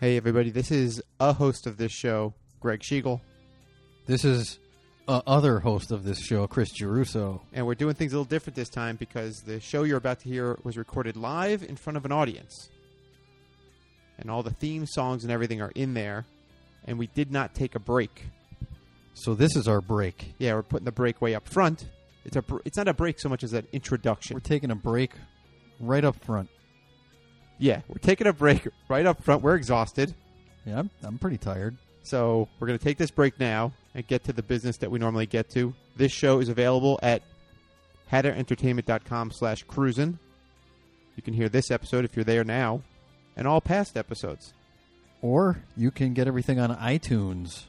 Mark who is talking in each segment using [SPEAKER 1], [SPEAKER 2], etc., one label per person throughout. [SPEAKER 1] Hey, everybody, this is a host of this show, Greg Schiegel,
[SPEAKER 2] This is uh, other host of this show, Chris Geruso.
[SPEAKER 1] and we're doing things a little different this time because the show you're about to hear was recorded live in front of an audience. And all the theme songs and everything are in there, and we did not take a break.
[SPEAKER 2] So this is our break.
[SPEAKER 1] Yeah, we're putting the break way up front. It's a br- it's not a break so much as an introduction.
[SPEAKER 2] We're taking a break right up front.
[SPEAKER 1] yeah, we're taking a break right up front. We're exhausted,
[SPEAKER 2] Yeah, I'm, I'm pretty tired.
[SPEAKER 1] so we're going to take this break now and get to the business that we normally get to. This show is available at hatterentertainment.com slash cruisin. You can hear this episode if you're there now, and all past episodes
[SPEAKER 2] Or you can get everything on iTunes.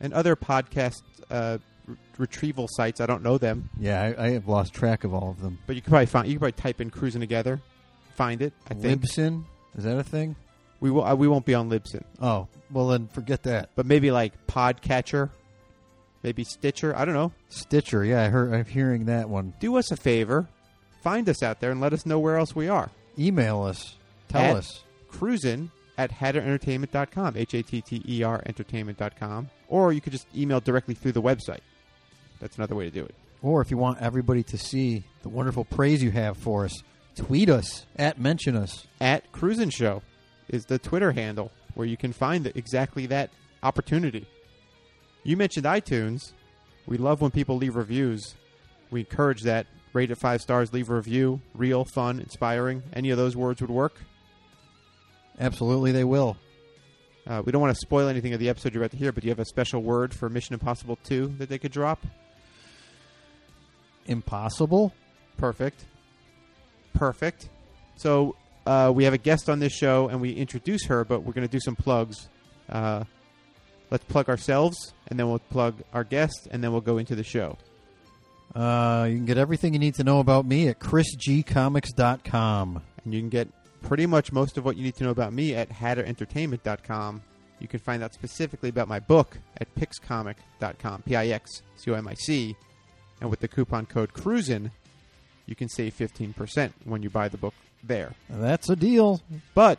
[SPEAKER 1] and other podcast uh, re- retrieval sites. I don't know them,
[SPEAKER 2] Yeah, I, I have lost track of all of them.
[SPEAKER 1] but you can probably find you can probably type in cruisin together, find it. I think
[SPEAKER 2] Libsyn, is that a thing?
[SPEAKER 1] we will. Uh, we won't be on Libsyn.
[SPEAKER 2] Oh, well then forget that.
[SPEAKER 1] but maybe like Podcatcher, maybe Stitcher. I don't know.
[SPEAKER 2] Stitcher, yeah, I heard, I'm hearing that one.
[SPEAKER 1] Do us a favor, find us out there and let us know where else we are.
[SPEAKER 2] Email us. Tell
[SPEAKER 1] At-
[SPEAKER 2] us.
[SPEAKER 1] Cruisin at hatterentertainment.com, H A T T E R entertainment.com, or you could just email directly through the website. That's another way to do it.
[SPEAKER 2] Or if you want everybody to see the wonderful praise you have for us, tweet us at mention us.
[SPEAKER 1] At Cruisin Show is the Twitter handle where you can find the, exactly that opportunity. You mentioned iTunes. We love when people leave reviews. We encourage that. Rate it five stars, leave a review. Real, fun, inspiring. Any of those words would work.
[SPEAKER 2] Absolutely, they will.
[SPEAKER 1] Uh, we don't want to spoil anything of the episode you're about to hear, but do you have a special word for Mission Impossible 2 that they could drop?
[SPEAKER 2] Impossible?
[SPEAKER 1] Perfect. Perfect. So uh, we have a guest on this show, and we introduce her, but we're going to do some plugs. Uh, let's plug ourselves, and then we'll plug our guest, and then we'll go into the show.
[SPEAKER 2] Uh, you can get everything you need to know about me at chrisgcomics.com.
[SPEAKER 1] And you can get pretty much most of what you need to know about me at hatterentertainment.com. You can find out specifically about my book at pixcomic.com, P I X C O M I C. And with the coupon code CRUISIN, you can save 15% when you buy the book there.
[SPEAKER 2] That's a deal.
[SPEAKER 1] But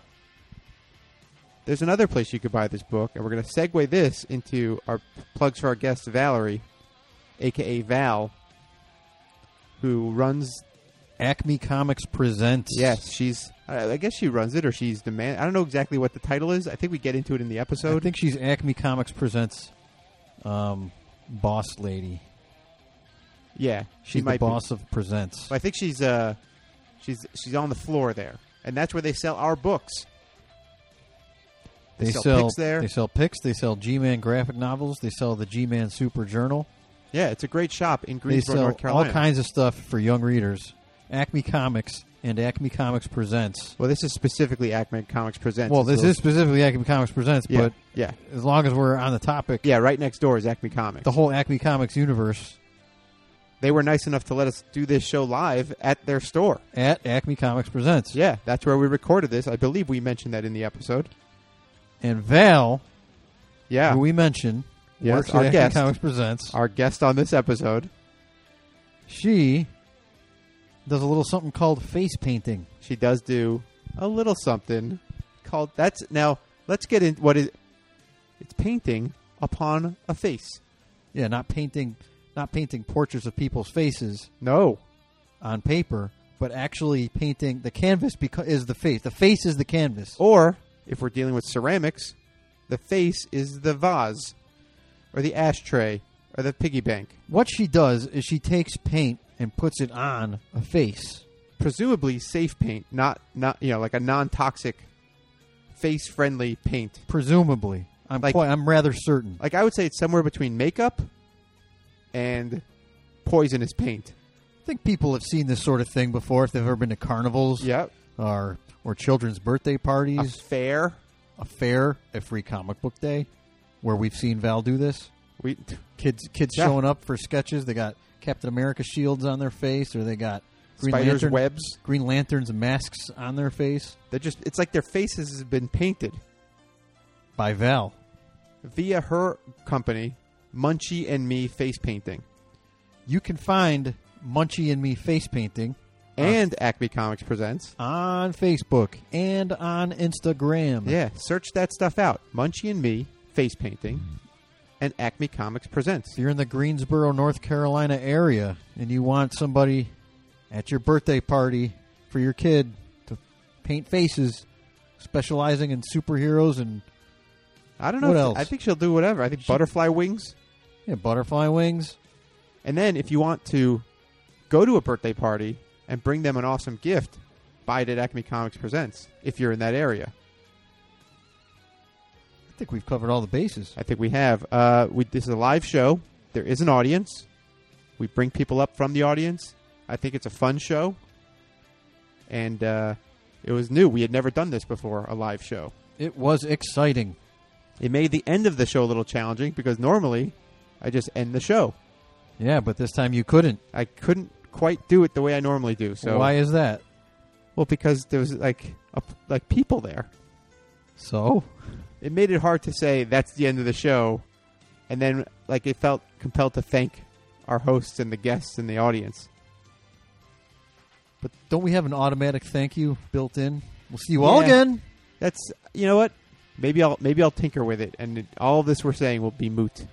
[SPEAKER 1] there's another place you could buy this book, and we're going to segue this into our plugs for our guest, Valerie, aka Val, who runs.
[SPEAKER 2] Acme Comics presents.
[SPEAKER 1] Yes, she's. I I guess she runs it, or she's the man. I don't know exactly what the title is. I think we get into it in the
[SPEAKER 2] I
[SPEAKER 1] episode.
[SPEAKER 2] think she's Acme Comics presents um, boss lady.
[SPEAKER 1] yeah, she
[SPEAKER 2] She's
[SPEAKER 1] might
[SPEAKER 2] the boss of presents.
[SPEAKER 1] Be. I think she's uh, she's she's on the floor there, and that's where they sell our books. They, sell, books there.
[SPEAKER 2] They sell picks. They sell G-Man graphic novels. They sell the G-Man Super Journal.
[SPEAKER 1] yeah, it's a great shop in
[SPEAKER 2] They
[SPEAKER 1] Greensboro,
[SPEAKER 2] sell
[SPEAKER 1] North
[SPEAKER 2] all
[SPEAKER 1] Carolina.
[SPEAKER 2] kinds of stuff for young readers. Acme Comics and Acme Comics presents.
[SPEAKER 1] well, this is specifically Acme Comics presents.
[SPEAKER 2] Well,
[SPEAKER 1] It's
[SPEAKER 2] this
[SPEAKER 1] those-
[SPEAKER 2] is specifically Acme Comics presents,
[SPEAKER 1] Yeah,
[SPEAKER 2] but
[SPEAKER 1] yeah,
[SPEAKER 2] as long as we're on the topic,
[SPEAKER 1] yeah. Right next door is Acme Comics.
[SPEAKER 2] the whole Acme Comics universe
[SPEAKER 1] they were nice enough to let us do this show live at their store.
[SPEAKER 2] at Acme Comics Presents.
[SPEAKER 1] Yeah, that's where we recorded this. I believe we mentioned that in the episode.
[SPEAKER 2] And Val,
[SPEAKER 1] Yeah,
[SPEAKER 2] who we mentioned,
[SPEAKER 1] Yes,
[SPEAKER 2] works at
[SPEAKER 1] our
[SPEAKER 2] Acme
[SPEAKER 1] guest.
[SPEAKER 2] Comics Presents.
[SPEAKER 1] our guest on this episode,
[SPEAKER 2] she does a little something called face painting.
[SPEAKER 1] she does do a little something called that's now. Let's get in what is it's painting upon a face.
[SPEAKER 2] Yeah, not painting, not painting portraits of people's faces
[SPEAKER 1] No,
[SPEAKER 2] on paper, but actually painting the canvas beca- is the face. The face is the canvas.
[SPEAKER 1] or if we're dealing with ceramics, the face is the vase, or the ashtray, or the piggy bank.
[SPEAKER 2] What she does is she takes paint and puts it on a face.
[SPEAKER 1] presumably safe paint, not not you know like a non toxic, face friendly paint.
[SPEAKER 2] Presumably, I'm
[SPEAKER 1] Like-
[SPEAKER 2] quite, I'm rather certain.
[SPEAKER 1] Like I would say, it's somewhere between makeup and poisonous paint.
[SPEAKER 2] I think people have seen this sort of thing before if they've ever been to carnivals.
[SPEAKER 1] Yeah,
[SPEAKER 2] or or children's birthday
[SPEAKER 1] a
[SPEAKER 2] parties,
[SPEAKER 1] fair.
[SPEAKER 2] a fair, a free comic book day, where we've seen Val do this.
[SPEAKER 1] We
[SPEAKER 2] Kids kids
[SPEAKER 1] Yeah.
[SPEAKER 2] showing up for sketches. They got Captain America shields on their face, or they got Green
[SPEAKER 1] spiders
[SPEAKER 2] Lantern
[SPEAKER 1] webs.
[SPEAKER 2] Green Lanterns masks on their face
[SPEAKER 1] They're just it's like their faces have been painted
[SPEAKER 2] by Val.
[SPEAKER 1] via her company, Munchie and Me Face Painting,
[SPEAKER 2] You can find Munchie and Me face painting
[SPEAKER 1] and Acme Comics Presents.
[SPEAKER 3] on Facebook and on Instagram.
[SPEAKER 1] Yeah, search that stuff out. Munchie and Me, face painting, and Acme Comics Presents.
[SPEAKER 3] If you're in the Greensboro, North Carolina area and you want somebody at your birthday party for your kid to paint faces specializing in superheroes and
[SPEAKER 1] I don't know.
[SPEAKER 3] What
[SPEAKER 1] if-
[SPEAKER 3] else?
[SPEAKER 1] I think she'll do whatever. I think butterfly wings.
[SPEAKER 3] you know, butterfly wings,
[SPEAKER 1] And then if you want to go to a birthday party and bring them an awesome gift, buy it at Acme Comics Presents if you're in that area.
[SPEAKER 3] I think we've covered all the bases.
[SPEAKER 1] I think we have. Uh, we, this is a live show. There is an audience. We bring people up from the audience. I think it's a fun show. And uh, it was new. We had never done this before, a live show.
[SPEAKER 3] It was exciting.
[SPEAKER 1] It made the end of the show a little challenging because normally I just end the show.
[SPEAKER 3] Yeah, but this time you couldn't.
[SPEAKER 1] I couldn't quite do it the way I normally do. So
[SPEAKER 3] Why is that?
[SPEAKER 1] Well, because there was like a, like people there.
[SPEAKER 3] So
[SPEAKER 1] It made it hard to say that's the end of the show, and then like it felt compelled to thank our hosts and the guests and the audience.
[SPEAKER 3] But don't we have an automatic thank you built in? We'll see you all
[SPEAKER 1] Yeah.
[SPEAKER 3] again.
[SPEAKER 1] That's you know what? Maybe I'll maybe I'll tinker with it, and it, all of this we're saying will be moot.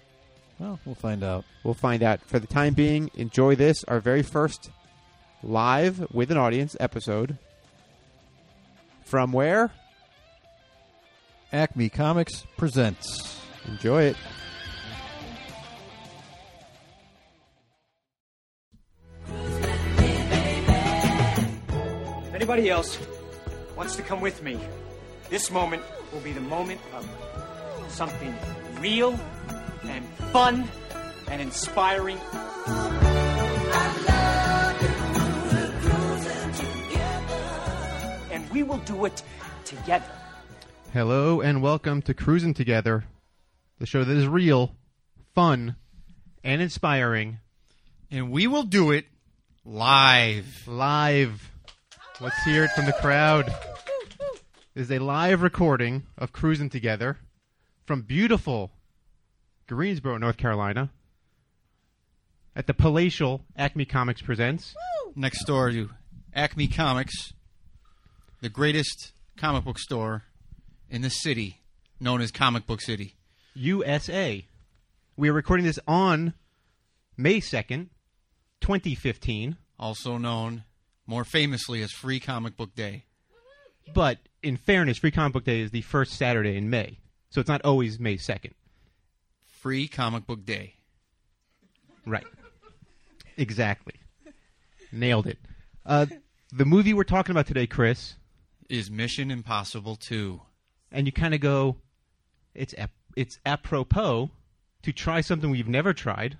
[SPEAKER 3] Well, we'll find out.
[SPEAKER 1] We'll find out. For the time being, enjoy this our very first live with an audience episode from where?
[SPEAKER 3] Acme Comics presents.
[SPEAKER 1] Enjoy it.
[SPEAKER 4] If anybody else wants to come with me, this moment will be the moment of something real and fun and inspiring. And we will do it together.
[SPEAKER 1] Hello and welcome to Cruising Together, the show that is real, fun, and inspiring.
[SPEAKER 2] and we will do it live.
[SPEAKER 1] Live. Let's hear it from the crowd. This is a live recording of Cruising Together from beautiful Greensboro, North Carolina, at the palatial Acme Comics Presents.
[SPEAKER 2] Next door to Acme Comics, the greatest comic book store in the city, known as Comic Book City.
[SPEAKER 1] USA. We are recording this on May 2nd, 2015.
[SPEAKER 2] Also known more famously as Free Comic Book Day.
[SPEAKER 1] But in fairness, Free Comic Book Day is the first Saturday in May, so it's not always May 2nd.
[SPEAKER 2] Free Comic Book Day.
[SPEAKER 1] Right. Exactly. Nailed it. Uh, the movie we're talking about today, Chris,
[SPEAKER 2] Is Mission Impossible 2.
[SPEAKER 1] and you kind of go, it's ap- it's apropos to try something we've never tried,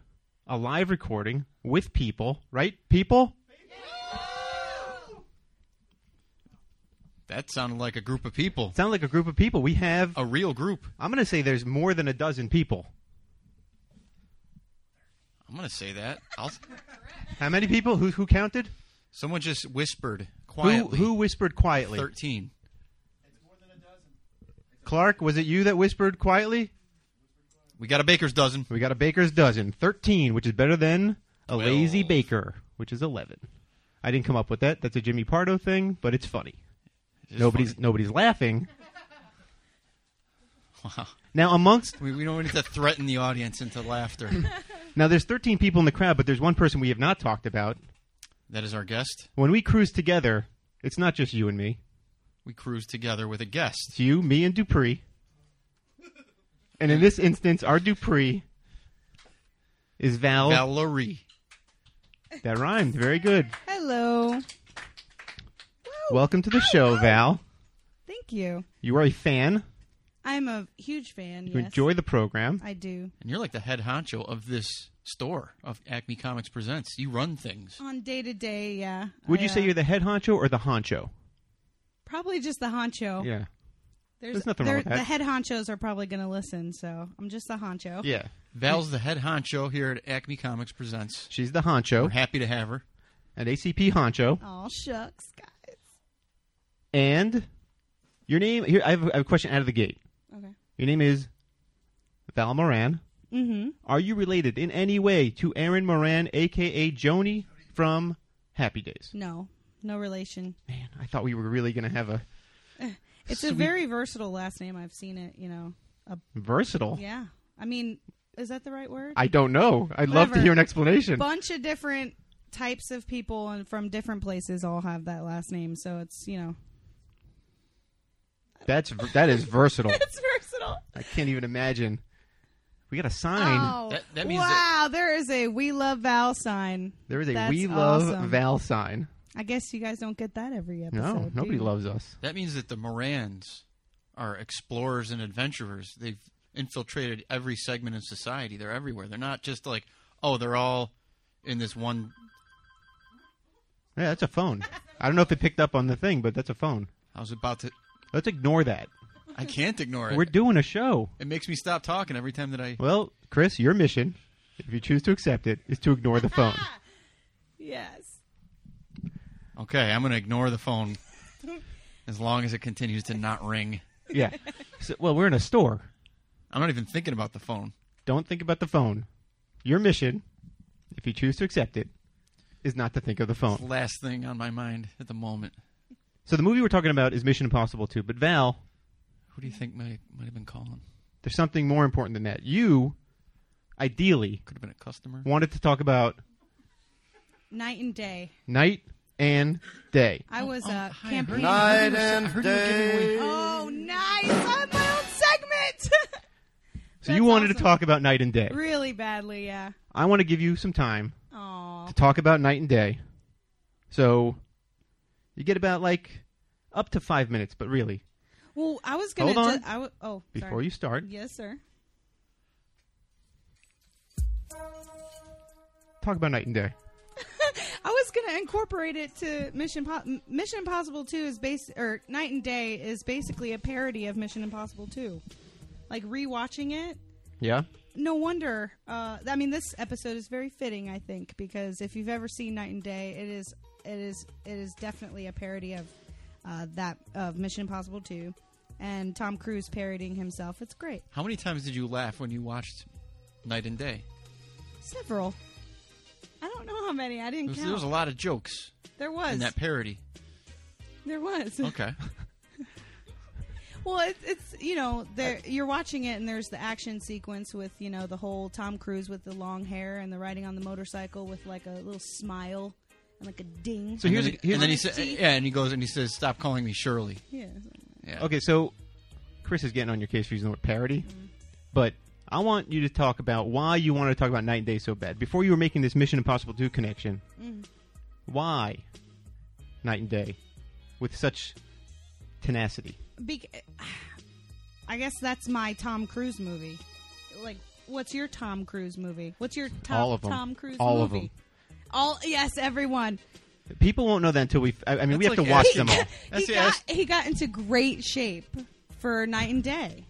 [SPEAKER 1] a live recording with people, right? People.
[SPEAKER 2] That sounded like a group of people.
[SPEAKER 1] Sound like a group of people. We have.
[SPEAKER 2] A real group.
[SPEAKER 1] I'm going to say there's more than a dozen people.
[SPEAKER 2] I'm going to say that. I'll,
[SPEAKER 1] How many people? Who who counted?
[SPEAKER 2] someone just whispered
[SPEAKER 1] Who
[SPEAKER 2] quietly.
[SPEAKER 1] who whispered quietly?
[SPEAKER 2] 13.
[SPEAKER 1] Clark, was it you that whispered quietly?
[SPEAKER 2] We got a baker's dozen.
[SPEAKER 1] We got a baker's dozen, thirteen, which is better than a
[SPEAKER 2] Twelve.
[SPEAKER 1] lazy baker, which is eleven. I didn't come up with that. That's a Jimmy Pardo thing, but it's funny.
[SPEAKER 2] It's
[SPEAKER 1] nobody's
[SPEAKER 2] funny.
[SPEAKER 1] nobody's laughing.
[SPEAKER 2] Wow.
[SPEAKER 1] Now amongst
[SPEAKER 2] We, we don't need to threaten the audience into laughter.
[SPEAKER 1] now there's thirteen people in the crowd, but there's one person we have not talked about.
[SPEAKER 2] That is our guest.
[SPEAKER 1] When we cruise together, it's not just you and me.
[SPEAKER 2] We cruise together with a
[SPEAKER 1] It's
[SPEAKER 2] guest.
[SPEAKER 1] you, me, and Dupree. And in this instance, our Dupree is Val.
[SPEAKER 2] Valerie.
[SPEAKER 1] That rhymed. Very good.
[SPEAKER 5] Hello.
[SPEAKER 1] Welcome to the show, Val.
[SPEAKER 5] Thank you.
[SPEAKER 1] You are a fan.
[SPEAKER 5] I'm a huge fan.
[SPEAKER 1] You
[SPEAKER 5] yes.
[SPEAKER 1] enjoy the program.
[SPEAKER 5] I do.
[SPEAKER 2] And you're like the head honcho of this store of Acme Comics Presents. You run things.
[SPEAKER 5] On day to day, yeah.
[SPEAKER 1] Would
[SPEAKER 5] I,
[SPEAKER 1] you say
[SPEAKER 5] uh,
[SPEAKER 1] you're the head honcho or the honcho?
[SPEAKER 5] probably just the honcho?
[SPEAKER 1] Yeah. there's nothing
[SPEAKER 5] there-
[SPEAKER 1] wrong with that.
[SPEAKER 5] The head honchos are probably going to listen, so I'm just the honcho.
[SPEAKER 1] Yeah.
[SPEAKER 2] Val's the head honcho here at Acme Comics Presents.
[SPEAKER 1] She's the
[SPEAKER 2] We're
[SPEAKER 1] honcho,
[SPEAKER 2] happy to have her.
[SPEAKER 1] an ACP honcho.
[SPEAKER 5] Oh shucks, guys.
[SPEAKER 1] And your name, here, I have, I have a question out of the gate.
[SPEAKER 5] Okay.
[SPEAKER 1] Your name is Val Moran.
[SPEAKER 5] Mm-hmm.
[SPEAKER 1] Are you related in any way to Aaron Moran, a.k.a. Joni from Happy Days?
[SPEAKER 5] No, No relation.
[SPEAKER 1] Man, I thought we were really going to have a
[SPEAKER 5] It's a
[SPEAKER 1] Sweet.
[SPEAKER 5] very versatile last name. I've seen it, you know.
[SPEAKER 1] versatile.
[SPEAKER 5] Yeah. I mean, is that the right word?
[SPEAKER 1] I don't know. I'd love to
[SPEAKER 5] Whatever.
[SPEAKER 1] hear an explanation.
[SPEAKER 5] bunch of different types of people and from different places all have that last name, so it's, you know,
[SPEAKER 1] That's ver- that is versatile.
[SPEAKER 5] it's versatile.
[SPEAKER 1] I can't even imagine. We got a sign.
[SPEAKER 5] Oh,
[SPEAKER 2] That- that means
[SPEAKER 5] wow,
[SPEAKER 2] that-
[SPEAKER 5] there is a We Love Val sign.
[SPEAKER 1] there is a
[SPEAKER 5] That's
[SPEAKER 1] we love
[SPEAKER 5] awesome.
[SPEAKER 1] Val sign.
[SPEAKER 5] I guess you guys don't get that every episode.
[SPEAKER 1] No,
[SPEAKER 5] do
[SPEAKER 1] nobody
[SPEAKER 5] you?
[SPEAKER 1] loves us.
[SPEAKER 2] That means that the Morans are explorers and adventurers. They've infiltrated every segment of society. They're everywhere. They're not just like, oh, they're all in this one.
[SPEAKER 1] Yeah, that's a phone. I don't know if it picked up on the thing, but that's a phone.
[SPEAKER 2] I was about to.
[SPEAKER 1] Let's ignore that.
[SPEAKER 2] I can't ignore it.
[SPEAKER 1] We're doing a show.
[SPEAKER 2] it makes me stop talking every time that I.
[SPEAKER 1] Well, Chris, your mission, if you choose to accept it, is to ignore the phone.
[SPEAKER 5] Yes.
[SPEAKER 2] Okay, I'm going to ignore the phone as long as it continues to not ring.
[SPEAKER 1] yeah. So, well, we're in a store.
[SPEAKER 2] I'm not even thinking about the phone.
[SPEAKER 1] Don't think about the phone. Your mission, if you choose to accept it, is not to think of the
[SPEAKER 2] It's
[SPEAKER 1] phone.
[SPEAKER 2] the last thing on my mind at the moment.
[SPEAKER 1] So the movie we're talking about is Mission Impossible 2, but Val,
[SPEAKER 2] Who do you think might might have been calling?
[SPEAKER 1] there's something more important than that. You, ideally,
[SPEAKER 2] Could have been a customer.
[SPEAKER 1] wanted to talk about
[SPEAKER 5] Night and day.
[SPEAKER 1] night and day.
[SPEAKER 5] I was
[SPEAKER 2] oh,
[SPEAKER 5] uh,
[SPEAKER 2] hi,
[SPEAKER 5] campaigning.
[SPEAKER 2] Night
[SPEAKER 6] and day.
[SPEAKER 5] Oh, nice! I have my own segment.
[SPEAKER 1] So you
[SPEAKER 5] That's
[SPEAKER 1] wanted to
[SPEAKER 5] awesome.
[SPEAKER 1] talk about night and day.
[SPEAKER 5] really badly, yeah.
[SPEAKER 1] I want to give you some time
[SPEAKER 5] Oh,
[SPEAKER 1] to talk about night and day. So you get about like up to five minutes, but really,
[SPEAKER 5] well, I was gonna.
[SPEAKER 1] Hold
[SPEAKER 5] ju-
[SPEAKER 1] on.
[SPEAKER 5] I w- oh,
[SPEAKER 1] before
[SPEAKER 5] sorry.
[SPEAKER 1] you start,
[SPEAKER 5] Yes, sir.
[SPEAKER 1] talk about night and day.
[SPEAKER 5] I was gonna incorporate it to Mission po- M- Mission Impossible Two is base or Night and Day is basically a parody of Mission Impossible Two. Like rewatching it,
[SPEAKER 1] Yeah?
[SPEAKER 5] no wonder. Uh, I mean, this episode is very fitting, I think, because if you've ever seen Night and Day, it is it is it is definitely a parody of uh, that of Mission Impossible Two, and Tom Cruise parodying himself. It's great.
[SPEAKER 2] How many times did you laugh when you watched Night and Day?
[SPEAKER 5] Several. I don't know how many. I
[SPEAKER 2] There
[SPEAKER 5] didn't
[SPEAKER 2] was,
[SPEAKER 5] count.
[SPEAKER 2] there was a lot of jokes
[SPEAKER 5] there
[SPEAKER 2] in
[SPEAKER 5] was.
[SPEAKER 2] that parody.
[SPEAKER 5] there was.
[SPEAKER 2] Okay.
[SPEAKER 5] Well, it's, it's you know there you're watching it and there's the action sequence with you know the whole Tom Cruise with the long hair and the riding on the motorcycle with like a little smile and like a ding.
[SPEAKER 1] So here's
[SPEAKER 2] and then,
[SPEAKER 1] a, here's
[SPEAKER 2] and then he said,
[SPEAKER 5] Honesty.
[SPEAKER 2] "Yeah," and he goes and he says, "Stop calling me Shirley."
[SPEAKER 5] yeah,
[SPEAKER 2] Yeah.
[SPEAKER 1] Okay, so Chris is getting on your case for using the word parody, but I want you to talk about why you wanted to talk about Night and Day so bad. Before you were making this Mission Impossible 2 connection, why Night and Day with such tenacity?
[SPEAKER 5] Bec- I guess that's my Tom Cruise movie. Like, what's your Tom Cruise movie? What's your top
[SPEAKER 1] All of 'em.
[SPEAKER 5] Tom Cruise
[SPEAKER 1] All of
[SPEAKER 5] movie? All yes, everyone.
[SPEAKER 1] People won't know that until we. I, I mean, we have
[SPEAKER 2] That's
[SPEAKER 1] to
[SPEAKER 2] like
[SPEAKER 1] watch
[SPEAKER 2] asking-
[SPEAKER 1] them all.
[SPEAKER 2] That's-
[SPEAKER 5] he
[SPEAKER 2] yeah,
[SPEAKER 5] got he got into great shape for night and day.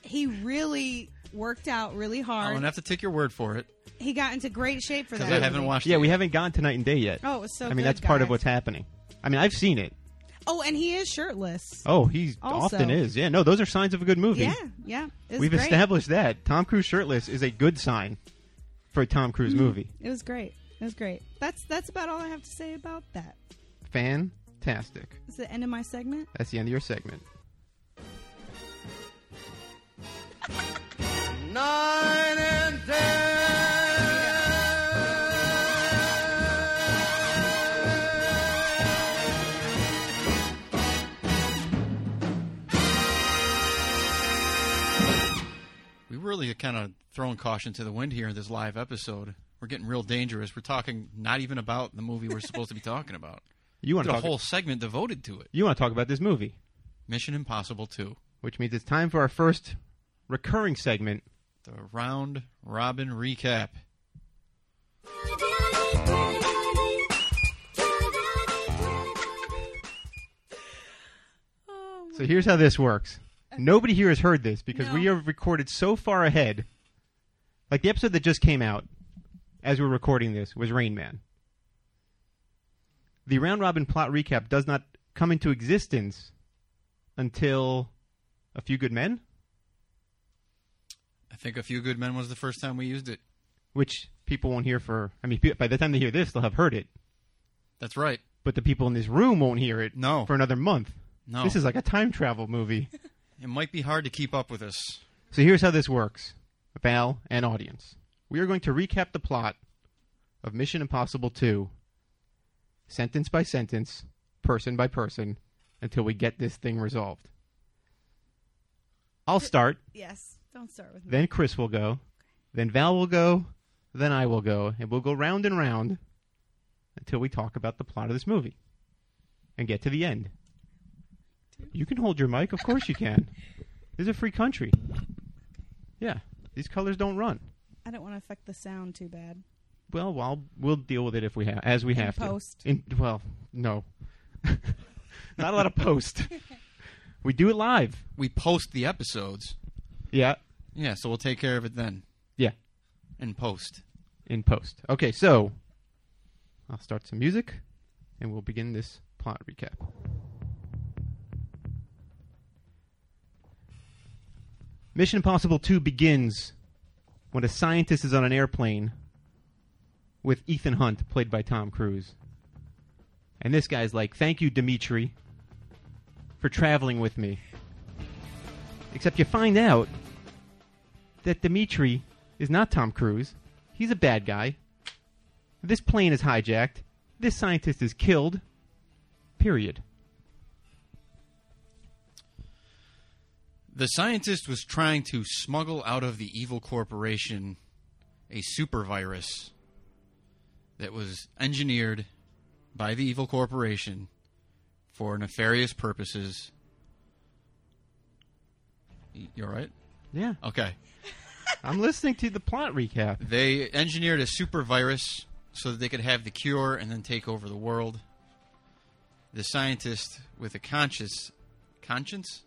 [SPEAKER 5] He really worked out really
[SPEAKER 2] I'm
[SPEAKER 5] hard.
[SPEAKER 2] gonna have to take your word for it
[SPEAKER 5] he got into great shape for that.
[SPEAKER 2] because I haven't
[SPEAKER 5] movie.
[SPEAKER 2] watched.
[SPEAKER 1] Yeah,
[SPEAKER 2] it.
[SPEAKER 1] we haven't gone to Night and Day yet.
[SPEAKER 5] Oh, it was so
[SPEAKER 1] I mean,
[SPEAKER 5] good,
[SPEAKER 1] that's part of
[SPEAKER 5] guys.
[SPEAKER 1] what's happening. I mean, I've seen it.
[SPEAKER 5] Oh, and he is shirtless.
[SPEAKER 1] Oh, he
[SPEAKER 5] Also-
[SPEAKER 1] often is. Yeah, no, those are signs of a good movie.
[SPEAKER 5] Yeah, yeah. It was
[SPEAKER 1] We've
[SPEAKER 5] great.
[SPEAKER 1] established that Tom Cruise shirtless is a good sign for a Tom
[SPEAKER 5] Hmm.
[SPEAKER 1] Cruise movie.
[SPEAKER 5] It was great. It was great. That's that's about all I have to say about that.
[SPEAKER 1] Fantastic.
[SPEAKER 5] It's the end of my segment.
[SPEAKER 1] That's the end of your segment.
[SPEAKER 7] Nine and
[SPEAKER 2] We really are kind of throwing caution to the wind here in this live episode. We're getting real dangerous. We're talking not even about the movie we're supposed to be talking about.
[SPEAKER 1] You want
[SPEAKER 2] Did
[SPEAKER 1] to
[SPEAKER 2] a
[SPEAKER 1] talk?
[SPEAKER 2] whole segment devoted to it.
[SPEAKER 1] you want to talk about this movie,
[SPEAKER 2] Mission Impossible Two,
[SPEAKER 1] which means it's time for our first recurring segment.
[SPEAKER 2] the round robin recap.
[SPEAKER 1] So here's how this works. Nobody here has heard this because
[SPEAKER 5] No.
[SPEAKER 1] we are recorded so far ahead. Like the episode that just came out, as we're recording this, was Rain Man. The round robin plot recap does not come into existence until A Few Good Men,
[SPEAKER 2] I think A Few Good Men was the first time we used it.
[SPEAKER 1] which people won't hear for. I mean, pe- by the time they hear this, they'll have heard it.
[SPEAKER 2] That's right.
[SPEAKER 1] but the people in this room won't hear it
[SPEAKER 2] No.
[SPEAKER 1] for another month.
[SPEAKER 2] No.
[SPEAKER 1] This is like a time travel movie.
[SPEAKER 2] It might be hard to keep up with us.
[SPEAKER 1] So here's how this works Val and audience. We are going to recap the plot of Mission Impossible 2, sentence by sentence, person by person, until we get this thing resolved. I'll start,
[SPEAKER 5] Yes. Don't start with me.
[SPEAKER 1] then Chris will go, then Val will go, then I will go, and we'll go round and round until we talk about the plot of this movie and get to the end. You can hold your mic, of course you can. This is a free country. Yeah, these colors don't run.
[SPEAKER 5] I don't want to affect the sound too bad.
[SPEAKER 1] Well, well, we'll deal with it if we have, as we
[SPEAKER 5] In
[SPEAKER 1] have
[SPEAKER 5] post.
[SPEAKER 1] to. In well, no, not a lot of post. we do it live.
[SPEAKER 2] We post the episodes.
[SPEAKER 1] Yeah,
[SPEAKER 2] Yeah, so we'll take care of it then
[SPEAKER 1] yeah,
[SPEAKER 2] in post.
[SPEAKER 1] in post. Okay, so I'll start some music, and we'll begin this plot recap. Mission Impossible 2 begins when a scientist is on an airplane with Ethan Hunt, played by Tom Cruise. And this guy's like, Thank you, Dimitri, for traveling with me. Except you find out that Dimitri is not Tom Cruise, he's a bad guy. This plane is hijacked, this scientist is killed. Period.
[SPEAKER 2] The scientist was trying to smuggle out of the evil corporation a super virus that was engineered by the evil corporation for nefarious purposes. Y- You alright?
[SPEAKER 1] Yeah.
[SPEAKER 2] Okay.
[SPEAKER 1] I'm listening to the plot recap.
[SPEAKER 2] They engineered a super virus so that they could have the cure and then take over the world. The scientist with a conscious conscience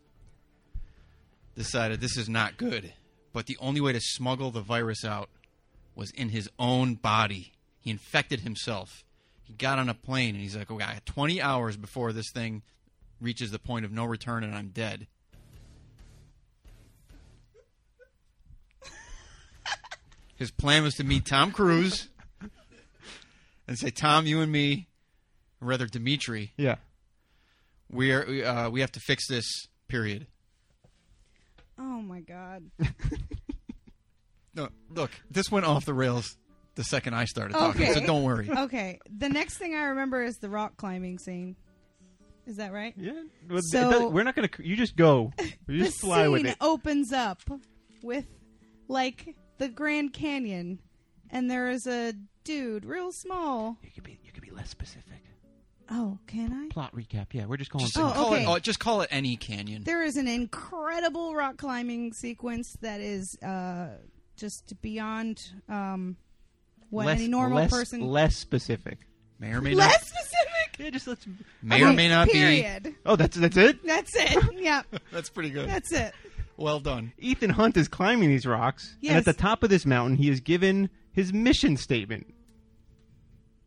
[SPEAKER 2] decided this is not good, but the only way to smuggle the virus out was in his own body. He infected himself. He got on a plane and he's like, "Okay, I got 20 hours before this thing reaches the point of no return and I'm dead." His plan was to meet Tom Cruise and say, "Tom, you and me, or rather Dimitri,
[SPEAKER 1] Yeah.
[SPEAKER 2] we are we, uh, we have to fix this." Period.
[SPEAKER 5] Oh my god.
[SPEAKER 2] No, look, this went off the rails the second I started talking,
[SPEAKER 5] Okay. Oh,
[SPEAKER 2] so don't worry.
[SPEAKER 5] okay. The next thing I remember is the rock climbing scene. Is that right?
[SPEAKER 1] Yeah. Well,
[SPEAKER 5] So-
[SPEAKER 1] it doesn't- we're not going to. You just go. You
[SPEAKER 5] the
[SPEAKER 1] just fly
[SPEAKER 5] scene
[SPEAKER 1] with it.
[SPEAKER 5] opens up with like the Grand Canyon, and there is a dude, real small.
[SPEAKER 1] You could be, you could be less specific.
[SPEAKER 5] Oh, can I?
[SPEAKER 1] Plot recap. Yeah, we're just going.
[SPEAKER 2] Just
[SPEAKER 1] through.
[SPEAKER 5] Oh,
[SPEAKER 2] call
[SPEAKER 5] okay.
[SPEAKER 2] it. Oh, just call it any canyon.
[SPEAKER 5] There is an incredible rock climbing sequence that is uh, just beyond um, what
[SPEAKER 1] less,
[SPEAKER 5] any normal
[SPEAKER 1] less-
[SPEAKER 5] person.
[SPEAKER 1] Less specific.
[SPEAKER 2] may or may not.
[SPEAKER 5] Less specific.
[SPEAKER 1] Yeah, just let's.
[SPEAKER 2] May or
[SPEAKER 5] Okay,
[SPEAKER 2] may not
[SPEAKER 5] period.
[SPEAKER 1] Oh, that's that's it.
[SPEAKER 5] That's it. yep.
[SPEAKER 2] be. That's pretty good.
[SPEAKER 5] That's it.
[SPEAKER 2] well done.
[SPEAKER 1] Ethan Hunt is climbing these rocks, and
[SPEAKER 5] Yes.
[SPEAKER 1] at the top of this mountain, he is given his mission statement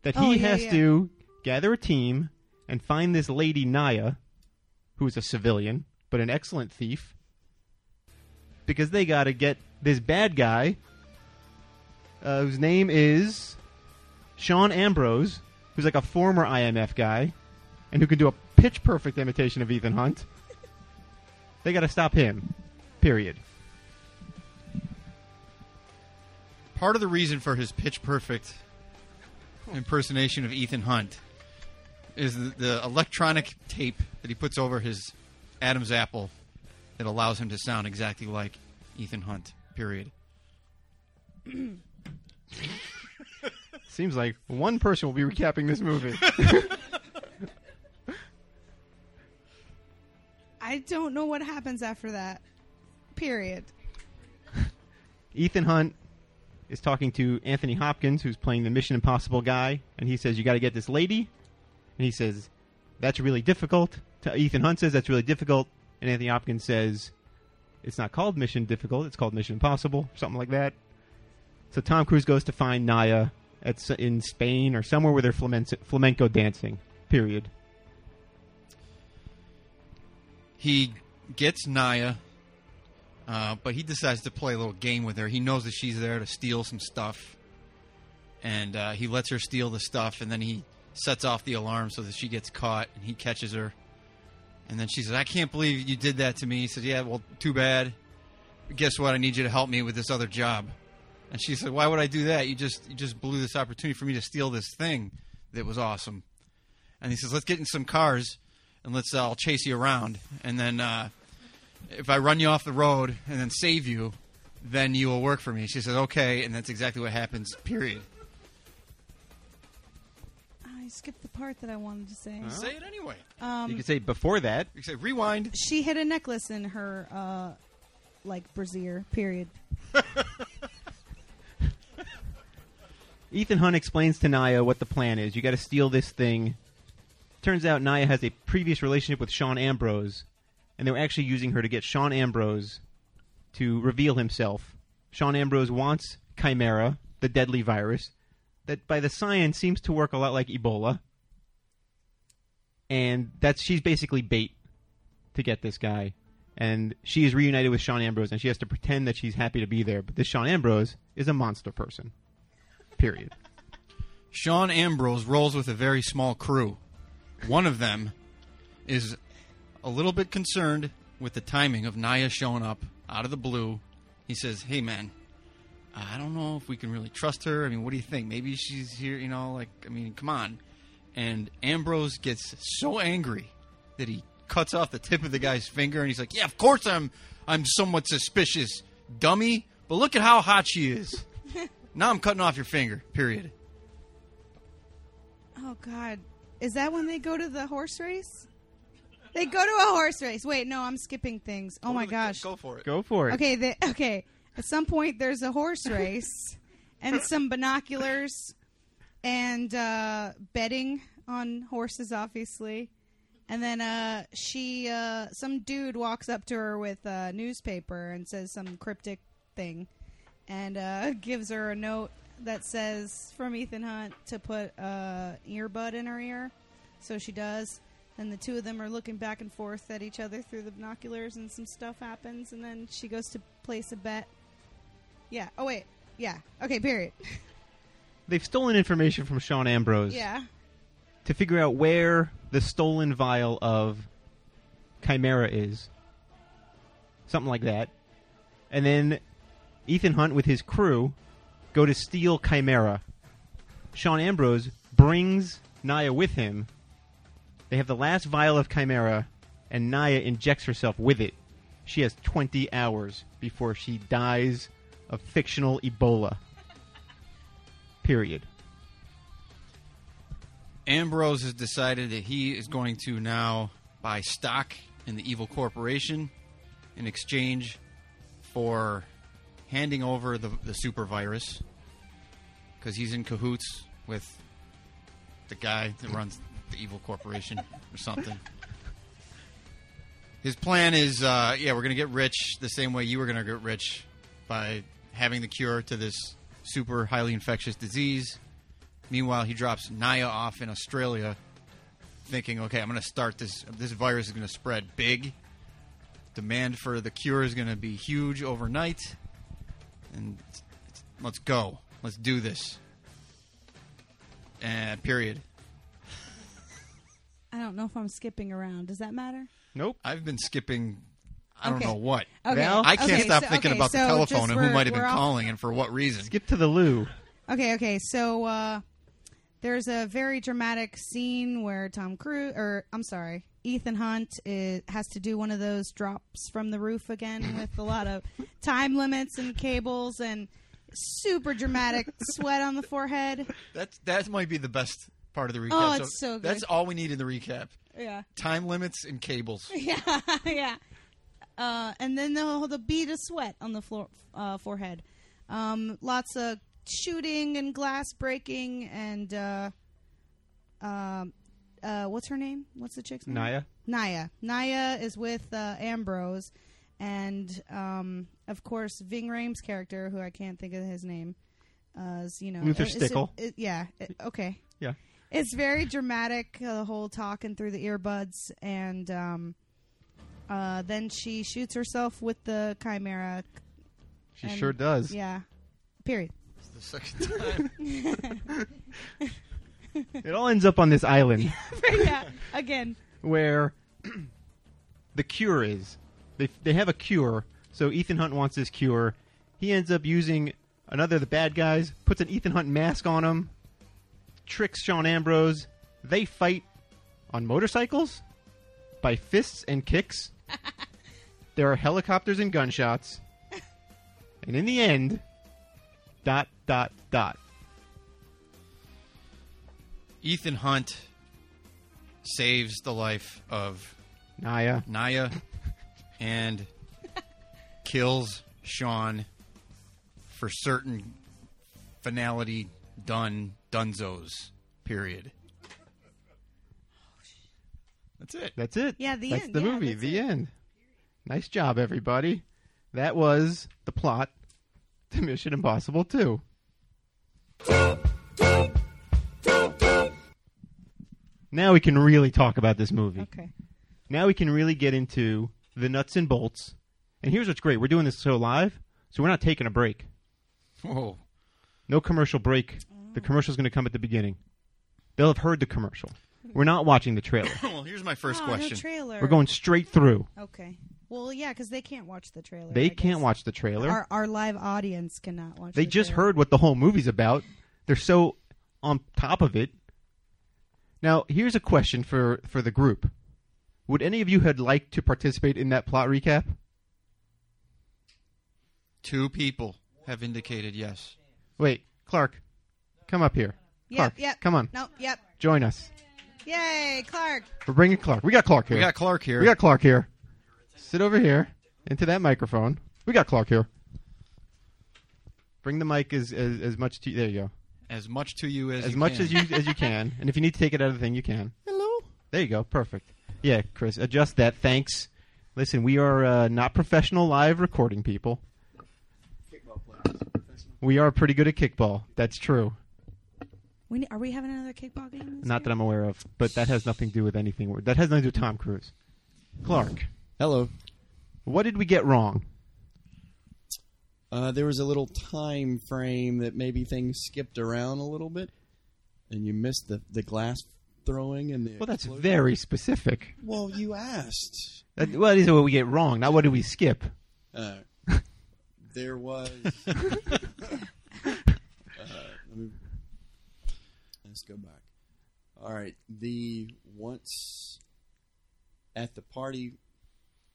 [SPEAKER 1] that he
[SPEAKER 5] Oh, yeah,
[SPEAKER 1] has
[SPEAKER 5] yeah.
[SPEAKER 1] to gather a team and find this lady Naya, who is a civilian but an excellent thief, because they got to get this bad guy, uh, whose name is Sean Ambrose, who's like a former IMF guy, and who can do a pitch perfect imitation of Ethan Hunt. They got to stop him. Period.
[SPEAKER 2] Part of the reason for his pitch perfect impersonation of Ethan Hunt is the, the electronic tape that he puts over his Adam's apple that allows him to sound exactly like Ethan Hunt. Period.
[SPEAKER 1] Seems like one person will be recapping this movie.
[SPEAKER 5] I don't know what happens after that. Period.
[SPEAKER 1] Ethan Hunt is talking to Anthony Hopkins, who's playing the Mission Impossible guy, and he says, You got to get this lady. And he says, That's really difficult. T- Ethan Hunt says, That's really difficult. And Anthony Hopkins says, It's not called Mission Difficult, it's called Mission Impossible, something like that. So Tom Cruise goes to find Naya at, s- in Spain or somewhere where they're flamenco, flamenco dancing. Period.
[SPEAKER 2] He gets Naya, uh, but he decides to play a little game with her. He knows that she's there to steal some stuff, and uh, he lets her steal the stuff, and then he sets off the alarm so that she gets caught and he catches her. And then she says, I can't believe you did that to me. He says, Yeah, well, too bad. Guess what? I need you to help me with this other job. And she said, Why would I do that? You just you just blew this opportunity for me to steal this thing that was awesome. And he says, Let's get in some cars and let's uh, I'll chase you around. And then uh, if I run you off the road and then save you, then you will work for me. She says, Okay. And that's exactly what happens, period.
[SPEAKER 5] I skipped the part that I wanted to say.
[SPEAKER 2] Say it anyway.
[SPEAKER 1] you could say before that.
[SPEAKER 2] You say, Rewind.
[SPEAKER 5] She had a necklace in her, uh, like, brassiere, period.
[SPEAKER 1] Ethan Hunt explains to Naya what the plan is. You got to steal this thing. Turns out Naya has a previous relationship with Sean Ambrose, and they were actually using her to get Sean Ambrose to reveal himself. Sean Ambrose wants Chimera, the deadly virus, that by the science seems to work a lot like Ebola. And that's she's basically bait to get this guy. And she is reunited with Sean Ambrose, and she has to pretend that she's happy to be there. But this Sean Ambrose is a monster person. Period.
[SPEAKER 2] Sean Ambrose rolls with a very small crew. One of them is a little bit concerned with the timing of Naya showing up out of the blue. He says, "Hey, man, I don't know if we can really trust her. I mean, what do you think? Maybe she's here. You know, like I mean, come on." And Ambrose gets so angry that he cuts off the tip of the guy's finger, and he's like, "Yeah, of course I'm. I'm somewhat suspicious, dummy. But look at how hot she is. now I'm cutting off your finger. Period."
[SPEAKER 5] Oh, God. Is that when they go to the horse race? They go to a horse race. Wait, no, I'm skipping things. Oh, my gosh.
[SPEAKER 2] Go for it.
[SPEAKER 1] Go for it.
[SPEAKER 5] Okay, they, okay. At some point, there's a horse race and some binoculars and uh, betting on horses, obviously. And then uh, she, uh, some dude walks up to her with a newspaper and says some cryptic thing, and uh, gives her a note that says from Ethan Hunt to put a earbud in her ear. So she does. And the two of them are looking back and forth at each other through the binoculars, and some stuff happens. And then she goes to place a bet. Yeah. Oh wait. Yeah. Okay. Period.
[SPEAKER 1] They've stolen information from Sean Ambrose
[SPEAKER 5] yeah.
[SPEAKER 1] to figure out where the stolen vial of Chimera is. Something like that. And then Ethan Hunt with his crew go to steal Chimera. Sean Ambrose brings Naya with him. They have the last vial of Chimera, and Naya injects herself with it. She has 20 hours before she dies of fictional Ebola. Period.
[SPEAKER 2] Ambrose has decided that he is going to now buy stock in the evil corporation in exchange for handing over the, the super virus because he's in cahoots with the guy that runs the evil corporation or something. His plan is, uh, yeah, we're going to get rich the same way you were going to get rich by having the cure to this super highly infectious disease. Meanwhile, he drops Naya off in Australia, thinking, "Okay, I'm going to start this. This virus is going to spread big. Demand for the cure is going to be huge overnight, and it's- it's- let's go. Let's do this." Uh, period.
[SPEAKER 5] I don't know if I'm skipping around. Does that matter?
[SPEAKER 1] Nope.
[SPEAKER 2] I've been skipping. I don't
[SPEAKER 5] Okay.
[SPEAKER 2] know what.
[SPEAKER 5] Okay.
[SPEAKER 1] Val?
[SPEAKER 2] I can't
[SPEAKER 5] Okay,
[SPEAKER 2] stop
[SPEAKER 5] so-
[SPEAKER 2] thinking
[SPEAKER 5] okay,
[SPEAKER 2] about the
[SPEAKER 5] so
[SPEAKER 2] telephone
[SPEAKER 5] just
[SPEAKER 2] and who
[SPEAKER 5] we're-
[SPEAKER 2] might have been
[SPEAKER 5] we're off-
[SPEAKER 2] calling and for what reason.
[SPEAKER 1] Skip to the loo.
[SPEAKER 5] Okay, okay. So uh, there's a very dramatic scene where Tom Cruise, or I'm sorry, Ethan Hunt is, has to do one of those drops from the roof again with a lot of time limits and cables and super dramatic sweat on the forehead.
[SPEAKER 2] That's that might be the best part of the recap.
[SPEAKER 5] Oh, it's so good.
[SPEAKER 2] That's all we need in the recap.
[SPEAKER 5] Yeah.
[SPEAKER 2] Time limits and cables.
[SPEAKER 5] Yeah, yeah. Uh, and then the the bead of sweat on the floor uh, forehead. Um, lots of shooting and glass breaking and uh, um, uh, what's her name? What's the chick's name?
[SPEAKER 1] Naya.
[SPEAKER 5] Naya. Naya is with uh, Ambrose, and um, of course Ving Rhames' character, who I can't think of his name, uh, is you know
[SPEAKER 1] Luther
[SPEAKER 5] is- is-
[SPEAKER 1] Stickle.
[SPEAKER 5] is- yeah. it- okay.
[SPEAKER 1] Yeah.
[SPEAKER 5] It's very dramatic, uh, the whole talking through the earbuds, and um, uh, then she shoots herself with the chimera.
[SPEAKER 1] She
[SPEAKER 5] and-
[SPEAKER 1] sure does.
[SPEAKER 5] Yeah. Period.
[SPEAKER 2] It's the second time.
[SPEAKER 1] It all ends up on this island
[SPEAKER 5] yeah, again.
[SPEAKER 1] where the cure is. They, they have a cure, so Ethan Hunt wants this cure. He ends up using another of the bad guys, puts an Ethan Hunt mask on him, tricks Sean Ambrose. They fight on motorcycles by fists and kicks. there are helicopters and gunshots. And in the end, dot, dot, dot.
[SPEAKER 2] Ethan Hunt saves the life of
[SPEAKER 1] Naya.
[SPEAKER 2] Naya and kills Sean for certain finality done dunzos. Period. That's it.
[SPEAKER 1] That's it.
[SPEAKER 5] Yeah, the
[SPEAKER 1] that's
[SPEAKER 5] end.
[SPEAKER 1] the
[SPEAKER 5] Yeah,
[SPEAKER 1] movie.
[SPEAKER 5] that's
[SPEAKER 1] the
[SPEAKER 5] it.
[SPEAKER 1] end. Nice job, everybody. That was the plot to Mission Impossible Two. Now we can really talk about this movie.
[SPEAKER 5] Okay.
[SPEAKER 1] Now we can really get into the nuts and bolts. And here's what's great: we're doing this so live, so we're not taking a break.
[SPEAKER 2] Whoa.
[SPEAKER 1] No commercial break. The commercial's going to come at the beginning. They'll have heard the commercial. We're not watching the trailer.
[SPEAKER 2] Well, here's my first
[SPEAKER 5] Oh, no
[SPEAKER 2] question.
[SPEAKER 5] trailer.
[SPEAKER 1] We're going straight through.
[SPEAKER 5] Okay. Well, yeah, because they can't watch the trailer. I
[SPEAKER 1] They
[SPEAKER 5] guess.
[SPEAKER 1] can't watch the trailer.
[SPEAKER 5] Our our live audience cannot watch.
[SPEAKER 1] They
[SPEAKER 5] the
[SPEAKER 1] just
[SPEAKER 5] trailer.
[SPEAKER 1] heard what the whole movie's about. They're so on top of it. Now, here's a question for, for the group. Would any of you had liked to participate in that plot recap?
[SPEAKER 2] Two people have indicated yes.
[SPEAKER 1] Wait, Clark, come up here. Clark,
[SPEAKER 5] Yep. Yep.
[SPEAKER 1] come on,
[SPEAKER 5] No. Yep.
[SPEAKER 1] join us.
[SPEAKER 5] Yay, Clark.
[SPEAKER 1] We're bringing Clark. We got Clark here.
[SPEAKER 2] We got Clark here.
[SPEAKER 1] We got Clark here. Sit over here into that microphone. We got Clark here. Bring the mic as, as, as much to There you go.
[SPEAKER 2] as much to you as
[SPEAKER 1] as
[SPEAKER 2] you
[SPEAKER 1] much
[SPEAKER 2] can.
[SPEAKER 1] as you as you can, and if you need to take it out of the thing, you can. Hello. There you go. Perfect. Yeah, Chris, adjust that. Thanks. Listen, we are uh, not professional live recording people. We are pretty good at kickball. That's true.
[SPEAKER 5] We ne- are we having another kickball game?
[SPEAKER 1] Not that I'm aware of, but that has nothing to do with anything. That has nothing to do with Tom Cruise. Clark,
[SPEAKER 8] Hello.
[SPEAKER 1] what did we get wrong?
[SPEAKER 8] Uh, there was a little time frame that maybe things skipped around a little bit, and you missed the, the glass throwing and the.
[SPEAKER 1] Well, that's
[SPEAKER 8] explosion.
[SPEAKER 1] very specific.
[SPEAKER 8] Well, you asked.
[SPEAKER 1] That, well, these are what we get wrong. Not what did we skip?
[SPEAKER 8] Uh, there was. uh, let me, let's go back. All right, the once at the party,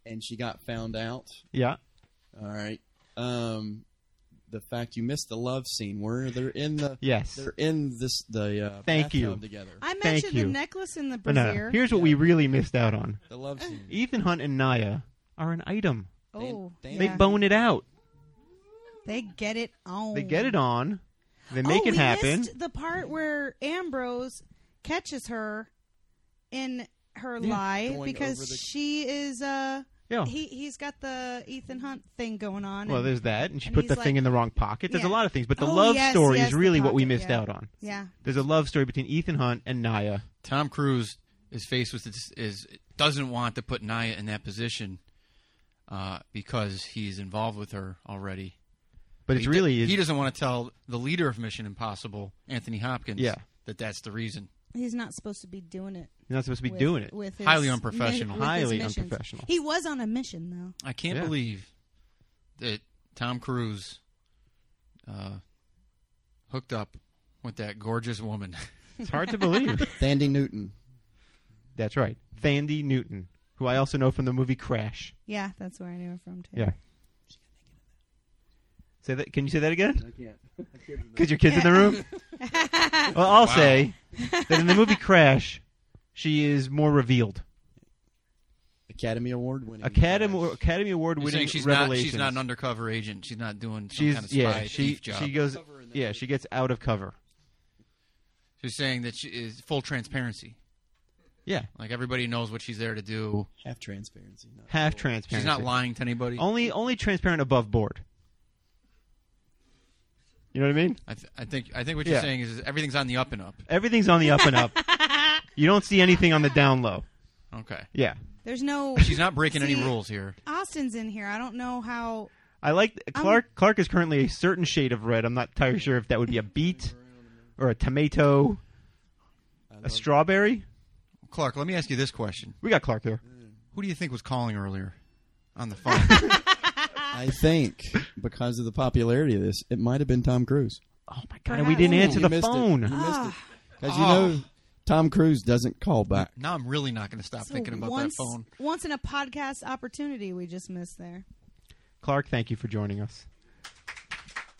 [SPEAKER 8] and she got found out.
[SPEAKER 1] Yeah.
[SPEAKER 8] All right. Um, the fact you missed the love scene where they're in the
[SPEAKER 1] Yes.
[SPEAKER 8] they're in this the uh,
[SPEAKER 1] Thank you.
[SPEAKER 8] bathtub together.
[SPEAKER 5] I
[SPEAKER 1] Thank
[SPEAKER 5] mentioned the
[SPEAKER 1] you.
[SPEAKER 5] necklace and the
[SPEAKER 1] But no,
[SPEAKER 5] brazier.
[SPEAKER 1] no. Here's what we really missed out on.
[SPEAKER 8] The love scene.
[SPEAKER 1] Ethan Hunt and Naya are an item.
[SPEAKER 5] oh,
[SPEAKER 8] They-
[SPEAKER 1] They
[SPEAKER 5] yeah.
[SPEAKER 1] bone it out.
[SPEAKER 5] They get it on.
[SPEAKER 1] They get it on. They make
[SPEAKER 5] oh,
[SPEAKER 1] it
[SPEAKER 5] we
[SPEAKER 1] happen.
[SPEAKER 5] missed the part where Ambrose catches her in her lie
[SPEAKER 8] Going
[SPEAKER 5] because
[SPEAKER 8] over the-
[SPEAKER 5] she is uh
[SPEAKER 1] Yeah.
[SPEAKER 5] he he's got the Ethan Hunt thing going on.
[SPEAKER 1] well,
[SPEAKER 5] and-
[SPEAKER 1] there's that, and she
[SPEAKER 5] and
[SPEAKER 1] put
[SPEAKER 5] he's
[SPEAKER 1] the thing
[SPEAKER 5] like-
[SPEAKER 1] in the wrong pocket. There's a
[SPEAKER 5] Yeah.
[SPEAKER 1] lot of things, but the
[SPEAKER 5] Oh,
[SPEAKER 1] love
[SPEAKER 5] yes,
[SPEAKER 1] story
[SPEAKER 5] yes,
[SPEAKER 1] is
[SPEAKER 5] the
[SPEAKER 1] really what we
[SPEAKER 5] pocket,
[SPEAKER 1] missed
[SPEAKER 5] yeah.
[SPEAKER 1] out on.
[SPEAKER 5] yeah.
[SPEAKER 1] There's a love story between Ethan Hunt and Naya.
[SPEAKER 2] Tom Cruise is faced with this, is doesn't want to put Naya in that position uh, because he's involved with her already.
[SPEAKER 1] But it's
[SPEAKER 2] he,
[SPEAKER 1] really
[SPEAKER 2] he
[SPEAKER 1] is,
[SPEAKER 2] doesn't want to tell the leader of Mission Impossible, Anthony Hopkins,
[SPEAKER 1] Yeah.
[SPEAKER 2] that that's the reason.
[SPEAKER 5] He's not supposed to be doing it.
[SPEAKER 1] you're not supposed to be
[SPEAKER 5] with-
[SPEAKER 1] doing it.
[SPEAKER 5] with
[SPEAKER 2] Highly
[SPEAKER 5] his
[SPEAKER 2] unprofessional.
[SPEAKER 5] mi- with his
[SPEAKER 1] Highly
[SPEAKER 5] missions.
[SPEAKER 1] unprofessional.
[SPEAKER 5] He was on a mission though.
[SPEAKER 2] I can't
[SPEAKER 1] Yeah.
[SPEAKER 2] believe that Tom Cruise uh, hooked up with that gorgeous woman.
[SPEAKER 1] It's hard to believe.
[SPEAKER 8] Dandy Newton.
[SPEAKER 1] That's right, Thandi Newton, who I also know from the movie Crash.
[SPEAKER 5] Yeah, that's where I knew him from too.
[SPEAKER 1] Yeah. Say that. Can you say that again?
[SPEAKER 8] I can't.
[SPEAKER 1] Because your kids in the room. well, I'll say that in the movie Crash, she is more revealed.
[SPEAKER 8] Academy Award winning.
[SPEAKER 1] Academy Academy Award
[SPEAKER 2] You're
[SPEAKER 1] winning
[SPEAKER 2] saying she's not
[SPEAKER 1] revelations.
[SPEAKER 2] she's not an undercover agent. She's not doing some
[SPEAKER 1] She's-
[SPEAKER 2] kind of spy
[SPEAKER 1] yeah she
[SPEAKER 2] thief job.
[SPEAKER 1] she goes
[SPEAKER 8] Cover in the
[SPEAKER 1] yeah she gets out of cover
[SPEAKER 2] she's saying that she is full transparency.
[SPEAKER 1] yeah
[SPEAKER 2] Like everybody knows what she's there to do.
[SPEAKER 8] Half transparency. Not
[SPEAKER 1] half
[SPEAKER 8] full.
[SPEAKER 1] transparent
[SPEAKER 2] She's not lying to anybody.
[SPEAKER 1] only only transparent above board you know what I mean
[SPEAKER 2] I, th- I think I think what
[SPEAKER 1] Yeah.
[SPEAKER 2] you're saying is, is everything's on the up and up.
[SPEAKER 1] everything's on the up and up you don't see anything on the down low
[SPEAKER 2] Okay.
[SPEAKER 1] yeah
[SPEAKER 5] There's no
[SPEAKER 2] She's not breaking any
[SPEAKER 5] See,
[SPEAKER 2] rules here.
[SPEAKER 5] Austin's in here. I don't know how
[SPEAKER 1] I like
[SPEAKER 8] Um,
[SPEAKER 1] Clark Clark is currently a certain shade of red I'm not entirely sure if that would be a beet or a tomato A strawberry?
[SPEAKER 2] Clark, let me ask you this question:
[SPEAKER 1] We got Clark here.
[SPEAKER 8] Mm.
[SPEAKER 2] Who do you think was calling earlier on the phone?
[SPEAKER 8] I think because of the popularity of this, it might have been Tom Cruise.
[SPEAKER 1] Oh my god! And we didn't answer
[SPEAKER 8] You
[SPEAKER 1] the
[SPEAKER 8] missed it.
[SPEAKER 1] phone. Ah.
[SPEAKER 8] You missed it. Because you know, Tom Cruise doesn't call back.
[SPEAKER 2] now I'm really not going to stop
[SPEAKER 5] So
[SPEAKER 2] thinking about
[SPEAKER 5] once,
[SPEAKER 2] that phone.
[SPEAKER 5] Once in a podcast opportunity we just missed there.
[SPEAKER 1] Clark, thank you for joining us.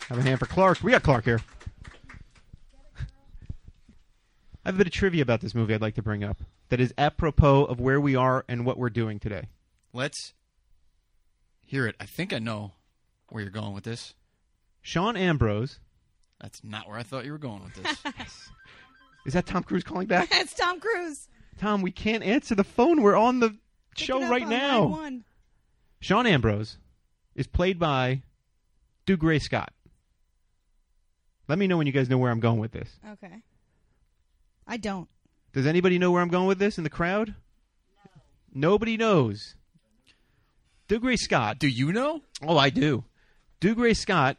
[SPEAKER 1] Have a hand for Clark. We got Clark here. I have a bit of trivia about this movie I'd like to bring up that is apropos of where we are and what we're doing today.
[SPEAKER 2] Let's hear it. I think I know where you're going with this.
[SPEAKER 1] Sean Ambrose.
[SPEAKER 2] That's not where I thought you were going with this.
[SPEAKER 1] Is that Tom Cruise calling back?
[SPEAKER 5] That's Tom Cruise.
[SPEAKER 1] Tom, we can't answer the phone. We're on the
[SPEAKER 5] Look
[SPEAKER 1] show
[SPEAKER 5] it up
[SPEAKER 1] right
[SPEAKER 5] on
[SPEAKER 1] now.
[SPEAKER 5] line One.
[SPEAKER 1] Sean Ambrose is played by Doug Gray Scott. Let me know when you guys know where I'm going with this.
[SPEAKER 5] Okay. I don't.
[SPEAKER 1] Does anybody know where I'm going with this in the crowd? Nobody knows. Doug Gray Scott.
[SPEAKER 2] do you know?
[SPEAKER 1] Oh, I do. Doug Gray Scott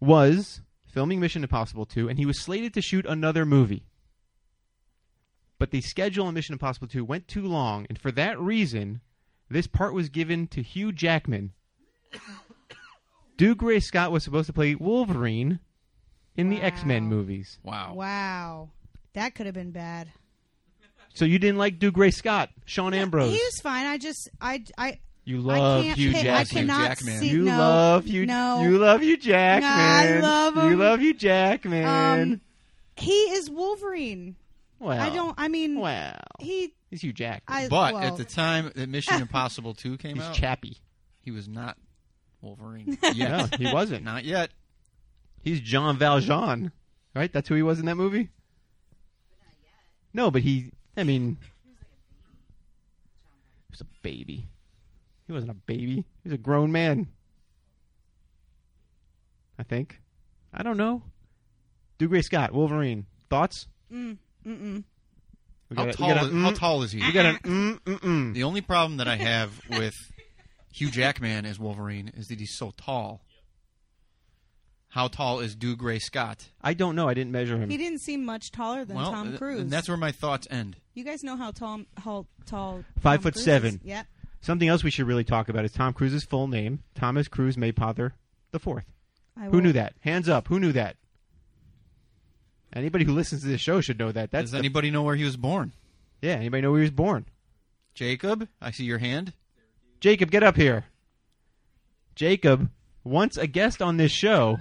[SPEAKER 1] was filming Mission Impossible 2, and he was slated to shoot another movie. But the schedule on Mission Impossible 2 went too long, and for that reason, this part was given to Hugh Jackman. Doug Gray Scott was supposed to play Wolverine in the
[SPEAKER 5] Wow.
[SPEAKER 1] X Men movies.
[SPEAKER 2] Wow.
[SPEAKER 5] Wow. That could have been bad.
[SPEAKER 1] So you didn't like Doug Gray Scott, Sean Ambrose.
[SPEAKER 5] He was fine. I just I I
[SPEAKER 1] You love
[SPEAKER 5] I can't
[SPEAKER 1] Hugh
[SPEAKER 5] pick- I
[SPEAKER 1] Jackman.
[SPEAKER 5] cannot
[SPEAKER 2] Jackman.
[SPEAKER 5] see
[SPEAKER 1] You
[SPEAKER 5] no,
[SPEAKER 1] love you.
[SPEAKER 5] No.
[SPEAKER 1] You love you,
[SPEAKER 5] No,
[SPEAKER 1] Jackman.
[SPEAKER 5] I love him.
[SPEAKER 1] You love you, Jackman.
[SPEAKER 5] um, he is Wolverine.
[SPEAKER 1] well,
[SPEAKER 5] I don't I mean
[SPEAKER 1] Well,
[SPEAKER 5] he
[SPEAKER 1] he's Hugh Jackman.
[SPEAKER 5] I
[SPEAKER 2] But
[SPEAKER 5] well,
[SPEAKER 2] at the time that Mission Impossible 2 came
[SPEAKER 1] he's
[SPEAKER 2] out,
[SPEAKER 1] Chappie.
[SPEAKER 2] he was not Wolverine.
[SPEAKER 1] Yeah,
[SPEAKER 2] Yet.
[SPEAKER 1] he wasn't.
[SPEAKER 2] not yet.
[SPEAKER 1] He's Jean Valjean, right? That's who he was in that movie. No, but he. I mean, he was a baby. He wasn't a baby. He was a grown man. I think. I don't know. Dougray Scott, Wolverine. Thoughts?
[SPEAKER 5] mm-mm.
[SPEAKER 1] We
[SPEAKER 2] How
[SPEAKER 1] got a-
[SPEAKER 2] tall,
[SPEAKER 1] we got a
[SPEAKER 2] is,
[SPEAKER 1] mm,
[SPEAKER 2] how tall is he?
[SPEAKER 1] We got an mm, mm, mm.
[SPEAKER 2] The only problem that I have with Hugh Jackman as Wolverine is that he's so tall. How tall is Doug Gray Scott?
[SPEAKER 1] I don't know. I didn't measure him.
[SPEAKER 5] He didn't seem much taller than
[SPEAKER 2] well,
[SPEAKER 5] Tom
[SPEAKER 2] th-
[SPEAKER 5] Cruise.
[SPEAKER 2] and that's where my thoughts end.
[SPEAKER 5] you guys know how tall how tall
[SPEAKER 1] Five
[SPEAKER 5] Tom
[SPEAKER 1] foot
[SPEAKER 5] Cruise
[SPEAKER 1] seven.
[SPEAKER 5] Is. Yep.
[SPEAKER 1] Something else we should really talk about is Tom Cruise's full name, Thomas Cruise Maypother the Fourth.
[SPEAKER 5] I
[SPEAKER 1] Who
[SPEAKER 5] will-
[SPEAKER 1] knew that? Hands up. Who knew that? Anybody who listens to this show should know that. That's
[SPEAKER 2] Does
[SPEAKER 1] the-
[SPEAKER 2] anybody know where he was born?
[SPEAKER 1] yeah. Anybody know where he was born?
[SPEAKER 2] Jacob, I see your hand.
[SPEAKER 1] Jacob, get up here. Jacob, once a guest on this show,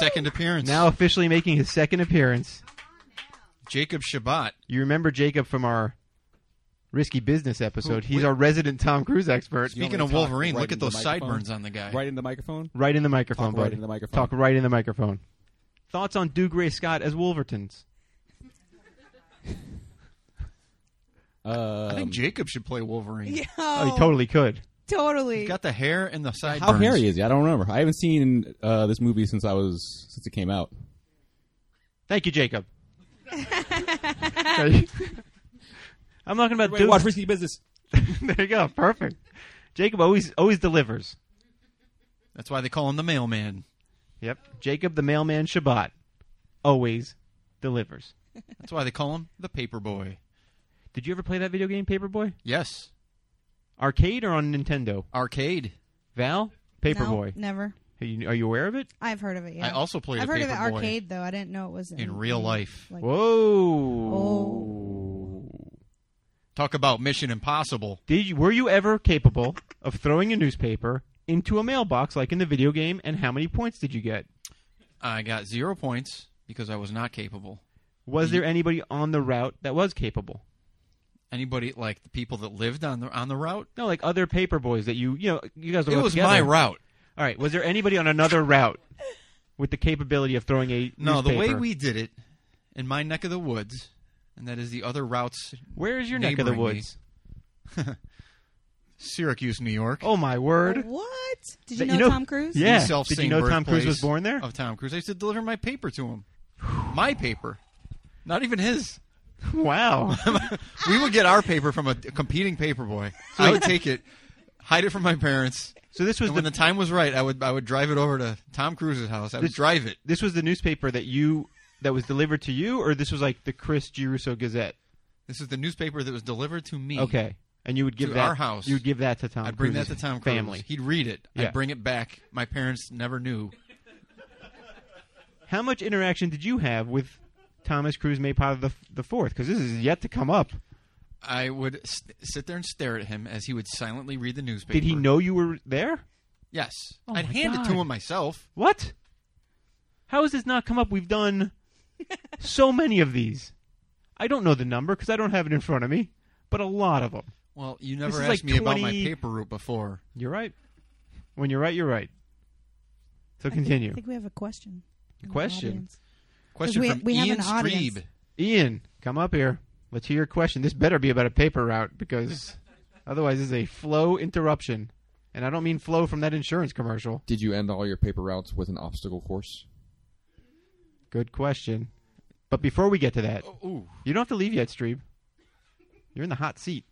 [SPEAKER 2] Second appearance.
[SPEAKER 1] now officially making his second appearance.
[SPEAKER 2] Jacob Shabbat.
[SPEAKER 1] You remember Jacob from our risky business episode?
[SPEAKER 2] Who-
[SPEAKER 1] He's
[SPEAKER 2] wait.
[SPEAKER 1] our resident Tom Cruise expert.
[SPEAKER 8] You want
[SPEAKER 2] Speaking
[SPEAKER 8] me
[SPEAKER 2] of
[SPEAKER 8] to talk
[SPEAKER 2] Wolverine,
[SPEAKER 8] right
[SPEAKER 2] look at
[SPEAKER 8] into the
[SPEAKER 2] those
[SPEAKER 8] microphone?
[SPEAKER 2] sideburns on the guy.
[SPEAKER 8] Right in the microphone.
[SPEAKER 1] Right in the microphone,
[SPEAKER 8] Talk right
[SPEAKER 1] buddy.
[SPEAKER 8] into the microphone.
[SPEAKER 1] Talk right in the microphone. Thoughts on Duke Ray Scott as Wolvertons?
[SPEAKER 8] Um,
[SPEAKER 2] I think Jacob should play Wolverine.
[SPEAKER 5] Yeah.
[SPEAKER 1] Oh, he totally could.
[SPEAKER 5] totally.
[SPEAKER 2] He's got the hair and the sideburns.
[SPEAKER 9] How hairy is he? I don't remember. I haven't seen uh, this movie since I was since it came out.
[SPEAKER 1] Thank you, Jacob. Okay. I'm talking about Duke.
[SPEAKER 9] Risky Business.
[SPEAKER 1] there you go. Perfect. Jacob always always delivers.
[SPEAKER 2] That's why they call him the mailman.
[SPEAKER 1] Yep. Jacob the mailman Shabbat always delivers.
[SPEAKER 2] That's why they call him the paper boy.
[SPEAKER 1] Did you ever play that video game Paperboy?
[SPEAKER 2] Yes.
[SPEAKER 1] Arcade or on Nintendo?
[SPEAKER 2] Arcade.
[SPEAKER 1] Val? Paperboy.
[SPEAKER 5] No, never.
[SPEAKER 1] Are, you, are you aware of it?
[SPEAKER 5] I've heard of it. Yeah.
[SPEAKER 2] I also played
[SPEAKER 5] I've
[SPEAKER 2] a
[SPEAKER 5] heard of it
[SPEAKER 2] Paperboy.
[SPEAKER 5] arcade though. I didn't know it was in, Oh.
[SPEAKER 2] In real life.
[SPEAKER 5] Like,
[SPEAKER 1] Whoa.
[SPEAKER 2] Talk about Mission Impossible.
[SPEAKER 1] Did you, were you ever capable of throwing a newspaper into a mailbox like in the video game and how many points did you get?
[SPEAKER 2] I got zero points because I was not capable.
[SPEAKER 1] Was there anybody on the route that was capable?
[SPEAKER 2] Anybody like the people that lived on the on the route?
[SPEAKER 1] No, like other paper boys that you you know you guys.
[SPEAKER 2] it
[SPEAKER 1] all
[SPEAKER 2] was
[SPEAKER 1] together.
[SPEAKER 2] my route.
[SPEAKER 1] All right. Was there anybody on another route with the capability of throwing a
[SPEAKER 2] No, the way
[SPEAKER 1] newspaper?
[SPEAKER 2] we did it in my neck of the woods, and that is the other routes,
[SPEAKER 1] Where is your neck of the
[SPEAKER 2] neighboring me.
[SPEAKER 1] woods?
[SPEAKER 2] Syracuse, New York.
[SPEAKER 1] Oh my word!
[SPEAKER 5] What? Did you
[SPEAKER 1] That-
[SPEAKER 5] know,
[SPEAKER 1] you know-
[SPEAKER 5] Tom Cruise?
[SPEAKER 1] yeah.
[SPEAKER 2] The self-same
[SPEAKER 1] Did you know Tom Cruise
[SPEAKER 2] birthplace
[SPEAKER 1] was born there?
[SPEAKER 2] Of Tom Cruise, I used to deliver my paper to him. My paper, not even his.
[SPEAKER 1] Wow.
[SPEAKER 2] we would get our paper from a competing paper boy. I would take it, hide it from my parents.
[SPEAKER 1] so this was
[SPEAKER 2] And when
[SPEAKER 1] the
[SPEAKER 2] the time was right, I would I would drive it over to Tom Cruise's house. I would
[SPEAKER 1] This-
[SPEAKER 2] drive it.
[SPEAKER 1] this was the newspaper that you that was delivered to you, or this was like the Chris Giruso Gazette?
[SPEAKER 2] This is the newspaper that was delivered to me.
[SPEAKER 1] Okay, and you would give
[SPEAKER 2] To
[SPEAKER 1] that
[SPEAKER 2] our house.
[SPEAKER 1] You would give that to Tom.
[SPEAKER 2] I bring that
[SPEAKER 1] Cruise's
[SPEAKER 2] to Tom Cruise.
[SPEAKER 1] family.
[SPEAKER 2] He'd read it.
[SPEAKER 1] Yeah.
[SPEAKER 2] I'd bring it back. My parents never knew.
[SPEAKER 1] How much interaction did you have with Thomas Cruise Maypod the the fourth? Because this is yet to come up.
[SPEAKER 2] I would st- sit there and stare at him as he would silently read the newspaper.
[SPEAKER 1] Did he know you were there?
[SPEAKER 2] Yes.
[SPEAKER 1] Oh
[SPEAKER 2] I'd
[SPEAKER 1] my
[SPEAKER 2] hand it to
[SPEAKER 1] God.
[SPEAKER 2] him myself.
[SPEAKER 1] What? How has this not come up? We've done so many of these. I don't know the number because I don't have it in front of me, but a lot of them.
[SPEAKER 2] Well, you never
[SPEAKER 1] is
[SPEAKER 2] asked
[SPEAKER 1] like
[SPEAKER 2] me about my
[SPEAKER 1] 20
[SPEAKER 2] paper route before.
[SPEAKER 1] You're right. When you're right, you're right. So continue.
[SPEAKER 5] I think we have a question. in the
[SPEAKER 1] Question?
[SPEAKER 5] audience.
[SPEAKER 2] Question
[SPEAKER 5] we-
[SPEAKER 2] from
[SPEAKER 5] we have
[SPEAKER 2] Ian
[SPEAKER 5] an audience.
[SPEAKER 2] Strebe.
[SPEAKER 1] Ian, come up here. Let's hear your question. This better be about a paper route because otherwise, this is a flow interruption. And I don't mean flow from that insurance commercial.
[SPEAKER 9] Did you end all your paper routes with an obstacle course?
[SPEAKER 1] Good question. But before we get to that,
[SPEAKER 2] Oh, ooh.
[SPEAKER 1] you don't have to leave yet, Strebe. You're in the hot seat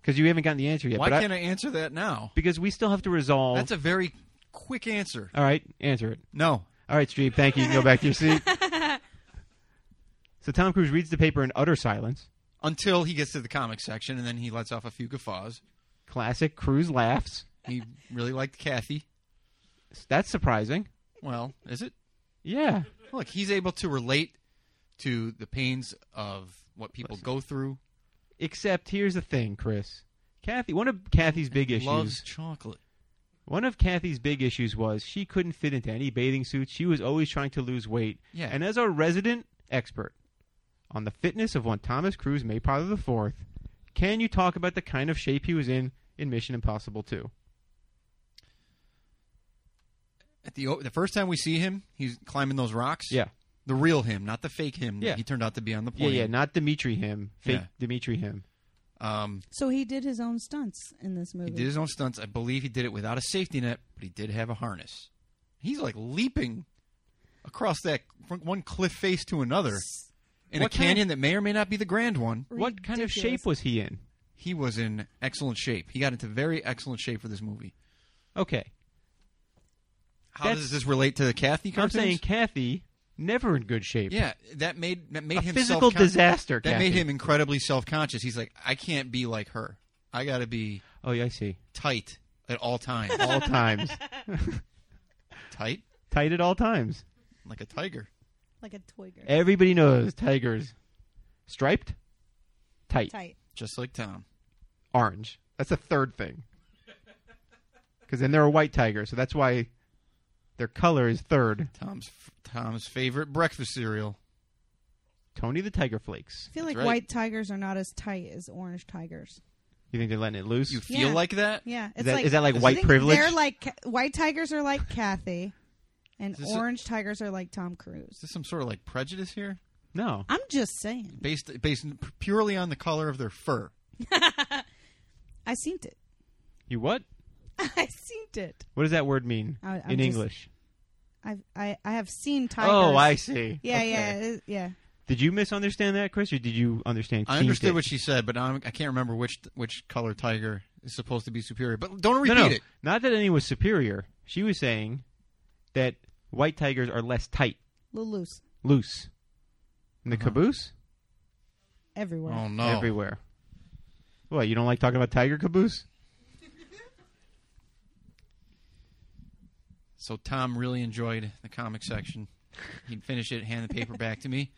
[SPEAKER 1] because you haven't gotten the answer yet.
[SPEAKER 2] Why
[SPEAKER 1] but Oh.
[SPEAKER 2] can't I answer that now?
[SPEAKER 1] Because we still have to resolve.
[SPEAKER 2] That's a very quick answer.
[SPEAKER 1] All right, answer it.
[SPEAKER 2] No.
[SPEAKER 1] All right, Strebe, thank you. You can Go back to your seat. so Tom Cruise reads the paper in utter silence.
[SPEAKER 2] Until he gets to the comic section, and then he lets off a few guffaws.
[SPEAKER 1] Classic Cruise laughs.
[SPEAKER 2] He really liked Kathy.
[SPEAKER 1] That's surprising.
[SPEAKER 2] Well, is it?
[SPEAKER 1] Yeah.
[SPEAKER 2] Look, he's able to relate to the pains of what people go through.
[SPEAKER 1] Except here's the thing, Chris. Kathy, one of Kathy's big
[SPEAKER 2] He
[SPEAKER 1] issues.
[SPEAKER 2] Loves chocolate.
[SPEAKER 1] One of Kathy's big issues was she couldn't fit into any bathing suit. She was always trying to lose weight.
[SPEAKER 2] Yeah.
[SPEAKER 1] And as our resident expert on the fitness of one Thomas Cruise Maypother the Fourth, can you talk about the kind of shape he was in in Mission Impossible Two?
[SPEAKER 2] At the o- the first time we see him, he's climbing those rocks.
[SPEAKER 1] Yeah.
[SPEAKER 2] the real him, not the fake him. that
[SPEAKER 1] Yeah.
[SPEAKER 2] he turned out to be on the
[SPEAKER 1] Yeah,
[SPEAKER 2] plane.
[SPEAKER 1] yeah, not Dimitri him, fake
[SPEAKER 2] Yeah.
[SPEAKER 1] Dimitri him.
[SPEAKER 2] Um,
[SPEAKER 5] So he did his own stunts in this movie.
[SPEAKER 2] he did his own stunts. I believe he did it without a safety net, but he did have a harness. He's like leaping across that from one cliff face to another
[SPEAKER 1] What kind
[SPEAKER 2] in a
[SPEAKER 1] of-
[SPEAKER 2] canyon that may or may not be the grand one.
[SPEAKER 1] What kind of
[SPEAKER 5] Ridiculous.
[SPEAKER 1] shape was he in?
[SPEAKER 2] He was in excellent shape. He got into very excellent shape for this movie.
[SPEAKER 1] Okay,
[SPEAKER 2] How
[SPEAKER 1] That's-
[SPEAKER 2] does this relate to the Kathy
[SPEAKER 1] I'm
[SPEAKER 2] cartoons?
[SPEAKER 1] saying Kathy never in good shape.
[SPEAKER 2] yeah, that made that made
[SPEAKER 1] A
[SPEAKER 2] him
[SPEAKER 1] physical
[SPEAKER 2] self-con-
[SPEAKER 1] disaster,
[SPEAKER 2] That made
[SPEAKER 1] Kathy.
[SPEAKER 2] him incredibly self conscious. He's like, I can't be like her. I got to be
[SPEAKER 1] Oh yeah, I see.
[SPEAKER 2] tight at all times.
[SPEAKER 1] All times,
[SPEAKER 2] tight
[SPEAKER 1] tight at all times.
[SPEAKER 2] like a tiger.
[SPEAKER 5] like a twigger.
[SPEAKER 1] Everybody knows tigers, striped, tight.
[SPEAKER 5] Tight.
[SPEAKER 2] Just like Tom.
[SPEAKER 1] orange. That's the third thing. Because then they're a white tiger, so that's why their color is third.
[SPEAKER 2] Tom's Tom's favorite breakfast cereal.
[SPEAKER 1] Tony the Tiger Flakes.
[SPEAKER 5] I feel like
[SPEAKER 2] right.
[SPEAKER 5] white tigers are not as tight as orange tigers.
[SPEAKER 1] You think they're letting it loose?
[SPEAKER 2] You feel
[SPEAKER 5] Yeah.
[SPEAKER 2] like that?
[SPEAKER 5] Yeah, it's
[SPEAKER 1] that-
[SPEAKER 5] like
[SPEAKER 1] is that like
[SPEAKER 5] I
[SPEAKER 1] white
[SPEAKER 5] think
[SPEAKER 1] privilege?
[SPEAKER 5] They're like Ca- white tigers are like Kathy, and
[SPEAKER 2] Is this a-
[SPEAKER 5] orange tigers are like Tom Cruise.
[SPEAKER 2] Is this some sort of like prejudice here,
[SPEAKER 1] no.
[SPEAKER 5] I'm just saying.
[SPEAKER 2] based based purely on the color of their fur?
[SPEAKER 5] I seen it.
[SPEAKER 1] You what?
[SPEAKER 5] I seen it.
[SPEAKER 1] What does that word mean
[SPEAKER 5] I- I'm
[SPEAKER 1] in
[SPEAKER 5] just-
[SPEAKER 1] English?
[SPEAKER 5] I've, I I have seen tigers.
[SPEAKER 1] Oh, I see.
[SPEAKER 5] Yeah,
[SPEAKER 1] Okay.
[SPEAKER 5] yeah, it- yeah.
[SPEAKER 1] Did you misunderstand that, Chris, or did you understand?
[SPEAKER 2] I understood
[SPEAKER 1] cheated?
[SPEAKER 2] what she said, but I'm, I can't remember which which color tiger is supposed to be superior. But don't repeat
[SPEAKER 1] No, no.
[SPEAKER 2] it.
[SPEAKER 1] Not that any was superior. She was saying that white tigers are less tight,
[SPEAKER 5] little loose
[SPEAKER 1] loose. And the caboose?
[SPEAKER 5] everywhere.
[SPEAKER 2] Uh-huh. Oh no!
[SPEAKER 1] Everywhere. What, you don't like talking about tiger caboose?
[SPEAKER 2] So Tom really enjoyed the comic section. He'd finish it, hand the paper back to me.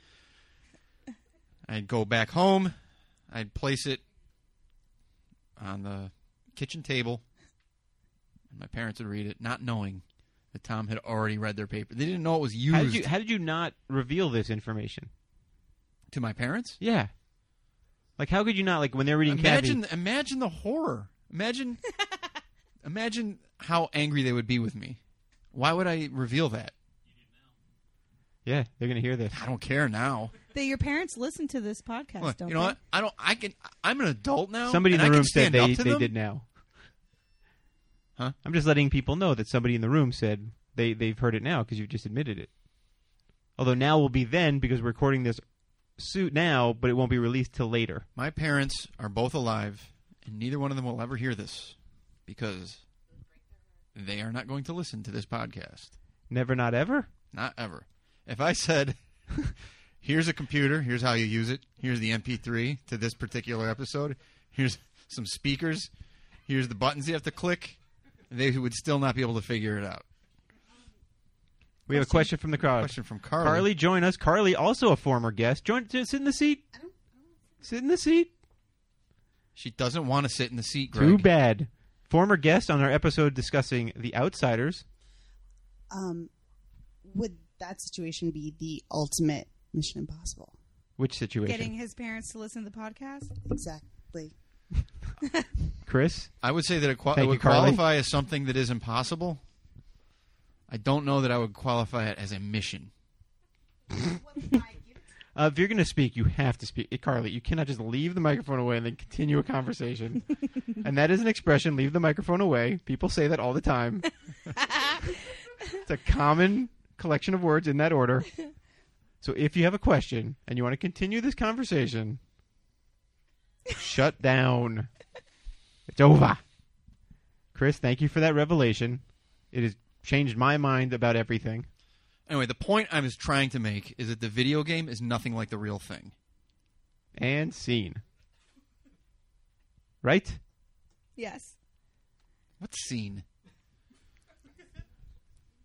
[SPEAKER 2] I'd go back home. I'd place it on the kitchen table. And my parents would read it, not knowing that Tom had already read their paper. They didn't know it was used
[SPEAKER 1] How did you how did you not reveal this information?
[SPEAKER 2] to my parents.
[SPEAKER 1] Yeah. Like how could you not like when they're reading
[SPEAKER 2] Imagine,
[SPEAKER 1] Kathy?
[SPEAKER 2] imagine the horror. Imagine, imagine how angry they would be with me. Why would I reveal that?
[SPEAKER 1] Yeah, they're gonna hear this.
[SPEAKER 2] I don't care now.
[SPEAKER 5] That your parents listen to this podcast,
[SPEAKER 2] Look,
[SPEAKER 5] don't
[SPEAKER 2] you know
[SPEAKER 5] they?
[SPEAKER 2] what? I don't. I can. I'm an adult now.
[SPEAKER 1] Somebody in
[SPEAKER 2] and
[SPEAKER 1] the
[SPEAKER 2] I can
[SPEAKER 1] room said
[SPEAKER 2] stand
[SPEAKER 1] they
[SPEAKER 2] up to
[SPEAKER 1] they
[SPEAKER 2] them.
[SPEAKER 1] did now.
[SPEAKER 2] Huh?
[SPEAKER 1] I'm just letting people know that somebody in the room said they they've heard it now because you've just admitted it. Although now will be then because we're recording this suit now, but it won't be released till later.
[SPEAKER 2] My parents are both alive, and neither one of them will ever hear this because they are not going to listen to this podcast.
[SPEAKER 1] Never not ever?
[SPEAKER 2] Not ever. If I said here's a computer. Here's how you use it. Here's the MP3 to this particular episode. Here's some speakers. Here's the buttons you have to click. They would still not be able to figure it out.
[SPEAKER 1] We have a question from the crowd.
[SPEAKER 2] Question from Carly.
[SPEAKER 1] Carly, join us. Carly, also a former guest. Join. Sit in the seat. Sit in the seat.
[SPEAKER 2] She doesn't want to sit in the seat, Greg.
[SPEAKER 1] Too bad. Former guest on our episode discussing The Outsiders.
[SPEAKER 10] Um, would that situation be the ultimate Mission Impossible?
[SPEAKER 1] Which situation?
[SPEAKER 5] Getting his parents to listen to the podcast.
[SPEAKER 10] Exactly.
[SPEAKER 1] Chris?
[SPEAKER 2] I would say that it, qua-
[SPEAKER 1] Thank
[SPEAKER 2] it
[SPEAKER 1] you,
[SPEAKER 2] would
[SPEAKER 1] Carly.
[SPEAKER 2] qualify as something that is impossible. I don't know that I would qualify it as a mission.
[SPEAKER 1] Uh, if you're going to speak, you have to speak. Eh, Carly, you cannot just leave the microphone away and then continue a conversation. and that is an expression leave the microphone away. People say that all the time. it's a common collection of words in that order. So if you have a question and you want to continue this conversation, shut down. It's over. Chris, thank you for that revelation. It has changed my mind about everything.
[SPEAKER 2] Anyway, the point I was trying to make is that the video game is nothing like the real thing.
[SPEAKER 1] And scene. Right?
[SPEAKER 5] Yes.
[SPEAKER 2] What scene?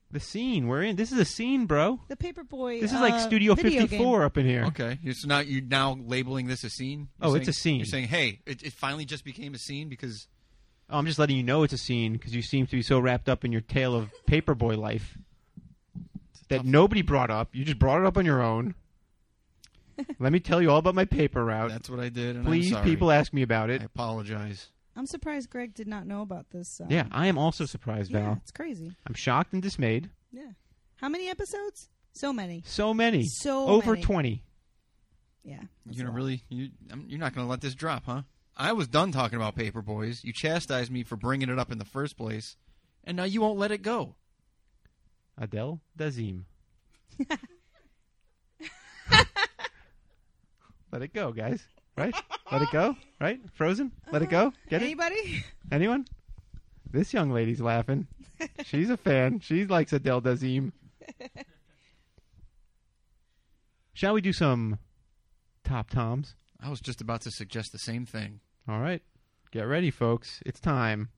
[SPEAKER 1] The scene we're in. This is a scene, bro.
[SPEAKER 5] The Paperboy.
[SPEAKER 1] This is like
[SPEAKER 5] uh,
[SPEAKER 1] Studio
[SPEAKER 5] video game.
[SPEAKER 1] 54 up in here.
[SPEAKER 2] Okay, you- so now you're now labeling this a scene. You're
[SPEAKER 1] Oh, it's
[SPEAKER 2] saying-
[SPEAKER 1] a scene.
[SPEAKER 2] You're saying, hey, it, it finally just became a scene because
[SPEAKER 1] Oh, I'm just letting you know it's a scene because you seem to be so wrapped up in your tale of paperboy life that nobody brought up. You just brought it up on your own. Let me tell you all about my paper route.
[SPEAKER 2] that's what I did. And
[SPEAKER 1] Uh, Please,
[SPEAKER 2] I'm sorry.
[SPEAKER 1] people ask me about
[SPEAKER 2] I
[SPEAKER 1] it.
[SPEAKER 2] apologize.
[SPEAKER 5] I'm surprised Greg did not know about this. Um,
[SPEAKER 1] yeah, I am also surprised, Val.
[SPEAKER 5] yeah, it's crazy.
[SPEAKER 1] I'm shocked and dismayed.
[SPEAKER 5] Yeah. How many episodes? So many.
[SPEAKER 1] So many.
[SPEAKER 5] So
[SPEAKER 1] Over
[SPEAKER 5] many.
[SPEAKER 1] 20.
[SPEAKER 5] Yeah. that's
[SPEAKER 2] You're gonna
[SPEAKER 5] a lot.
[SPEAKER 2] really you I'm, you're not gonna let this drop, huh? I was done talking about paper boys. You chastised me for bringing it up in the first place, and now you won't let it go.
[SPEAKER 1] Adele Dazim. Let it go, guys. Right? Let it go. Right? Frozen? Let it go. Get it?
[SPEAKER 5] Anybody?
[SPEAKER 1] Anyone? This young lady's laughing. She's a fan. She likes Adele Dazim. Shall we do some top toms?
[SPEAKER 2] I was just about to suggest the same thing.
[SPEAKER 1] All right. Get ready, folks. It's time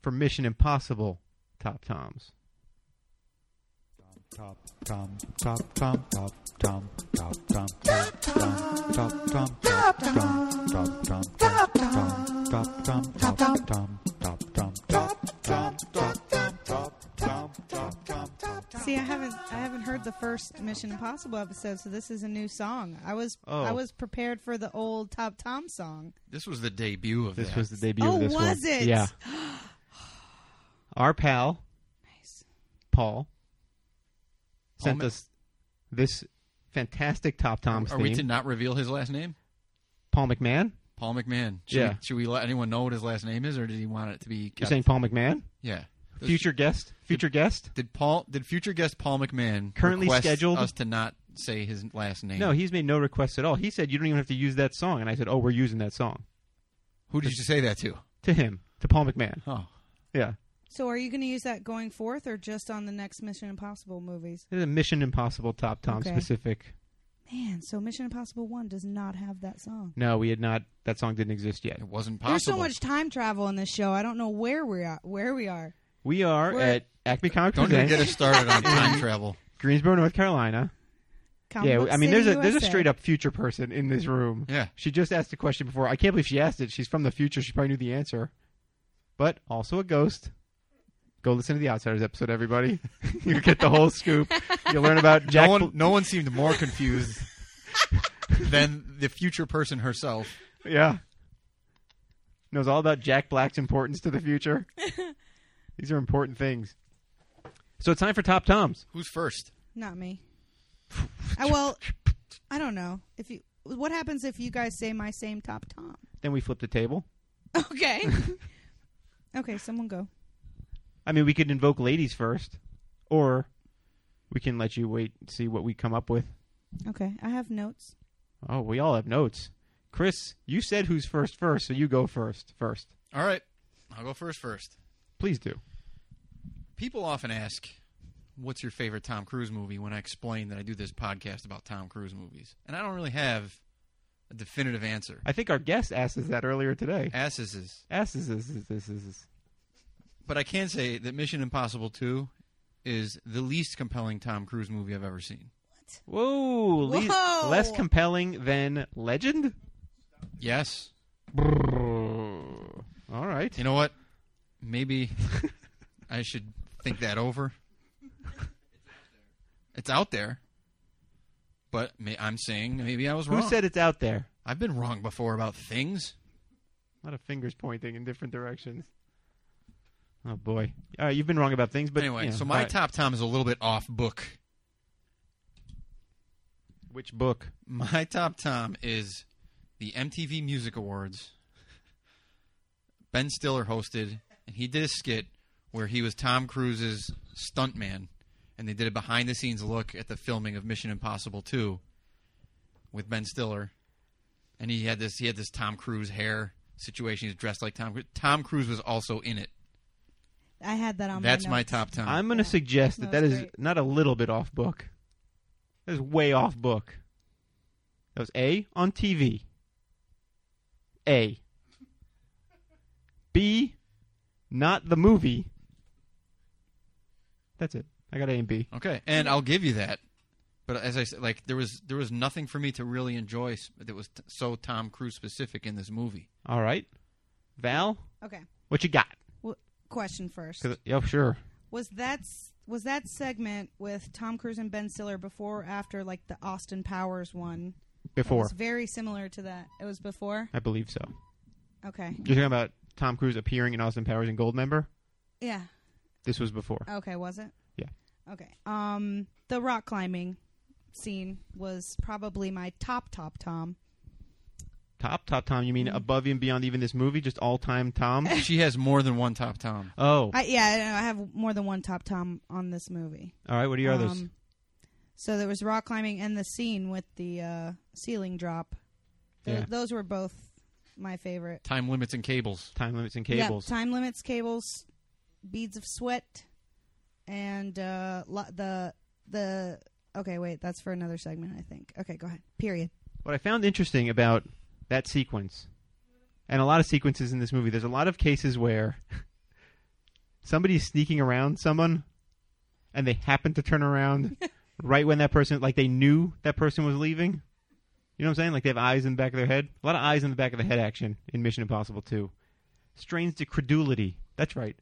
[SPEAKER 1] for Mission Impossible top toms.
[SPEAKER 11] Top tom top tom top tom top tom top tom top tom top tom top tom top tom top tom top tom top tom top tom top tom top tom top tom
[SPEAKER 5] See, I haven't I haven't heard the first Mission Impossible episode, so this is a new song. I was
[SPEAKER 1] Oh.
[SPEAKER 5] I was prepared for the old Top Tom song.
[SPEAKER 2] This was the debut of
[SPEAKER 1] This
[SPEAKER 2] that.
[SPEAKER 1] was the debut
[SPEAKER 5] Oh,
[SPEAKER 1] of this
[SPEAKER 5] was
[SPEAKER 1] one.
[SPEAKER 5] it?
[SPEAKER 1] Yeah. Our pal,
[SPEAKER 5] Nice.
[SPEAKER 1] Paul, sent
[SPEAKER 2] Paul Ma-
[SPEAKER 1] us this fantastic Top Toms
[SPEAKER 2] Are
[SPEAKER 1] theme.
[SPEAKER 2] we to not reveal his last name?
[SPEAKER 1] Paul McMahon?
[SPEAKER 2] Paul McMahon. Should,
[SPEAKER 1] Yeah.
[SPEAKER 2] we, should we let anyone know what his last name is, or did he want it to be?
[SPEAKER 1] You're
[SPEAKER 2] kept-
[SPEAKER 1] saying Paul McMahon?
[SPEAKER 2] yeah.
[SPEAKER 1] Future guest? Future guest?
[SPEAKER 2] Did Paul? Did future guest Paul McMahon
[SPEAKER 1] Currently
[SPEAKER 2] request
[SPEAKER 1] scheduled?
[SPEAKER 2] us to not say his last name?
[SPEAKER 1] No, he's made no requests at all. He said, You don't even have to use that song. And I said, Oh, we're using that song.
[SPEAKER 2] Who did you say that to?
[SPEAKER 1] To him, to Paul McMahon.
[SPEAKER 2] Oh,
[SPEAKER 1] Yeah.
[SPEAKER 5] So are you going to use that going forth or just on the next Mission Impossible movies?
[SPEAKER 1] It's a Mission Impossible Top Tom
[SPEAKER 5] Okay.
[SPEAKER 1] specific.
[SPEAKER 5] Man, so Mission Impossible 1 does not have that song.
[SPEAKER 1] No, we had not. That song didn't exist yet.
[SPEAKER 2] it wasn't
[SPEAKER 5] There's so
[SPEAKER 2] possible.
[SPEAKER 5] much time travel in this show. I don't know where we are. Where we are.
[SPEAKER 1] We are
[SPEAKER 5] We're-
[SPEAKER 1] at Acme Comic
[SPEAKER 2] Don't even get
[SPEAKER 1] Presents,
[SPEAKER 2] us started on time travel.
[SPEAKER 1] Greensboro, North Carolina.
[SPEAKER 5] Comic
[SPEAKER 1] Yeah,
[SPEAKER 5] Book
[SPEAKER 1] I mean,
[SPEAKER 5] City,
[SPEAKER 1] there's a there's a
[SPEAKER 5] USA.
[SPEAKER 1] straight up future person in this room.
[SPEAKER 2] Yeah.
[SPEAKER 1] She just asked a question before. I can't believe she asked it. She's from the future. She probably knew the answer, but also a ghost. Go listen to the Outsiders episode, everybody. you get the whole scoop. You learn about Jack.
[SPEAKER 2] no one,
[SPEAKER 1] Bl-
[SPEAKER 2] no one seemed more confused than the future person herself.
[SPEAKER 1] yeah, knows all about Jack Black's importance to the future. These are important things. So it's time for top toms.
[SPEAKER 2] Who's first?
[SPEAKER 5] Not me. I, well, I don't know. If you what happens if you guys say my same top Tom?
[SPEAKER 1] Then we flip the table.
[SPEAKER 5] Okay. okay, someone go.
[SPEAKER 1] I mean, we could invoke ladies first, or we can let you wait and see what we come up with.
[SPEAKER 5] Okay, I have notes.
[SPEAKER 1] Oh, we all have notes. Chris, you said who's first first, so you go first first.
[SPEAKER 2] All right, I'll go first. First,
[SPEAKER 1] Please do.
[SPEAKER 2] people often ask, what's your favorite Tom Cruise movie when I explain that I do this podcast about Tom Cruise movies. And I don't really have a definitive answer.
[SPEAKER 1] I think our guest asked us that earlier today.
[SPEAKER 2] Asses is.
[SPEAKER 1] Asses is, is, is, is, is.
[SPEAKER 2] But I can say that Mission Impossible 2 is the least compelling Tom Cruise movie I've ever seen.
[SPEAKER 1] Whoa, le-
[SPEAKER 5] Whoa.
[SPEAKER 1] less compelling than Legend?
[SPEAKER 2] Yes.
[SPEAKER 1] All right.
[SPEAKER 2] You know what? Maybe I should think that over. It's out there. But may- I'm saying maybe I was
[SPEAKER 1] Who
[SPEAKER 2] wrong.
[SPEAKER 1] said it's out there?
[SPEAKER 2] I've been wrong before about things.
[SPEAKER 1] A lot of fingers pointing in different directions. Oh boy. All right, you've been wrong about things, but
[SPEAKER 2] anyway,
[SPEAKER 1] you know,
[SPEAKER 2] so my
[SPEAKER 1] all right.
[SPEAKER 2] top Tom is a little bit off book.
[SPEAKER 1] which book?
[SPEAKER 2] My top Tom is the MTV Music Awards. Ben Stiller hosted, and he did a skit where he was Tom Cruise's stuntman, and they did a behind the scenes look at the filming of Mission Impossible 2 with Ben Stiller. And he had this he had this Tom Cruise hair situation. He's dressed like Tom Cruise. Tom Cruise was also in it.
[SPEAKER 5] I had that on.
[SPEAKER 2] That's
[SPEAKER 5] my,
[SPEAKER 2] my
[SPEAKER 5] notes.
[SPEAKER 2] top Tom.
[SPEAKER 1] I'm going to suggest that that
[SPEAKER 5] That was
[SPEAKER 1] is
[SPEAKER 5] great.
[SPEAKER 1] not a little bit off book. That is way off book. That was A on TV. A. B, not the movie. That's it. I got A and B.
[SPEAKER 2] Okay, and I'll give you that. But as I said, like there was there was nothing for me to really enjoy s- that was t- so Tom Cruise specific in this movie.
[SPEAKER 1] All right. Val,
[SPEAKER 5] Okay.
[SPEAKER 1] what you got?
[SPEAKER 5] Well, question first.
[SPEAKER 1] 'Cause- yeah, sure.
[SPEAKER 5] Was that s- was that segment with Tom Cruise and Ben Stiller before or after like the Austin Powers one? It
[SPEAKER 1] Before.
[SPEAKER 5] was very similar to that. It was before.
[SPEAKER 1] I believe so.
[SPEAKER 5] Okay.
[SPEAKER 1] You're talking about Tom Cruise appearing in Austin Powers and Goldmember?
[SPEAKER 5] Yeah.
[SPEAKER 1] This was before.
[SPEAKER 5] Okay, was it?
[SPEAKER 1] Yeah.
[SPEAKER 5] Okay. Um the rock climbing scene was probably my top top tom.
[SPEAKER 1] Top, top Tom. You mean
[SPEAKER 5] Mm-hmm.
[SPEAKER 1] above and beyond even this movie? Just all time Tom?
[SPEAKER 2] She has more than one top Tom.
[SPEAKER 1] oh.
[SPEAKER 5] I yeah, I know, I have more than one top tom on this movie.
[SPEAKER 1] all right. What are your others?
[SPEAKER 5] Um, so there was rock climbing and the scene with the uh, ceiling drop. Tho-
[SPEAKER 1] Yeah.
[SPEAKER 5] Those were both my favorite.
[SPEAKER 2] Time limits and cables.
[SPEAKER 1] Time limits and
[SPEAKER 5] Yeah,
[SPEAKER 1] cables.
[SPEAKER 5] time limits, cables, beads of sweat, and uh, lo- the the. Okay, wait, that's for another segment, I think. Okay, go ahead. Period.
[SPEAKER 1] what I found interesting about that sequence, and a lot of sequences in this movie, there's a lot of cases where somebody's sneaking around someone, and they happen to turn around right when that person, like they knew that person was leaving. You know what I'm saying? Like they have eyes in the back of their head. A lot of eyes in the back of the head action in Mission Impossible 2. Strains to credulity. That's right,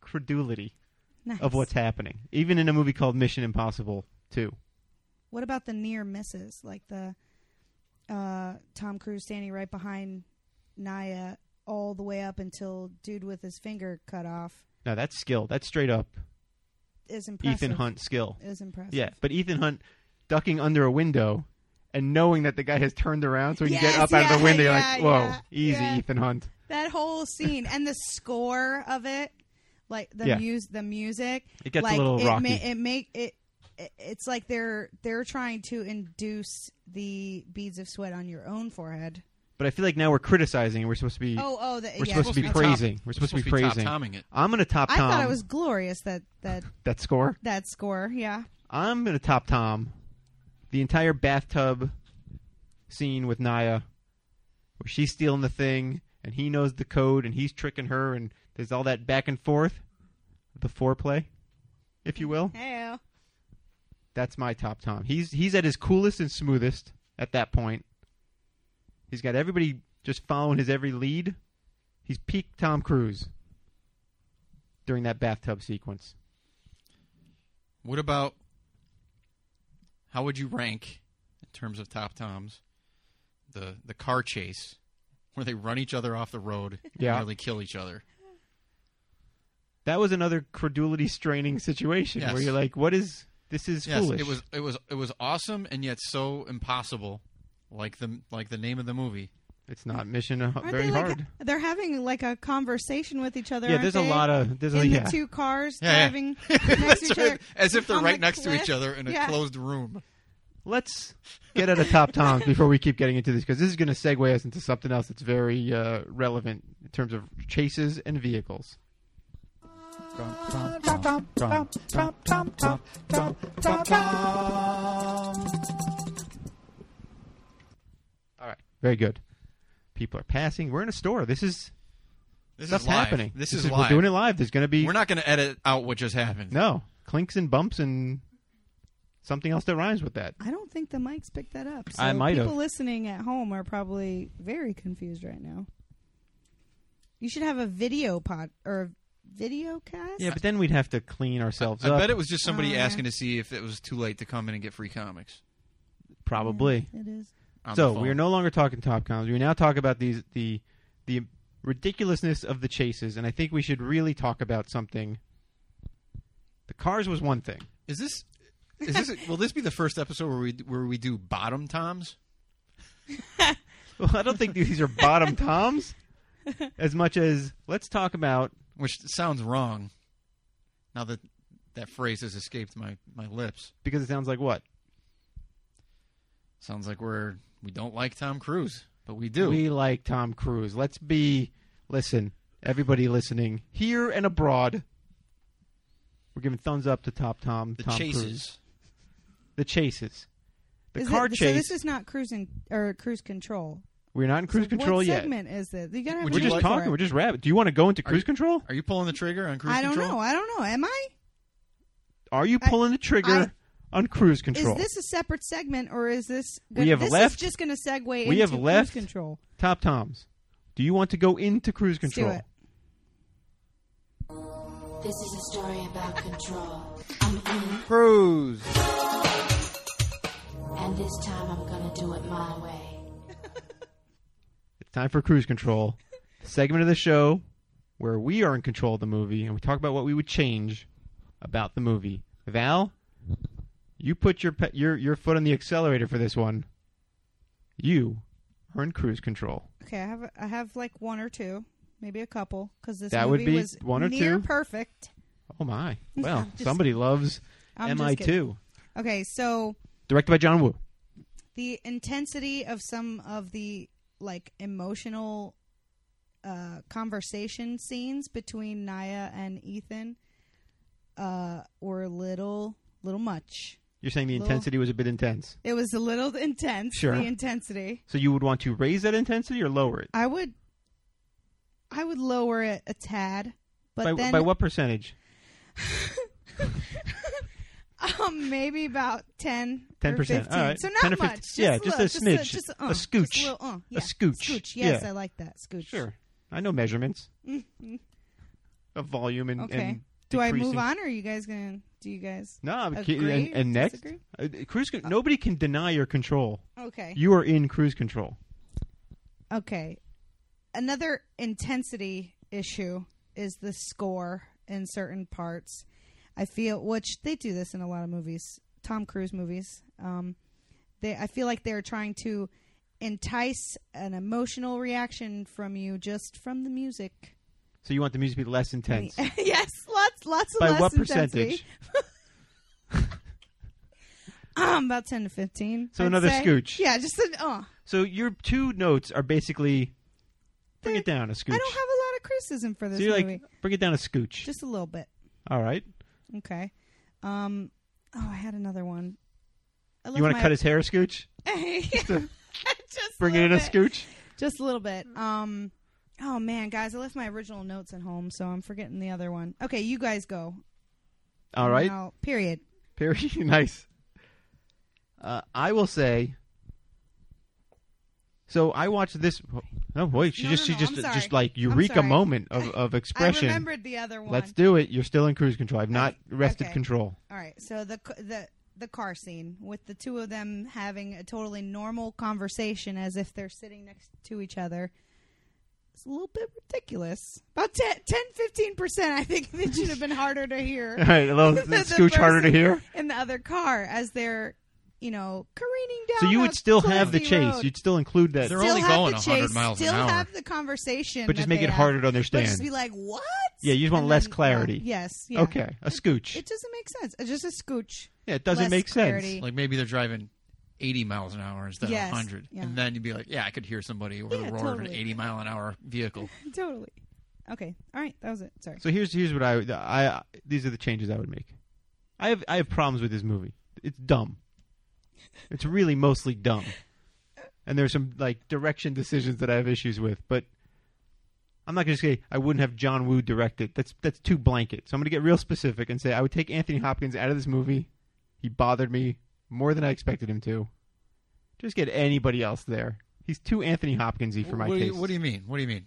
[SPEAKER 1] credulity
[SPEAKER 5] Nice.
[SPEAKER 1] of what's happening. Even in a movie called Mission Impossible 2.
[SPEAKER 5] What about the near misses, like the uh, Tom Cruise standing right behind Naya all the way up until dude with his finger cut off
[SPEAKER 1] Now that's skill. That's straight up
[SPEAKER 5] is impressive.
[SPEAKER 1] Ethan Hunt skill.
[SPEAKER 5] is impressive.
[SPEAKER 1] Yeah, but Ethan Hunt ducking under a window and knowing that the guy has turned around so he can
[SPEAKER 5] Yes,
[SPEAKER 1] get up out of
[SPEAKER 5] yeah,
[SPEAKER 1] the window, you're
[SPEAKER 5] yeah,
[SPEAKER 1] like, whoa,
[SPEAKER 5] yeah,
[SPEAKER 1] easy,
[SPEAKER 5] yeah.
[SPEAKER 1] Ethan Hunt.
[SPEAKER 5] That whole scene and the score of it, like the
[SPEAKER 1] Yeah.
[SPEAKER 5] mus- the music,
[SPEAKER 1] It gets a
[SPEAKER 5] like,
[SPEAKER 1] little
[SPEAKER 5] it
[SPEAKER 1] rocky.
[SPEAKER 5] Ma- it make it. it- It's like they're they're trying to induce the beads of sweat on your own forehead.
[SPEAKER 1] But I feel like now we're criticizing and we're supposed to be
[SPEAKER 5] Oh, oh, the,
[SPEAKER 1] we're
[SPEAKER 5] yeah.
[SPEAKER 1] supposed to be
[SPEAKER 2] Supposed to be
[SPEAKER 1] praising.
[SPEAKER 2] top-
[SPEAKER 1] we're supposed, to be
[SPEAKER 2] supposed to be top
[SPEAKER 1] praising.
[SPEAKER 2] tomming it.
[SPEAKER 1] I'm gonna top
[SPEAKER 5] I
[SPEAKER 1] Tom
[SPEAKER 5] thought it was glorious that that
[SPEAKER 1] that score.
[SPEAKER 5] that score. Yeah,
[SPEAKER 1] I'm gonna top Tom the entire bathtub scene with Naya, where she's stealing the thing and he knows the code and he's tricking her and there's all that back and forth, the foreplay, if you will.
[SPEAKER 5] hey,
[SPEAKER 1] That's my top Tom. He's he's at his coolest and smoothest at that point. He's got everybody just following his every lead. He's peak Tom Cruise during that bathtub sequence.
[SPEAKER 2] What about how would you rank in terms of top Toms the the car chase where they run each other off the road
[SPEAKER 1] Yeah.
[SPEAKER 2] and nearly kill each other?
[SPEAKER 1] That was another credulity straining situation
[SPEAKER 2] Yes.
[SPEAKER 1] where you're like, "What is this? Is
[SPEAKER 2] yes,
[SPEAKER 1] foolish?"
[SPEAKER 2] it was it was it was awesome and yet so impossible, like the like the name of the movie.
[SPEAKER 1] It's not mission uh,
[SPEAKER 5] aren't
[SPEAKER 1] very
[SPEAKER 5] they like
[SPEAKER 1] hard.
[SPEAKER 5] they're having like a conversation with each other?
[SPEAKER 1] yeah,
[SPEAKER 5] aren't
[SPEAKER 1] there's
[SPEAKER 5] they?
[SPEAKER 1] a lot of there's a
[SPEAKER 5] in
[SPEAKER 1] yeah.
[SPEAKER 5] the two cars
[SPEAKER 2] Yeah, yeah.
[SPEAKER 5] driving next to
[SPEAKER 2] That's
[SPEAKER 5] each
[SPEAKER 2] right.
[SPEAKER 5] other,
[SPEAKER 2] As if they're
[SPEAKER 5] on
[SPEAKER 2] right
[SPEAKER 5] the
[SPEAKER 2] next to each
[SPEAKER 5] cliff.
[SPEAKER 2] other in a
[SPEAKER 5] Yeah.
[SPEAKER 2] closed room.
[SPEAKER 1] Let's get out of top Toms before we keep getting into this because this is going to segue us into something else that's very uh, relevant in terms of chases and vehicles. All right. Very good. People are passing. We're in a store. This is
[SPEAKER 2] This
[SPEAKER 1] stuff's
[SPEAKER 2] is live.
[SPEAKER 1] happening.
[SPEAKER 2] This, is, live.
[SPEAKER 1] we're doing it live. There's going to be
[SPEAKER 2] We're not going to edit out what just happened.
[SPEAKER 1] no clinks and bumps and something else that rhymes with that.
[SPEAKER 5] I don't think the mics picked that up. So
[SPEAKER 1] I might have.
[SPEAKER 5] People listening at home are probably very confused right now. You should have a video pod or a video cast.
[SPEAKER 1] Yeah, but then we'd have to clean ourselves
[SPEAKER 2] I
[SPEAKER 1] up.
[SPEAKER 2] bet it was just somebody
[SPEAKER 5] Oh, yeah.
[SPEAKER 2] asking to see if it was too late to come in and get free comics.
[SPEAKER 1] probably.
[SPEAKER 5] It is.
[SPEAKER 2] On
[SPEAKER 1] so
[SPEAKER 2] the phone.
[SPEAKER 1] we are no longer talking top coms. We now talk about these the the ridiculousness of the chases, and I think we should really talk about something. The cars was one thing.
[SPEAKER 2] Is this? Is this? will this be the first episode where we where we do bottom toms?
[SPEAKER 1] Well, I don't think these are bottom toms as much as let's talk about
[SPEAKER 2] Which sounds wrong. Now that that phrase has escaped my my lips,
[SPEAKER 1] because it sounds like what
[SPEAKER 2] sounds like we're we don't like Tom Cruise, but we do.
[SPEAKER 1] we like Tom Cruise. Let's be listen, everybody listening here and abroad. We're giving thumbs up to Top Tom.
[SPEAKER 2] the
[SPEAKER 1] Tom
[SPEAKER 2] chases.
[SPEAKER 1] Cruise. The chases. The
[SPEAKER 5] Is
[SPEAKER 1] car
[SPEAKER 5] it,
[SPEAKER 1] chase.
[SPEAKER 5] So this is not cruising or cruise control.
[SPEAKER 1] We're not in cruise
[SPEAKER 5] So
[SPEAKER 1] control
[SPEAKER 5] what
[SPEAKER 1] yet.
[SPEAKER 5] segment is this? You gotta have
[SPEAKER 2] Would
[SPEAKER 5] a
[SPEAKER 1] We're
[SPEAKER 2] you
[SPEAKER 5] name
[SPEAKER 1] just
[SPEAKER 2] like-
[SPEAKER 5] for
[SPEAKER 1] talking.
[SPEAKER 5] it.
[SPEAKER 1] We're just rabbit. Do you want to go into
[SPEAKER 2] Are
[SPEAKER 1] cruise
[SPEAKER 2] you-
[SPEAKER 1] control?
[SPEAKER 2] Are you pulling the trigger on cruise
[SPEAKER 5] I don't
[SPEAKER 2] control?
[SPEAKER 5] know. I don't know. Am I?
[SPEAKER 1] Are you pulling the trigger on cruise control?
[SPEAKER 5] Is this a separate segment or is this?
[SPEAKER 1] We
[SPEAKER 5] Gonna,
[SPEAKER 1] have
[SPEAKER 5] this
[SPEAKER 1] left-
[SPEAKER 5] Is just going to segue into
[SPEAKER 1] we have left
[SPEAKER 5] cruise control.
[SPEAKER 1] Top Toms. Do you want to go into cruise
[SPEAKER 5] Let's do
[SPEAKER 1] control?
[SPEAKER 5] it.
[SPEAKER 12] This is a story about control. I'm in,
[SPEAKER 13] Cruise.
[SPEAKER 12] and this time I'm gonna do it my way.
[SPEAKER 1] It's time for cruise control. the segment of the show where we are in control of the movie and we talk about what we would change about the movie. Val, you put your pe- your your foot on the accelerator for this one. You are in cruise control.
[SPEAKER 5] Okay, I have I have like one or two, maybe a couple, because this
[SPEAKER 1] That would
[SPEAKER 5] movie
[SPEAKER 1] be
[SPEAKER 5] was
[SPEAKER 1] one or
[SPEAKER 5] near
[SPEAKER 1] two.
[SPEAKER 5] perfect.
[SPEAKER 1] Oh my! Well,
[SPEAKER 5] I'm just-
[SPEAKER 1] somebody loves
[SPEAKER 5] I'm
[SPEAKER 1] MI
[SPEAKER 5] just
[SPEAKER 1] two,
[SPEAKER 5] kidding. Okay, so
[SPEAKER 1] directed by John Woo.
[SPEAKER 5] the intensity of some of the like emotional uh, conversation scenes between Naya and Ethan uh, were a little little much.
[SPEAKER 1] You're saying the
[SPEAKER 5] Little-
[SPEAKER 1] intensity was a bit intense.
[SPEAKER 5] It was a little intense.
[SPEAKER 1] Sure.
[SPEAKER 5] The intensity.
[SPEAKER 1] So you would want to raise that intensity or lower it?
[SPEAKER 5] I would, I would lower it a tad, but
[SPEAKER 1] by,
[SPEAKER 5] then
[SPEAKER 1] by what percentage?
[SPEAKER 5] um, maybe about ten, or
[SPEAKER 1] 10%.
[SPEAKER 5] 15.
[SPEAKER 1] All right.
[SPEAKER 5] So not
[SPEAKER 1] 10 or 15.
[SPEAKER 5] much. Just
[SPEAKER 1] Yeah,
[SPEAKER 5] a
[SPEAKER 1] just
[SPEAKER 5] little,
[SPEAKER 1] a smidge.
[SPEAKER 5] just a, just
[SPEAKER 1] A
[SPEAKER 5] uh, just
[SPEAKER 1] scooch.
[SPEAKER 5] little, uh,
[SPEAKER 1] A
[SPEAKER 5] yeah.
[SPEAKER 1] scooch.
[SPEAKER 5] Yes,
[SPEAKER 1] Yeah.
[SPEAKER 5] I like that scooch.
[SPEAKER 1] Sure. I know measurements
[SPEAKER 5] Mhm.
[SPEAKER 1] of volume and.
[SPEAKER 5] Okay.
[SPEAKER 1] and
[SPEAKER 5] do I move
[SPEAKER 1] decreasing-
[SPEAKER 5] on, or are you guys gonna? Do you guys?
[SPEAKER 1] No, I'm
[SPEAKER 5] agree
[SPEAKER 1] kidding. And,
[SPEAKER 5] or
[SPEAKER 1] and next,
[SPEAKER 5] disagree?
[SPEAKER 1] uh, cruise. Con- nobody can deny your control.
[SPEAKER 5] Okay.
[SPEAKER 1] You are in cruise control.
[SPEAKER 5] Okay. Another intensity issue is the score in certain parts. I feel which they do this in a lot of movies, Tom Cruise movies. Um, they I feel like they're trying to entice an emotional reaction from you just from the music.
[SPEAKER 1] So you want the music to be less intense.
[SPEAKER 5] yes, lots lots of
[SPEAKER 1] By
[SPEAKER 5] less
[SPEAKER 1] what
[SPEAKER 5] intensity.
[SPEAKER 1] percentage?
[SPEAKER 5] um, about ten to fifteen.
[SPEAKER 1] So
[SPEAKER 5] I'd
[SPEAKER 1] another
[SPEAKER 5] say.
[SPEAKER 1] scooch.
[SPEAKER 5] Yeah, just an oh.
[SPEAKER 1] So your two notes are basically bring it down a scooch.
[SPEAKER 5] I don't have a lot of criticism for this
[SPEAKER 1] so you're
[SPEAKER 5] movie.
[SPEAKER 1] like bring it down a scooch.
[SPEAKER 5] just a little bit.
[SPEAKER 1] All right.
[SPEAKER 5] Okay. Um. Oh, I had another one. I love
[SPEAKER 1] You want
[SPEAKER 5] my-
[SPEAKER 1] to cut his hair a scooch?
[SPEAKER 5] just
[SPEAKER 1] Bring it
[SPEAKER 5] little
[SPEAKER 1] in a
[SPEAKER 5] bit.
[SPEAKER 1] scooch.
[SPEAKER 5] Just a little bit. Um. Oh man, guys, I left my original notes at home, so I'm forgetting the other one. Okay, you guys go.
[SPEAKER 1] All right.
[SPEAKER 5] Now, period.
[SPEAKER 1] Perry, nice. Uh, I will say. So I watched this. Oh boy, she
[SPEAKER 5] No,
[SPEAKER 1] just
[SPEAKER 5] no, no,
[SPEAKER 1] she just
[SPEAKER 5] I'm sorry.
[SPEAKER 1] just like
[SPEAKER 5] I'm
[SPEAKER 1] eureka
[SPEAKER 5] sorry.
[SPEAKER 1] moment of of expression.
[SPEAKER 5] I remembered the other one.
[SPEAKER 1] Let's do it. You're still in cruise control. I've not rested
[SPEAKER 5] Okay.
[SPEAKER 1] control.
[SPEAKER 5] All right. So the c- the the car scene with the two of them having a totally normal conversation as if they're sitting next to each other. It's a little bit ridiculous. About 10, 15 percent, I think it should have been harder to hear.
[SPEAKER 1] All right, a little
[SPEAKER 5] The- the
[SPEAKER 1] scooch harder to
[SPEAKER 5] person
[SPEAKER 1] hear.
[SPEAKER 5] In the other car, as they're you know careening down.
[SPEAKER 1] So you
[SPEAKER 5] a
[SPEAKER 1] would still have the
[SPEAKER 5] cliffy
[SPEAKER 1] chase.
[SPEAKER 5] road.
[SPEAKER 1] You'd still include that.
[SPEAKER 2] They're
[SPEAKER 5] still
[SPEAKER 2] only
[SPEAKER 5] have
[SPEAKER 2] going
[SPEAKER 5] the
[SPEAKER 2] 100
[SPEAKER 5] chase,
[SPEAKER 2] miles an
[SPEAKER 5] still
[SPEAKER 2] hour.
[SPEAKER 5] have the conversation,
[SPEAKER 1] But just
[SPEAKER 5] that
[SPEAKER 1] make
[SPEAKER 5] they
[SPEAKER 1] it
[SPEAKER 5] have.
[SPEAKER 1] harder to
[SPEAKER 5] But just
[SPEAKER 1] understand.
[SPEAKER 5] be like, what?
[SPEAKER 1] Yeah, you just want
[SPEAKER 5] And
[SPEAKER 1] less
[SPEAKER 5] then-
[SPEAKER 1] clarity.
[SPEAKER 5] yes. Yeah.
[SPEAKER 1] Okay, a scooch.
[SPEAKER 5] It doesn't make sense. It's just a scooch.
[SPEAKER 1] Yeah, it doesn't
[SPEAKER 5] Less
[SPEAKER 1] make sense.
[SPEAKER 5] clarity.
[SPEAKER 2] Like maybe they're driving 80 miles an hour instead
[SPEAKER 5] Yes,
[SPEAKER 2] of 100,
[SPEAKER 5] yeah.
[SPEAKER 2] and then you'd be like, "Yeah, I could hear somebody over
[SPEAKER 5] Yeah,
[SPEAKER 2] the roar of an
[SPEAKER 5] totally.
[SPEAKER 2] 80 mile an hour vehicle."
[SPEAKER 5] totally. Okay. All right. That was it. Sorry.
[SPEAKER 1] So here's here's what I I these are the changes I would make. I have I have problems with this movie. It's dumb. It's really mostly dumb. And there's some like direction decisions that I have issues with, but I'm not going to say I wouldn't have John Woo direct it. That's that's too blanket. So I'm going to get real specific and say I would take Anthony Hopkins out of this movie. He bothered me more than I expected him to. Just get anybody else there. He's too Anthony Hopkinsy for my
[SPEAKER 2] what do, you,
[SPEAKER 1] taste.
[SPEAKER 2] what do you mean? What do you mean?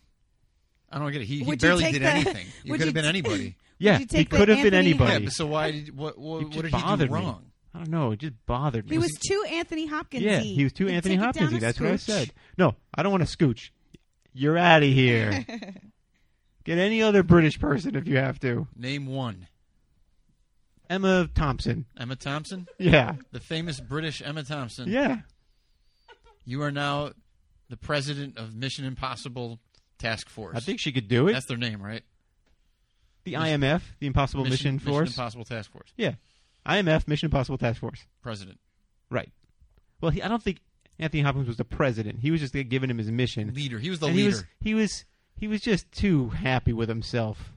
[SPEAKER 2] I don't get it. He, he
[SPEAKER 5] Would you
[SPEAKER 2] barely
[SPEAKER 5] take
[SPEAKER 2] did
[SPEAKER 5] the-
[SPEAKER 2] anything. You
[SPEAKER 5] would
[SPEAKER 2] could
[SPEAKER 5] you
[SPEAKER 2] have been
[SPEAKER 5] t-
[SPEAKER 2] anybody.
[SPEAKER 1] yeah,
[SPEAKER 5] Would
[SPEAKER 1] he
[SPEAKER 5] you take the
[SPEAKER 1] could have been
[SPEAKER 5] Anthony
[SPEAKER 1] anybody.
[SPEAKER 2] Yeah, but so why did what
[SPEAKER 1] He
[SPEAKER 2] what,
[SPEAKER 1] just
[SPEAKER 2] what did he do
[SPEAKER 1] bothered me.
[SPEAKER 2] wrong?
[SPEAKER 1] I don't know. It just bothered me.
[SPEAKER 5] He was too Anthony Hopkins.
[SPEAKER 1] Yeah, he was too Anthony Hopkins. That's what I
[SPEAKER 5] scooch.
[SPEAKER 1] said. No, I don't want to scooch. You're out of here. Get any other British person if you have to.
[SPEAKER 2] Name one.
[SPEAKER 1] Emma Thompson.
[SPEAKER 2] Emma Thompson?
[SPEAKER 1] Yeah.
[SPEAKER 2] The famous British Emma Thompson.
[SPEAKER 1] Yeah.
[SPEAKER 2] You are now the president of Mission Impossible Task Force.
[SPEAKER 1] I think she could do it.
[SPEAKER 2] That's their name, right?
[SPEAKER 1] The
[SPEAKER 2] Mission-
[SPEAKER 1] IMF, the Impossible Mission, Force.
[SPEAKER 2] Impossible Task Force.
[SPEAKER 1] Yeah. IMF, Mission Impossible Task Force.
[SPEAKER 2] President.
[SPEAKER 1] Right. Well, he, I don't think Anthony Hopkins was the president. He was just giving him his mission.
[SPEAKER 2] Leader. He was the
[SPEAKER 1] And He was,
[SPEAKER 2] leader.
[SPEAKER 1] he was he was just too happy with himself.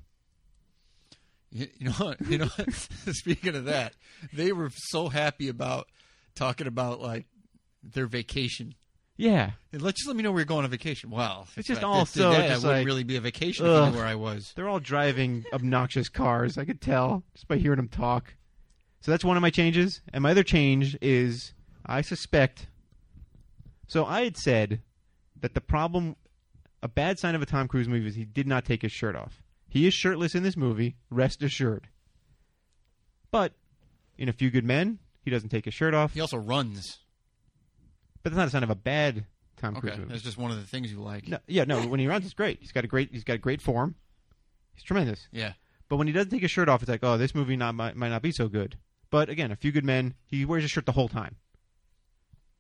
[SPEAKER 2] You, you know what? You know what? Speaking of that, they were so happy about talking about like their vacation.
[SPEAKER 1] Yeah.
[SPEAKER 2] And let's just let me know where you're going on vacation. Well, if
[SPEAKER 1] It's just
[SPEAKER 2] I
[SPEAKER 1] all
[SPEAKER 2] did
[SPEAKER 1] so.
[SPEAKER 2] that, I
[SPEAKER 1] just
[SPEAKER 2] wouldn't
[SPEAKER 1] like,
[SPEAKER 2] really be a vacation if I
[SPEAKER 1] ugh.
[SPEAKER 2] knew where I was.
[SPEAKER 1] They're all driving obnoxious cars. I could tell just by hearing them talk. So that's one of my changes. And my other change is I suspect. So I had said that the problem, a bad sign of a Tom Cruise movie is he did not take his shirt off. He is shirtless in this movie, rest assured. But in A Few Good Men, he doesn't take his shirt off.
[SPEAKER 2] He also runs.
[SPEAKER 1] But that's not a sign of a bad Tom Cruise
[SPEAKER 2] Okay,
[SPEAKER 1] movie.
[SPEAKER 2] that's just one of the things you like.
[SPEAKER 1] No, yeah, no. When he runs, it's great. He's got a great. He's got a great form. He's tremendous.
[SPEAKER 2] Yeah.
[SPEAKER 1] But when he doesn't take his shirt off, it's like, oh, this movie not might, might not be so good. But again, a few good men. He wears his shirt the whole time.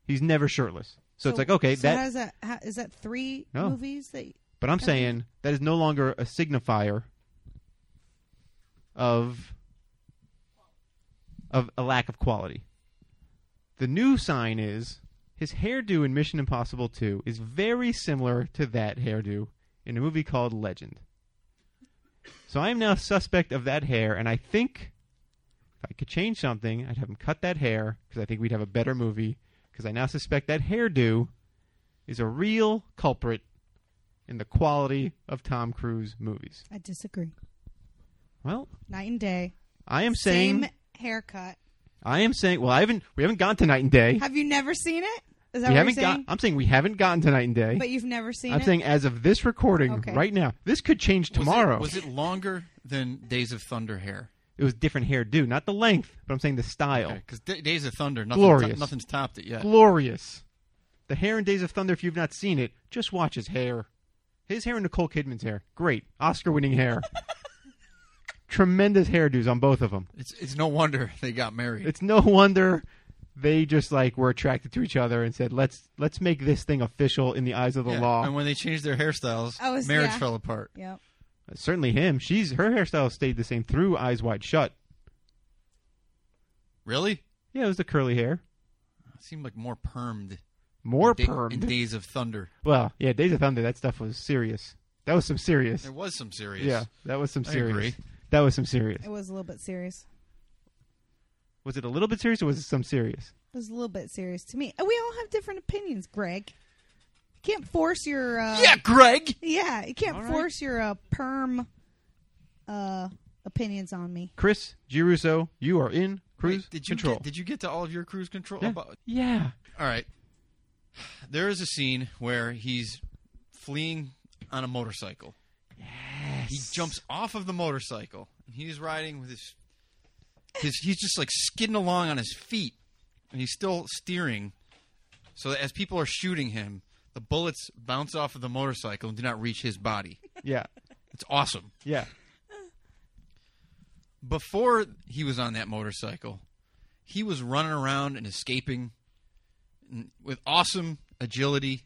[SPEAKER 1] He's never shirtless. So, it's like, okay,
[SPEAKER 5] so
[SPEAKER 1] that.
[SPEAKER 5] how is that how, is that three
[SPEAKER 1] No.
[SPEAKER 5] movies that? y-
[SPEAKER 1] but I'm
[SPEAKER 5] okay.
[SPEAKER 1] saying that is no longer a signifier of of a lack of quality. The new sign is his hairdo in Mission Impossible 2 is very similar to that hairdo in a movie called Legend. So I am now suspect of that hair, and I think if I could change something, I'd have him cut that hair because I think we'd have a better movie. Because I now suspect that hairdo is a real culprit in the quality of Tom Cruise movies.
[SPEAKER 5] I disagree.
[SPEAKER 1] Well,
[SPEAKER 5] Night and day.
[SPEAKER 1] I am
[SPEAKER 5] Same
[SPEAKER 1] saying
[SPEAKER 5] haircut.
[SPEAKER 1] I am saying. Well, I haven't. We haven't gotten to Night and Day.
[SPEAKER 5] Have you never seen it?
[SPEAKER 1] we
[SPEAKER 5] Is that what
[SPEAKER 1] haven't
[SPEAKER 5] you're
[SPEAKER 1] got.
[SPEAKER 5] saying?
[SPEAKER 1] I'm saying we haven't gotten to Night and Day.
[SPEAKER 5] but you've never seen
[SPEAKER 1] I'm
[SPEAKER 5] it.
[SPEAKER 1] saying as of this recording
[SPEAKER 5] Okay.
[SPEAKER 1] right now, this could change
[SPEAKER 2] Was it-
[SPEAKER 1] tomorrow.
[SPEAKER 2] Was it, longer than Days of Thunder hair?
[SPEAKER 1] It was different hairdo, not the length, but I'm saying the style.
[SPEAKER 2] Because Days of Thunder, nothing,
[SPEAKER 1] Glorious.
[SPEAKER 2] nothing's topped it yet.
[SPEAKER 1] Glorious. The hair in Days of Thunder. If you've not seen it, just watch his hair. His hair and Nicole Kidman's hair. Great, Oscar-winning hair. Tremendous hairdos on both of them.
[SPEAKER 2] It's, it's no wonder they got married.
[SPEAKER 1] It's no wonder they just like were attracted to each other and said, "Let's let's make this thing official in the eyes of the
[SPEAKER 2] Yeah,
[SPEAKER 1] law."
[SPEAKER 2] And when they changed their hairstyles,
[SPEAKER 5] I was-
[SPEAKER 2] marriage
[SPEAKER 5] yeah.
[SPEAKER 2] fell apart.
[SPEAKER 5] Yep.
[SPEAKER 1] Certainly him. She's her hairstyle stayed the same through Eyes Wide Shut.
[SPEAKER 2] Really?
[SPEAKER 1] Yeah, it was the curly hair.
[SPEAKER 2] It seemed like more permed.
[SPEAKER 1] More
[SPEAKER 2] in da-
[SPEAKER 1] permed.
[SPEAKER 2] in Days of Thunder.
[SPEAKER 1] Well, yeah, Days of Thunder. That stuff was serious. That was some serious.
[SPEAKER 2] There was some serious.
[SPEAKER 1] Yeah, that was some
[SPEAKER 2] I
[SPEAKER 1] serious.
[SPEAKER 2] agree.
[SPEAKER 1] That was some serious.
[SPEAKER 5] It was a little bit serious.
[SPEAKER 1] Was it a little bit serious or was it some serious?
[SPEAKER 5] It was a little bit serious to me. And We all have different opinions, Greg. You can't force your uh,
[SPEAKER 2] Yeah, Greg.
[SPEAKER 5] yeah. You can't
[SPEAKER 1] All right.
[SPEAKER 5] force your uh, perm uh, opinions on me.
[SPEAKER 1] Chris Giruso, you are in cruise
[SPEAKER 2] Did you
[SPEAKER 1] control.
[SPEAKER 2] Get, did you get to all of your cruise control?
[SPEAKER 1] Yeah.
[SPEAKER 2] About-
[SPEAKER 1] yeah.
[SPEAKER 2] All right. There is a scene where he's fleeing on a motorcycle. Yes. He jumps off of the motorcycle and he's riding with his, his he's just like skidding along on his feet and he's still steering. So as people are shooting him, the bullets bounce off of the motorcycle and do not reach his body.
[SPEAKER 1] Yeah.
[SPEAKER 2] It's awesome.
[SPEAKER 1] Yeah.
[SPEAKER 2] Before he was on that motorcycle, he was running around and escaping n- with awesome agility.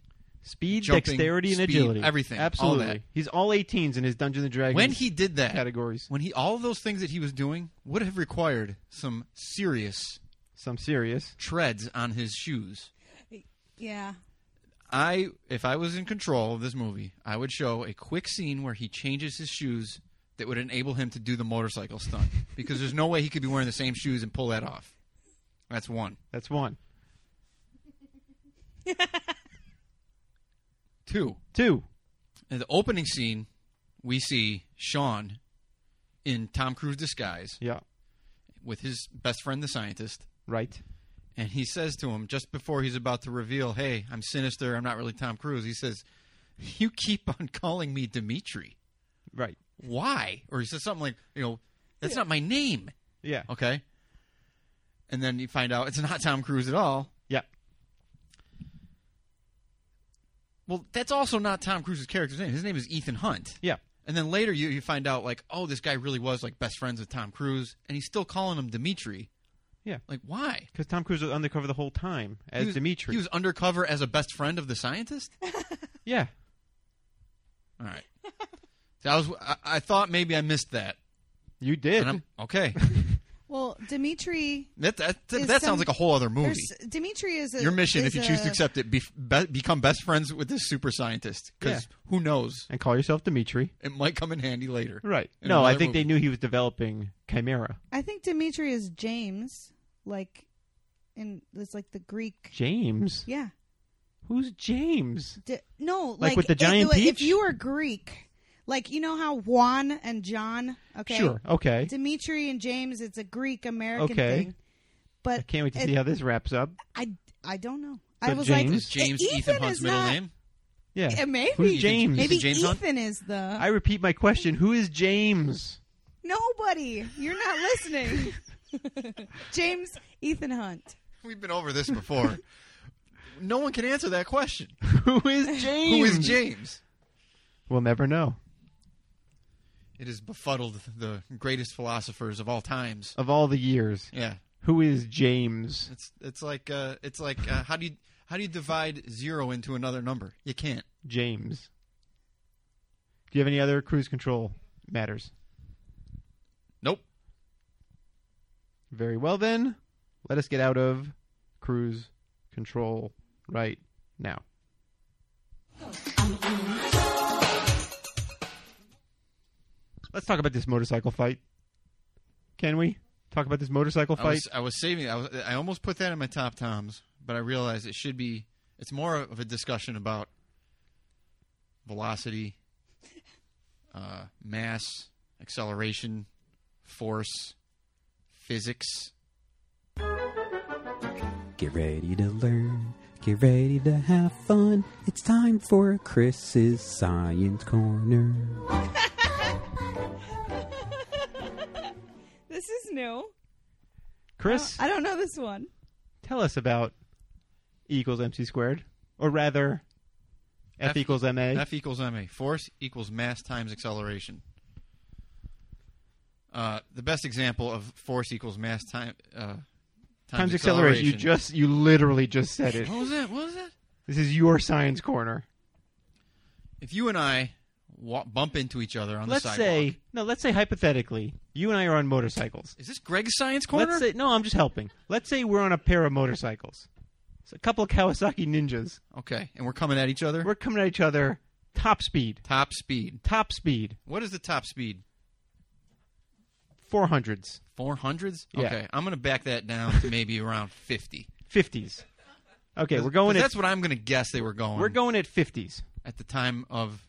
[SPEAKER 1] Speed,
[SPEAKER 2] Jumping,
[SPEAKER 1] dexterity, and
[SPEAKER 2] speed,
[SPEAKER 1] agility.
[SPEAKER 2] everything, all
[SPEAKER 1] Absolutely.
[SPEAKER 2] that.
[SPEAKER 1] He's all 18s in his Dungeons and Dragons.
[SPEAKER 2] When he did that,
[SPEAKER 1] categories.
[SPEAKER 2] when he all those things that he was doing would have required some serious
[SPEAKER 1] Some serious.
[SPEAKER 2] treads on his shoes.
[SPEAKER 5] Yeah.
[SPEAKER 2] I if I was in control of this movie, I would show a quick scene where he changes his shoes that would enable him to do the motorcycle stunt because there's no way he could be wearing the same shoes and pull that off. That's one.
[SPEAKER 1] That's one.
[SPEAKER 2] Two.
[SPEAKER 1] Two.
[SPEAKER 2] In the opening scene, we see Sean in Tom Cruise disguise.
[SPEAKER 1] Yeah.
[SPEAKER 2] With his best friend, the scientist.
[SPEAKER 1] Right.
[SPEAKER 2] And he says to him just before he's about to reveal, "Hey, I'm sinister. I'm not really Tom Cruise." He says, "You keep on calling me Dimitri.
[SPEAKER 1] Right.
[SPEAKER 2] Why?" Or he says something like, "You know, that's not my name."
[SPEAKER 1] Yeah.
[SPEAKER 2] Okay. And then you find out it's not Tom Cruise at all.
[SPEAKER 1] Yep.
[SPEAKER 2] Well, that's also not Tom Cruise's character's name. His name is Ethan Hunt.
[SPEAKER 1] Yeah.
[SPEAKER 2] And then later you, you find out like, oh, this guy really was like best friends with Tom Cruise, and he's still calling him Dimitri.
[SPEAKER 1] Yeah.
[SPEAKER 2] Like why?
[SPEAKER 1] Because Tom Cruise was undercover the whole time as
[SPEAKER 2] he was,
[SPEAKER 1] Dimitri.
[SPEAKER 2] He was undercover as a best friend of the scientist.
[SPEAKER 1] yeah.
[SPEAKER 2] All right. So I was I, I thought maybe I missed that.
[SPEAKER 1] You did.
[SPEAKER 2] And I'm, okay.
[SPEAKER 5] Well, Dimitri.
[SPEAKER 2] That that, that,
[SPEAKER 5] is
[SPEAKER 2] that
[SPEAKER 5] some-
[SPEAKER 2] sounds like a whole other movie.
[SPEAKER 5] there's- Dimitri is a,
[SPEAKER 2] Your mission, if
[SPEAKER 5] is
[SPEAKER 2] you choose to
[SPEAKER 5] a-
[SPEAKER 2] accept it, be, be, become best friends with this super scientist. Because
[SPEAKER 1] Yeah.
[SPEAKER 2] who knows?
[SPEAKER 1] And call yourself Dimitri.
[SPEAKER 2] It might come in handy later.
[SPEAKER 1] Right.
[SPEAKER 2] In
[SPEAKER 1] no, I
[SPEAKER 2] another
[SPEAKER 1] think
[SPEAKER 2] movie.
[SPEAKER 1] they knew he was developing Chimera.
[SPEAKER 5] I think Dimitri is James, like, in it's like the Greek.
[SPEAKER 1] James.
[SPEAKER 5] Yeah.
[SPEAKER 1] Who's James?
[SPEAKER 5] Di- no, like,
[SPEAKER 1] with the
[SPEAKER 5] if-
[SPEAKER 1] giant
[SPEAKER 5] if,
[SPEAKER 1] peach?
[SPEAKER 5] you were Greek, like you know how Juan and John. Okay.
[SPEAKER 1] Sure, okay.
[SPEAKER 5] Dimitri and James. It's a Greek American
[SPEAKER 1] Okay.
[SPEAKER 5] thing. But
[SPEAKER 1] I can't wait to
[SPEAKER 5] it-
[SPEAKER 1] see how this wraps up.
[SPEAKER 5] I I don't know.
[SPEAKER 1] So
[SPEAKER 5] I was like,
[SPEAKER 1] James-
[SPEAKER 2] James
[SPEAKER 5] Ethan,
[SPEAKER 2] Ethan Hunt's
[SPEAKER 5] is
[SPEAKER 2] middle
[SPEAKER 5] not-
[SPEAKER 2] name?
[SPEAKER 1] Yeah.
[SPEAKER 5] Eh, maybe
[SPEAKER 1] Who's James?
[SPEAKER 5] Maybe
[SPEAKER 2] James Hunt?
[SPEAKER 5] Ethan is the
[SPEAKER 1] I repeat my question. Who is James?
[SPEAKER 5] nobody. You're not listening. James Ethan Hunt.
[SPEAKER 2] We've been over this before. no one can answer that question.
[SPEAKER 1] Who is James?
[SPEAKER 2] Who is James?
[SPEAKER 1] We'll never know.
[SPEAKER 2] It has befuddled the greatest philosophers of all times.
[SPEAKER 1] Of all the years.
[SPEAKER 2] Yeah.
[SPEAKER 1] Who is James?
[SPEAKER 2] It's it's like uh, it's like uh, how do you how do you divide zero into another number? You can't.
[SPEAKER 1] James. Do you have any other cruise control matters?
[SPEAKER 2] Nope.
[SPEAKER 1] Very well then. Let us get out of cruise control right now. Let's talk about this motorcycle fight. Can we talk about this motorcycle
[SPEAKER 2] I
[SPEAKER 1] fight?
[SPEAKER 2] was, I was saving. I, was, I almost put that in my top toms, but I realized it should be. It's more of a discussion about velocity, uh, mass, acceleration, force, physics.
[SPEAKER 14] Get ready to learn. Get ready to have fun. It's time for Chris's Science Corner.
[SPEAKER 5] This is new.
[SPEAKER 1] Chris,
[SPEAKER 5] Uh, I don't know this one.
[SPEAKER 1] tell us about E equals MC squared. Or rather, F,
[SPEAKER 2] F-
[SPEAKER 1] equals MA.
[SPEAKER 2] F equals ma. Force equals mass times acceleration. Uh, the best example of force equals mass time uh, times,
[SPEAKER 1] times acceleration. You just, you literally just said it.
[SPEAKER 2] What was that? What was that?
[SPEAKER 1] This is your science corner.
[SPEAKER 2] If you and I wa- bump into each other on
[SPEAKER 1] let's
[SPEAKER 2] the sidewalk,
[SPEAKER 1] say no. Let's say hypothetically, you and I are on motorcycles.
[SPEAKER 2] is this Greg's science corner?
[SPEAKER 1] Let's say no. I'm just helping. Let's say we're on a pair of motorcycles. It's a couple of Kawasaki ninjas.
[SPEAKER 2] Okay, and we're coming at each other.
[SPEAKER 1] We're coming at each other. Top speed.
[SPEAKER 2] Top speed.
[SPEAKER 1] Top speed.
[SPEAKER 2] What is the top speed?
[SPEAKER 1] Four hundreds.
[SPEAKER 2] Four hundreds.
[SPEAKER 1] Yeah.
[SPEAKER 2] Okay, I'm gonna back that down to maybe around fifty.
[SPEAKER 1] Fifties. Okay,
[SPEAKER 2] 'Cause-
[SPEAKER 1] we're going.
[SPEAKER 2] 'cause
[SPEAKER 1] At,
[SPEAKER 2] That's what I'm gonna guess they were going.
[SPEAKER 1] we're going at fifties.
[SPEAKER 2] at the time of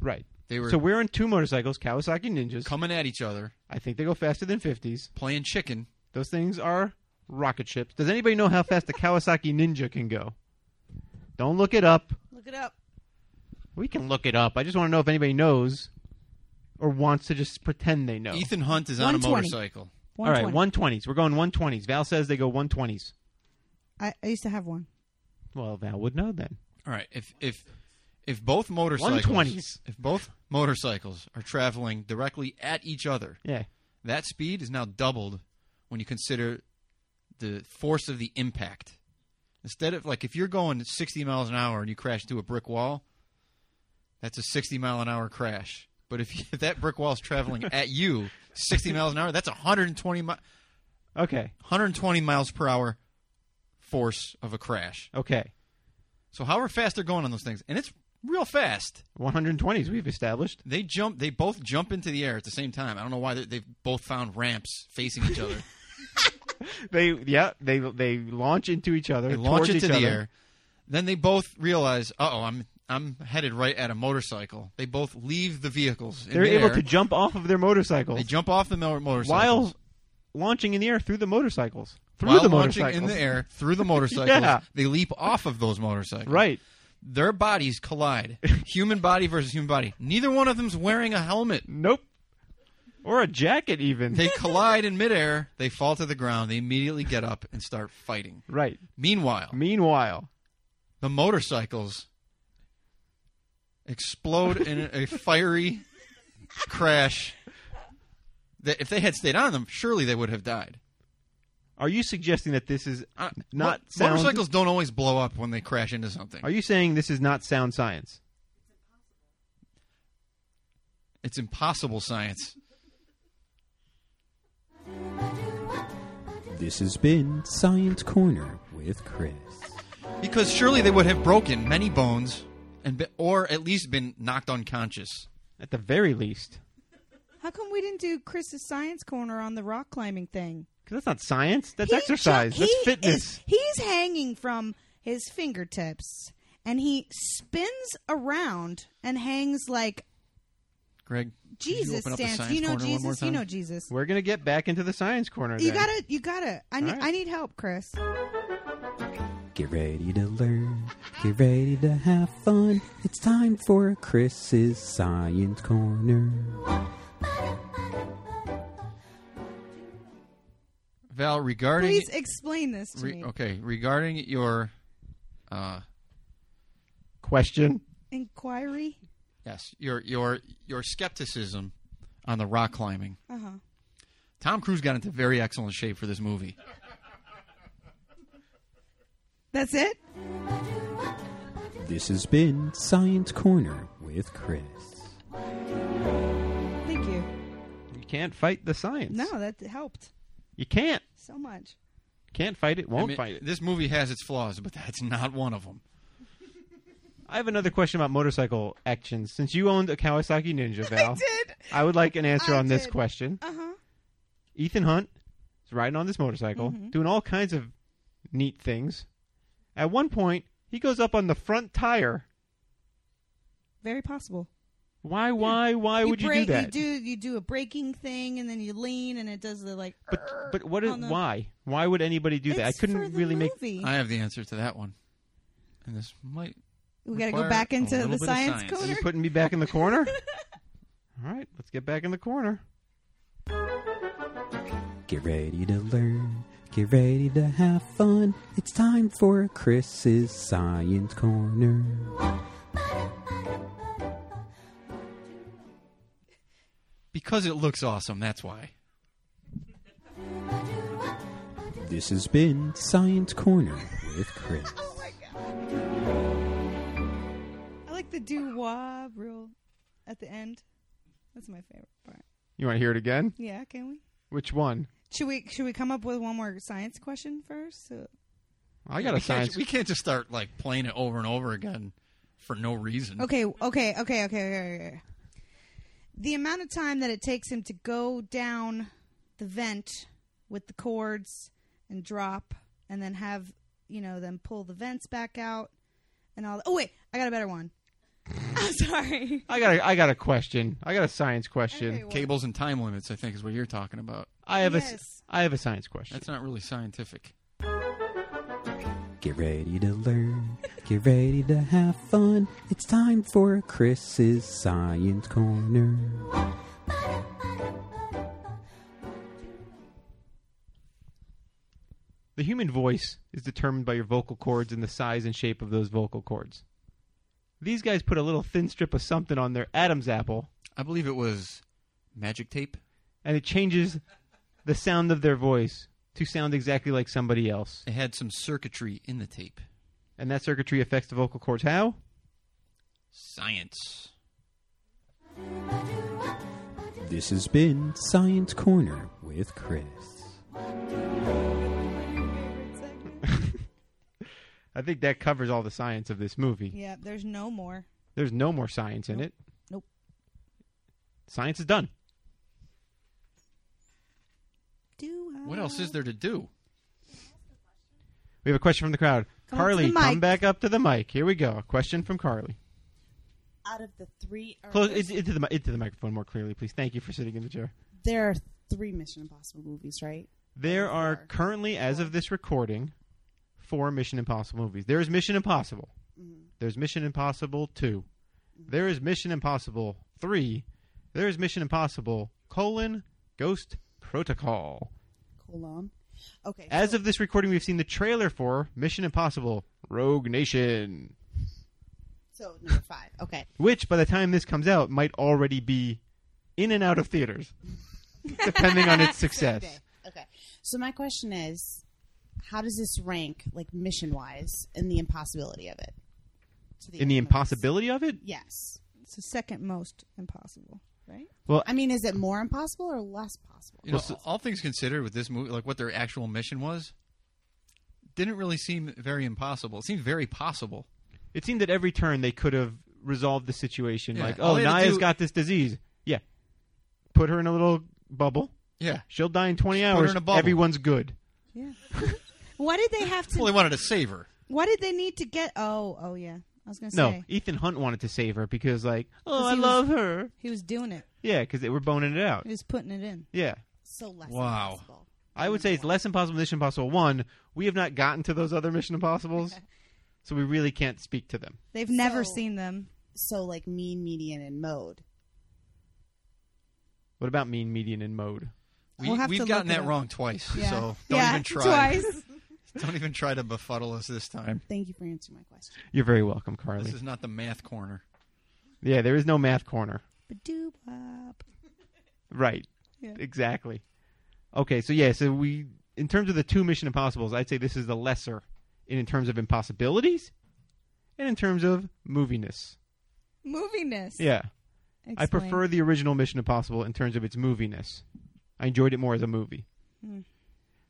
[SPEAKER 1] Right.
[SPEAKER 2] they were
[SPEAKER 1] So we're on two motorcycles, Kawasaki ninjas.
[SPEAKER 2] coming at each other,
[SPEAKER 1] I think they go faster than fifties.
[SPEAKER 2] playing chicken.
[SPEAKER 1] Those things are rocket ships. Does anybody know how fast a Kawasaki ninja can go? Don't look it up.
[SPEAKER 5] Look it up.
[SPEAKER 1] We can look it up. I just want to know if anybody knows or wants to just pretend they know.
[SPEAKER 2] Ethan Hunt is on a
[SPEAKER 5] 120.
[SPEAKER 2] motorcycle.
[SPEAKER 1] All right, 120s. We're going 120s. Val says they go 120s.
[SPEAKER 5] I, I used to have one.
[SPEAKER 1] Well, Val would know then.
[SPEAKER 2] All right, if if if both motorcycles
[SPEAKER 1] 120s.
[SPEAKER 2] if both motorcycles are traveling directly at each other,
[SPEAKER 1] Yeah.
[SPEAKER 2] that speed is now doubled when you consider the force of the impact. Instead of like if you're going 60 miles an hour and you crash into a brick wall, that's a 60 mile an hour crash. But if, you, if that brick wall is traveling at you 60 miles an hour, that's 120 mi-
[SPEAKER 1] Okay.
[SPEAKER 2] 120 miles per hour force of a crash.
[SPEAKER 1] Okay.
[SPEAKER 2] So however fast they're going on those things, and it's real fast.
[SPEAKER 1] 120s we've established.
[SPEAKER 2] They jump. They both jump into the air at the same time. I don't know why they- they've both found ramps facing each other.
[SPEAKER 1] They yeah they they launch into each other.
[SPEAKER 2] They launch
[SPEAKER 1] towards
[SPEAKER 2] into
[SPEAKER 1] each
[SPEAKER 2] the
[SPEAKER 1] other.
[SPEAKER 2] air. Then they both realize, uh oh, I'm I'm headed right at a motorcycle. They both leave the vehicles. in
[SPEAKER 1] They're able
[SPEAKER 2] midair.
[SPEAKER 1] to jump off of their motorcycles
[SPEAKER 2] They jump off the mo- motorcycles
[SPEAKER 1] while launching in the air through the motorcycles. Through
[SPEAKER 2] While
[SPEAKER 1] the
[SPEAKER 2] launching
[SPEAKER 1] motorcycles
[SPEAKER 2] in the air through the motorcycles.
[SPEAKER 1] Yeah.
[SPEAKER 2] They leap off of those motorcycles.
[SPEAKER 1] Right.
[SPEAKER 2] Their bodies collide. human body versus human body. Neither one of them's wearing a helmet.
[SPEAKER 1] Nope. Or a jacket even.
[SPEAKER 2] They collide in midair. They fall to the ground. They immediately get up and start fighting.
[SPEAKER 1] Right.
[SPEAKER 2] Meanwhile.
[SPEAKER 1] Meanwhile.
[SPEAKER 2] The motorcycles explode in a fiery crash. That if they had stayed on them, surely they would have died. Uh,
[SPEAKER 1] Are you suggesting that this is not
[SPEAKER 2] Mo-
[SPEAKER 1] sound?
[SPEAKER 2] motorcycles don't always blow up when they crash into something.
[SPEAKER 1] Are you saying this is not sound science?
[SPEAKER 2] It's impossible science.
[SPEAKER 14] This has been Science Corner with Chris.
[SPEAKER 2] Because surely they would have broken many bones, and be, or at least been knocked unconscious.
[SPEAKER 1] At the very least,
[SPEAKER 5] How come we didn't do Chris's science corner on the rock climbing thing?
[SPEAKER 1] because that's not science. That's
[SPEAKER 5] He
[SPEAKER 1] exercise.
[SPEAKER 5] ju-
[SPEAKER 1] that's
[SPEAKER 5] he
[SPEAKER 1] fitness.
[SPEAKER 5] is- he's hanging from his fingertips, and he spins around and hangs like
[SPEAKER 2] Greg, could you
[SPEAKER 5] Jesus
[SPEAKER 2] open up the
[SPEAKER 5] dance.
[SPEAKER 2] science
[SPEAKER 5] You know
[SPEAKER 2] corner one more
[SPEAKER 5] Jesus. You
[SPEAKER 2] time?
[SPEAKER 5] know Jesus.
[SPEAKER 1] We're gonna get back into the science corner.
[SPEAKER 5] You
[SPEAKER 1] then.
[SPEAKER 5] gotta. You gotta. I need. I need help, Chris.
[SPEAKER 14] Get ready to learn. Get ready to have fun. It's time for Chris's Science Corner.
[SPEAKER 2] Val, regarding
[SPEAKER 5] Please explain this to
[SPEAKER 2] re-
[SPEAKER 5] me.
[SPEAKER 2] okay, regarding your uh,
[SPEAKER 1] question,
[SPEAKER 5] Inquiry.
[SPEAKER 2] yes, your your your skepticism on the rock climbing.
[SPEAKER 5] Uh huh.
[SPEAKER 2] Tom Cruise got into very excellent shape for this movie.
[SPEAKER 5] That's it.
[SPEAKER 14] This has been Science Corner with Chris.
[SPEAKER 5] Thank you.
[SPEAKER 1] you can't fight the science.
[SPEAKER 5] No, that helped
[SPEAKER 1] you can't.
[SPEAKER 5] so much.
[SPEAKER 1] Can't fight it. Won't
[SPEAKER 2] I mean,
[SPEAKER 1] fight it.
[SPEAKER 2] This movie has its flaws, but that's not one of them.
[SPEAKER 1] I have another question about motorcycle actions. Since you owned a Kawasaki Ninja, Val, I did. I would like an answer on this question.
[SPEAKER 5] Uh huh.
[SPEAKER 1] Ethan Hunt is riding on this motorcycle,
[SPEAKER 5] Mhm.
[SPEAKER 1] doing all kinds of neat things. At one point, he goes up on the front tire.
[SPEAKER 5] Very possible.
[SPEAKER 1] Why? Why? Why would you do
[SPEAKER 5] brake-
[SPEAKER 1] that?
[SPEAKER 5] You do you do a braking thing and then you lean and it does the like.
[SPEAKER 1] but but what is
[SPEAKER 5] on the-
[SPEAKER 1] why? Why would anybody do that? I
[SPEAKER 5] It's
[SPEAKER 1] couldn't
[SPEAKER 5] for the
[SPEAKER 1] really
[SPEAKER 5] movie.
[SPEAKER 1] make.
[SPEAKER 2] I have the answer to that one, and this might.
[SPEAKER 5] We gotta go
[SPEAKER 2] require
[SPEAKER 5] back
[SPEAKER 2] a
[SPEAKER 5] into
[SPEAKER 2] little
[SPEAKER 5] the
[SPEAKER 2] bit of
[SPEAKER 5] science
[SPEAKER 2] science
[SPEAKER 5] corner.
[SPEAKER 1] Are you putting me back in the corner? all right, let's get back in the corner.
[SPEAKER 14] Get ready to learn. Get ready to have fun. It's time for Chris's Science Corner.
[SPEAKER 2] Because it looks awesome, that's why.
[SPEAKER 14] This has been Science Corner with Chris.
[SPEAKER 5] I like the do wah rule at the end. That's my favorite part.
[SPEAKER 1] You want to hear it again?
[SPEAKER 5] Yeah, can we?
[SPEAKER 1] Which one?
[SPEAKER 5] Should we should we come up with one more science question first? So-
[SPEAKER 1] I got
[SPEAKER 2] we
[SPEAKER 1] a science.
[SPEAKER 2] Can't, we can't just start like playing it over and over again for no reason.
[SPEAKER 5] Okay, okay, okay, okay, okay, okay. The amount of time that it takes him to go down the vent with the cords and drop, and then have you know them pull the vents back out and all. Oh wait, I got a better one. I'm sorry.
[SPEAKER 1] I got. A, I got a question. I got a science question.
[SPEAKER 2] Cables and time limits, I think, is what you're talking about.
[SPEAKER 1] I have a.
[SPEAKER 5] Yes.
[SPEAKER 1] s- I have a science question.
[SPEAKER 2] That's not really scientific.
[SPEAKER 14] Get ready to learn. Get ready to have fun. It's time for Chris's Science Corner.
[SPEAKER 1] The human voice is determined by your vocal cords and the size and shape of those vocal cords. These guys put a little thin strip of something on their Adam's apple,
[SPEAKER 2] I believe it was magic tape.
[SPEAKER 1] and it changes the sound of their voice to sound exactly like somebody else.
[SPEAKER 2] It had some circuitry in the tape.
[SPEAKER 1] And that circuitry affects the vocal cords how?
[SPEAKER 2] Science.
[SPEAKER 14] This has been Science Corner with Chris.
[SPEAKER 1] I I think that covers all the science of this movie.
[SPEAKER 5] Yeah, there's no more.
[SPEAKER 1] There's no more science in
[SPEAKER 5] Nope.
[SPEAKER 1] it.
[SPEAKER 5] Nope.
[SPEAKER 1] Science is done.
[SPEAKER 5] Do I?
[SPEAKER 2] What else is there to do?
[SPEAKER 1] We have a question from the crowd.
[SPEAKER 10] Come up to
[SPEAKER 1] Carly,
[SPEAKER 10] the
[SPEAKER 1] come
[SPEAKER 10] mic.
[SPEAKER 1] back up to the mic. Here we go. A question from Carly.
[SPEAKER 10] Out of the three, or
[SPEAKER 1] Close
[SPEAKER 10] there's-
[SPEAKER 1] into, into the mi- into the microphone more clearly, please. Thank you for sitting in the chair.
[SPEAKER 10] there are three Mission Impossible movies, right?
[SPEAKER 1] There are currently, as of this recording, four Mission Impossible movies. There is Mission Impossible. There's Mission Impossible 2. There is Mission Impossible 3. There is Mission Impossible colon Ghost Protocol.
[SPEAKER 10] Colon. Okay.
[SPEAKER 1] As of this recording, we've seen the trailer for Mission Impossible Rogue Nation,
[SPEAKER 10] So number five. Okay.
[SPEAKER 1] which by the time this comes out might already be in and out of theaters, depending on its success.
[SPEAKER 10] Okay. Okay. So my question is, how does this rank, like mission wise, in the impossibility of it? To
[SPEAKER 1] In the impossibility of it,
[SPEAKER 10] Yes.
[SPEAKER 5] It's the second most impossible, right?
[SPEAKER 1] Well-
[SPEAKER 10] I mean, is it more impossible or less possible?
[SPEAKER 2] You know, all things considered, with this movie, like what their actual mission was, didn't really seem very impossible. It seemed very possible.
[SPEAKER 1] it seemed at every turn they could have resolved the situation.
[SPEAKER 2] Yeah.
[SPEAKER 1] Like,
[SPEAKER 2] All
[SPEAKER 1] oh,
[SPEAKER 2] they had to
[SPEAKER 1] Naya's
[SPEAKER 2] do-
[SPEAKER 1] got this disease. Yeah, put her in a little bubble.
[SPEAKER 2] Yeah.
[SPEAKER 1] she'll die in twenty
[SPEAKER 2] Just put her
[SPEAKER 1] hours.
[SPEAKER 2] in a bubble.
[SPEAKER 1] Everyone's good.
[SPEAKER 5] Yeah. Why did they have to?
[SPEAKER 2] Well, they wanted to save her.
[SPEAKER 5] Why did they need to get? Oh, oh yeah. I was gonna
[SPEAKER 1] No,
[SPEAKER 5] say.
[SPEAKER 1] Ethan Hunt wanted to save her because, like, oh,
[SPEAKER 5] 'Cause
[SPEAKER 1] I
[SPEAKER 5] he was-
[SPEAKER 1] love her.
[SPEAKER 5] He was doing it.
[SPEAKER 1] Yeah, because they were boning it out.
[SPEAKER 5] He was putting it in.
[SPEAKER 1] Yeah.
[SPEAKER 10] So less impossible.
[SPEAKER 1] I would say it's less impossible than Mission Impossible One. We have not gotten to those other Mission Impossibles, so we really can't speak to them.
[SPEAKER 5] They've never seen them.
[SPEAKER 10] So like mean, median, and mode.
[SPEAKER 1] What about mean, median, and mode?
[SPEAKER 2] We,
[SPEAKER 10] We'll have
[SPEAKER 2] have
[SPEAKER 10] to
[SPEAKER 2] gotten
[SPEAKER 10] look it
[SPEAKER 2] that
[SPEAKER 10] up.
[SPEAKER 2] wrong twice,
[SPEAKER 10] Yeah.
[SPEAKER 2] so don't
[SPEAKER 10] Yeah,
[SPEAKER 2] even try.
[SPEAKER 10] twice.
[SPEAKER 2] don't even try to befuddle us this time.
[SPEAKER 10] Thank you for answering my question.
[SPEAKER 1] You're very welcome, Carly.
[SPEAKER 2] This is not the math corner.
[SPEAKER 1] Yeah, there is no math corner.
[SPEAKER 5] Badoo-bop.
[SPEAKER 1] Right.
[SPEAKER 5] Yeah.
[SPEAKER 1] Exactly. Okay, so yeah, so we in terms of the two Mission Impossibles, I'd say this is the lesser in, in terms of impossibilities and in terms of moviness.
[SPEAKER 5] Moviness.
[SPEAKER 1] Yeah. I
[SPEAKER 5] Explain.
[SPEAKER 1] prefer the original Mission Impossible in terms of its moviness. I enjoyed it more as a movie.
[SPEAKER 5] Hmm.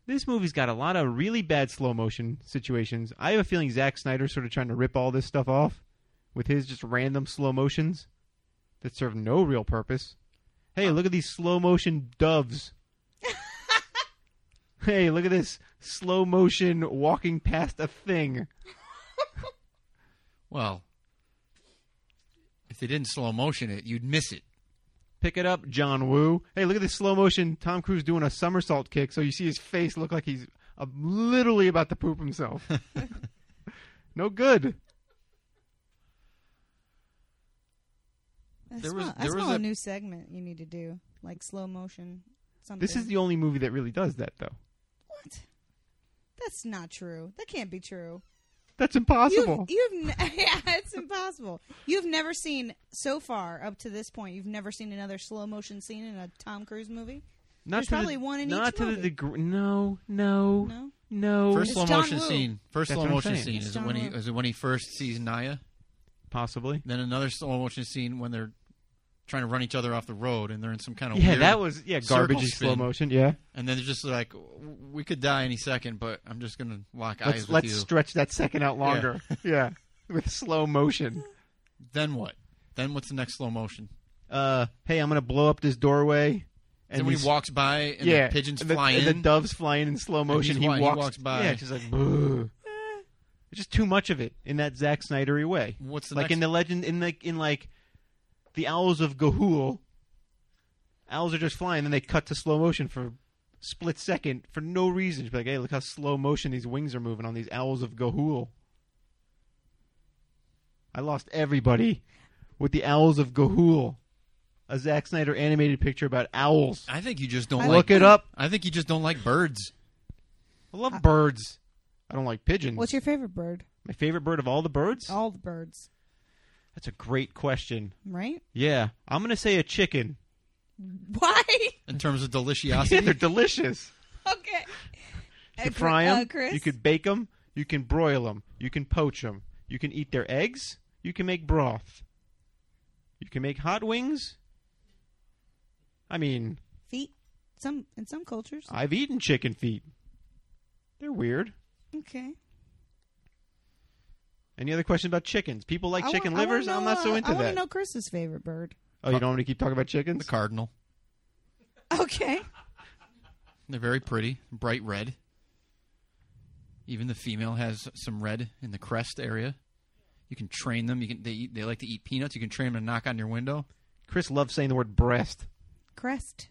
[SPEAKER 1] This movie's got a lot of really bad slow motion situations. I have a feeling Zack Snyder's sort of trying to rip all this stuff off with his just random slow motions that serve no real purpose. Hey, look at these slow motion doves. hey, look at this slow motion walking past a thing.
[SPEAKER 2] Well, if they didn't slow motion it, you'd miss it.
[SPEAKER 1] Pick it up, John Woo. Hey, look at this slow motion Tom Cruise doing a somersault kick, so you see his face look like he's uh, literally about to poop himself. no good.
[SPEAKER 5] I
[SPEAKER 2] There
[SPEAKER 5] smell,
[SPEAKER 2] was-
[SPEAKER 5] I
[SPEAKER 2] there was
[SPEAKER 5] smell a,
[SPEAKER 2] a-
[SPEAKER 5] new segment you need to do, like slow motion. Something.
[SPEAKER 1] This is the only movie that really does that, though.
[SPEAKER 5] what? That's not true. That can't be true.
[SPEAKER 1] That's impossible.
[SPEAKER 5] You've, you've n- yeah, it's impossible. You've never seen so far up to this point. You've never seen another slow motion scene in a Tom Cruise movie.
[SPEAKER 1] Not
[SPEAKER 5] There's
[SPEAKER 1] to the-
[SPEAKER 5] probably one in
[SPEAKER 1] not
[SPEAKER 5] each
[SPEAKER 1] to
[SPEAKER 5] movie.
[SPEAKER 1] the degree. No, no,
[SPEAKER 5] No?
[SPEAKER 1] no.
[SPEAKER 2] First slow
[SPEAKER 5] John
[SPEAKER 2] motion
[SPEAKER 5] Woo.
[SPEAKER 2] scene. First
[SPEAKER 1] That's
[SPEAKER 2] slow
[SPEAKER 1] what I'm
[SPEAKER 2] motion
[SPEAKER 1] saying.
[SPEAKER 2] scene
[SPEAKER 5] It's
[SPEAKER 2] is
[SPEAKER 5] John
[SPEAKER 2] when he
[SPEAKER 5] Woo.
[SPEAKER 2] is when he first sees Naya.
[SPEAKER 1] Possibly.
[SPEAKER 2] Then another slow motion scene when they're trying to run each other off the road and they're in some kind of
[SPEAKER 1] Yeah,
[SPEAKER 2] weird
[SPEAKER 1] that was- yeah,
[SPEAKER 2] circle
[SPEAKER 1] garbagey
[SPEAKER 2] spin.
[SPEAKER 1] slow motion, yeah.
[SPEAKER 2] and then they're just like, "W- we could die any second, but I'm just gonna lock eyes
[SPEAKER 1] Let's
[SPEAKER 2] with
[SPEAKER 1] let's
[SPEAKER 2] you.
[SPEAKER 1] stretch that second out
[SPEAKER 2] Yeah.
[SPEAKER 1] longer. yeah, with slow motion.
[SPEAKER 2] Then what? Then what's the next slow motion?
[SPEAKER 1] uh, hey, I'm gonna blow up this doorway.
[SPEAKER 2] Then when he
[SPEAKER 1] these-
[SPEAKER 2] walks by and the
[SPEAKER 1] yeah,
[SPEAKER 2] pigeons
[SPEAKER 1] and the,
[SPEAKER 2] fly
[SPEAKER 1] and the
[SPEAKER 2] in.
[SPEAKER 1] doves flying in slow
[SPEAKER 2] And
[SPEAKER 1] motion.
[SPEAKER 2] he's
[SPEAKER 1] he,
[SPEAKER 2] wa-
[SPEAKER 1] walks,
[SPEAKER 2] he walks by.
[SPEAKER 1] Yeah, she's like, "Ugh." It's just too much of it in that Zack Snydery way.
[SPEAKER 2] What's the
[SPEAKER 1] like
[SPEAKER 2] next-
[SPEAKER 1] in the legend in like in like the owls of Gahul? Owls are just flying, then they cut to slow motion for a split second for no reason. Just be like, hey, look how slow motion these wings are moving on these owls of Gahul. I lost everybody with the owls of Gahul, a Zack Snyder animated picture about owls.
[SPEAKER 2] I think you just don't
[SPEAKER 1] I
[SPEAKER 2] like,
[SPEAKER 1] Look it up.
[SPEAKER 2] I think you just don't like birds.
[SPEAKER 1] I love birds. I don't like pigeons.
[SPEAKER 5] Uh, What's your Oh. favorite bird?
[SPEAKER 1] My favorite bird of all the birds?
[SPEAKER 5] All the birds,
[SPEAKER 1] That's a great question.
[SPEAKER 5] right?
[SPEAKER 1] Yeah, I'm gonna say a chicken.
[SPEAKER 5] Why?
[SPEAKER 2] in terms of
[SPEAKER 1] Yeah,
[SPEAKER 2] deliciosity.
[SPEAKER 1] they're delicious.
[SPEAKER 5] okay.
[SPEAKER 1] You
[SPEAKER 5] Uh,
[SPEAKER 1] can fry
[SPEAKER 5] Chris- uh,
[SPEAKER 1] them.
[SPEAKER 5] Chris?
[SPEAKER 1] you can bake them. You can broil them. You can poach them. You can eat their eggs. You can make broth. You can make hot wings. I mean,
[SPEAKER 5] Feet. Some in some cultures.
[SPEAKER 1] I've eaten chicken feet. They're weird.
[SPEAKER 5] Okay.
[SPEAKER 1] Any other questions about chickens? People like
[SPEAKER 5] I
[SPEAKER 1] chicken
[SPEAKER 5] want- I wanna
[SPEAKER 1] livers. I'm not
[SPEAKER 5] know,
[SPEAKER 1] so
[SPEAKER 5] uh,
[SPEAKER 1] into
[SPEAKER 5] I want
[SPEAKER 1] that.
[SPEAKER 5] to know Chris's favorite bird.
[SPEAKER 1] Oh, you don't want to keep talking about chickens? The
[SPEAKER 2] cardinal.
[SPEAKER 5] Okay.
[SPEAKER 2] They're very pretty, bright red. Even the female has some red in the crest area. You can train them. You can they eat, they like to eat peanuts. You can train them to knock on your window.
[SPEAKER 1] Chris loves saying the word breast.
[SPEAKER 5] Crest.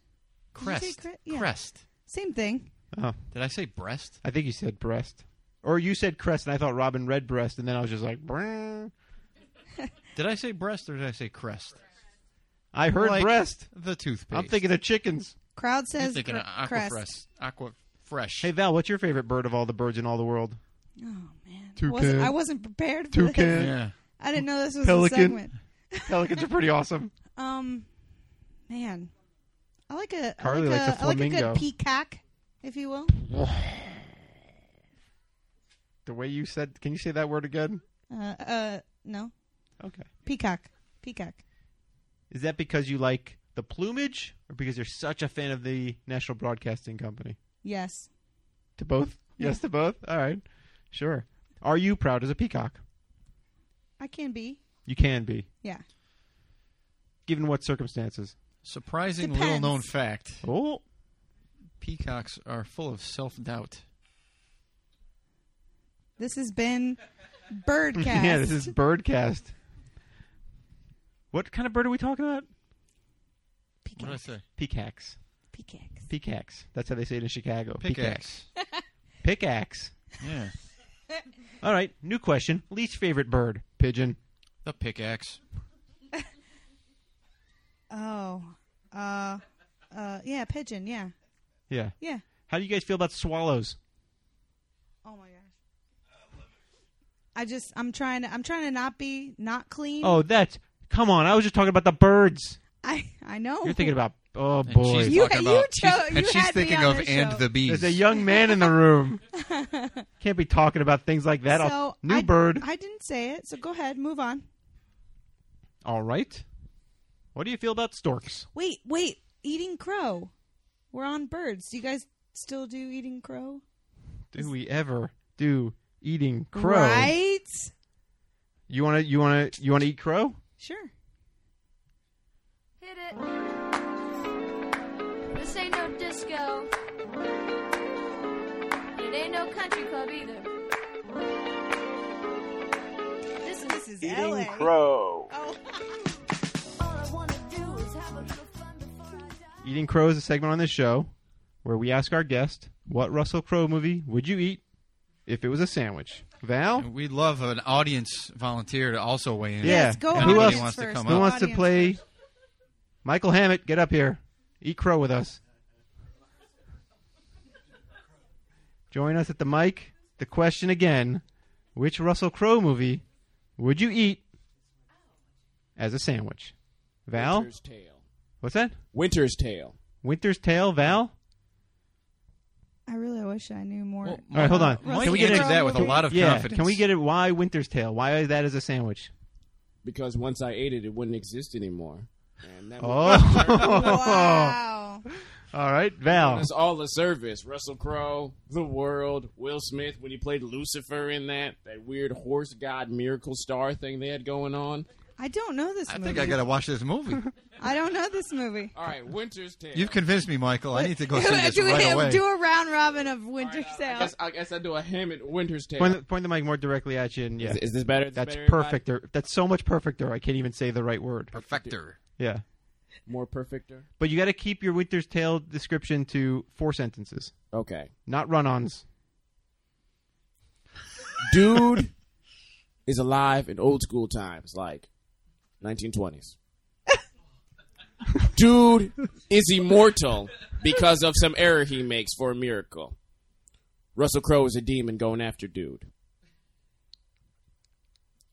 [SPEAKER 5] Did you say
[SPEAKER 2] Crest.
[SPEAKER 5] cre- yeah.
[SPEAKER 2] Crest.
[SPEAKER 5] Same thing.
[SPEAKER 1] Oh,
[SPEAKER 2] Did I say breast?
[SPEAKER 1] I think you said breast, or you said crest, and I thought Robin read breast, and then I was just like, "Brrr."
[SPEAKER 2] Did I say breast or did I say crest?
[SPEAKER 1] I heard
[SPEAKER 2] Like
[SPEAKER 1] breast.
[SPEAKER 2] The toothpaste.
[SPEAKER 1] I'm thinking of chickens.
[SPEAKER 5] Crowd
[SPEAKER 2] You're
[SPEAKER 5] says
[SPEAKER 2] thinking
[SPEAKER 5] gr-
[SPEAKER 2] of aqua
[SPEAKER 5] crest.
[SPEAKER 2] fresh. Aqua fresh.
[SPEAKER 1] Hey Val, what's your favorite bird of all the birds in all the world?
[SPEAKER 5] Oh man, Wasn't- I wasn't prepared for
[SPEAKER 1] Toucan.
[SPEAKER 5] this.
[SPEAKER 1] Yeah.
[SPEAKER 5] I didn't know this was a
[SPEAKER 1] Pelican.
[SPEAKER 5] segment.
[SPEAKER 1] Pelicans are pretty awesome.
[SPEAKER 5] Um, man, I like a I
[SPEAKER 1] Carly
[SPEAKER 5] like
[SPEAKER 1] likes a
[SPEAKER 5] I like a
[SPEAKER 1] flamingo.
[SPEAKER 5] good peacock, if you will.
[SPEAKER 1] The way you said, can you say that word again?
[SPEAKER 5] Uh, uh, no.
[SPEAKER 1] Okay.
[SPEAKER 5] Peacock, peacock.
[SPEAKER 1] Is that because you like the plumage, or because you're such a fan of the National Broadcasting Company?
[SPEAKER 5] Yes.
[SPEAKER 1] To both? Yes, to both. All right, sure. Are you proud as a peacock?
[SPEAKER 5] I can be.
[SPEAKER 1] You can be,
[SPEAKER 5] Yeah.
[SPEAKER 1] given what circumstances.
[SPEAKER 2] Surprising little
[SPEAKER 5] Depends.
[SPEAKER 2] known fact.
[SPEAKER 1] Oh.
[SPEAKER 2] Peacocks are full of self doubt.
[SPEAKER 5] This has been Birdcast.
[SPEAKER 1] yeah, this is Birdcast. What kind of bird are we talking about?
[SPEAKER 2] What did I say?
[SPEAKER 1] Peacocks.
[SPEAKER 5] Peacocks.
[SPEAKER 1] Peacocks. That's how they say it in Chicago.
[SPEAKER 2] Pickaxe.
[SPEAKER 1] Pickaxe.
[SPEAKER 2] Yeah.
[SPEAKER 1] All right, new question. Least favorite bird? Pigeon.
[SPEAKER 2] The pickaxe.
[SPEAKER 5] Oh, uh, uh, yeah, pigeon. Yeah.
[SPEAKER 1] Yeah.
[SPEAKER 5] Yeah.
[SPEAKER 1] How do you guys feel about swallows?
[SPEAKER 5] Oh my gosh. I just I'm trying to I'm trying to not be not clean.
[SPEAKER 1] Oh, that's. Come on, I was just talking about the birds.
[SPEAKER 5] I I know.
[SPEAKER 1] You're thinking about. Oh
[SPEAKER 2] she's
[SPEAKER 1] boy,
[SPEAKER 2] You- talking you about- cho- she's- and you she's had me thinking on of this and show. the bees.
[SPEAKER 1] There's a young man in the room. Can't be talking about things like that. I'll-
[SPEAKER 5] So
[SPEAKER 1] new
[SPEAKER 5] I-
[SPEAKER 1] bird.
[SPEAKER 5] I didn't say it, so go ahead, move on.
[SPEAKER 1] All right. What do you feel about storks?
[SPEAKER 5] Wait, wait, eating crow. We're on birds. Do you guys still do eating crow?
[SPEAKER 1] Do we ever do eating crow?
[SPEAKER 5] Right?
[SPEAKER 1] You wanna you wanna you wanna eat crow?
[SPEAKER 5] Sure.
[SPEAKER 15] Hit it. This ain't no disco. And It ain't no country club either. This is, this is
[SPEAKER 16] Eating crow.
[SPEAKER 5] Oh.
[SPEAKER 1] Eating Crow is a segment on this show where we ask our guest, what Russell Crowe movie would you eat if it was a sandwich? Val?
[SPEAKER 2] We'd love an audience volunteer to also weigh in. If
[SPEAKER 1] Who else
[SPEAKER 2] anybody wants to come
[SPEAKER 1] Who
[SPEAKER 2] up?
[SPEAKER 1] wants to play? Michael Hammett, get up here. Eat crow with us. Join us at the mic. The question again: Which Russell Crowe movie would you eat as a sandwich? Val.
[SPEAKER 16] Winter's Tale.
[SPEAKER 1] What's that?
[SPEAKER 16] Winter's Tale.
[SPEAKER 1] Winter's Tale. Val.
[SPEAKER 5] I really wish I knew more.
[SPEAKER 1] All right, hold on.
[SPEAKER 5] Russell
[SPEAKER 1] Can we get
[SPEAKER 5] Crowe
[SPEAKER 1] it-
[SPEAKER 2] that with a
[SPEAKER 1] can-
[SPEAKER 2] lot of
[SPEAKER 1] yeah,
[SPEAKER 2] confidence.
[SPEAKER 1] Can we get it? Why Winter's Tale? Why is that as a sandwich?
[SPEAKER 16] Because once I ate it, it wouldn't exist anymore. And that would-
[SPEAKER 1] Oh. All right, Val.
[SPEAKER 16] That's all the service. Russell Crowe, The World, Will Smith when he played Lucifer in that that weird horse god miracle star thing they had going on.
[SPEAKER 5] I don't know this
[SPEAKER 2] I
[SPEAKER 5] movie.
[SPEAKER 2] think I gotta watch this movie.
[SPEAKER 5] I don't know this movie.
[SPEAKER 16] All right, Winter's Tale.
[SPEAKER 2] You've convinced me, Michael. I need to go see this
[SPEAKER 5] do,
[SPEAKER 2] right
[SPEAKER 5] a,
[SPEAKER 2] away.
[SPEAKER 5] do a round robin of Winter's
[SPEAKER 16] I
[SPEAKER 5] Tale.
[SPEAKER 16] guess I guess I do a Hammett Winter's Tale.
[SPEAKER 1] Point the, point the mic more directly at you. And yeah,
[SPEAKER 16] Is- is this better? Is this
[SPEAKER 1] That's
[SPEAKER 16] better, everybody?
[SPEAKER 1] perfecter. That's so much perfecter. I can't even say the right word.
[SPEAKER 2] Perfecter.
[SPEAKER 1] Yeah,
[SPEAKER 16] More perfecter.
[SPEAKER 1] but you got to keep your Winter's Tale description to four sentences.
[SPEAKER 16] Okay.
[SPEAKER 1] Not run-ons.
[SPEAKER 16] Dude is alive in old school times, like 1920s. Dude is immortal because of some error he makes for a miracle. Russell Crowe is a demon going after dude.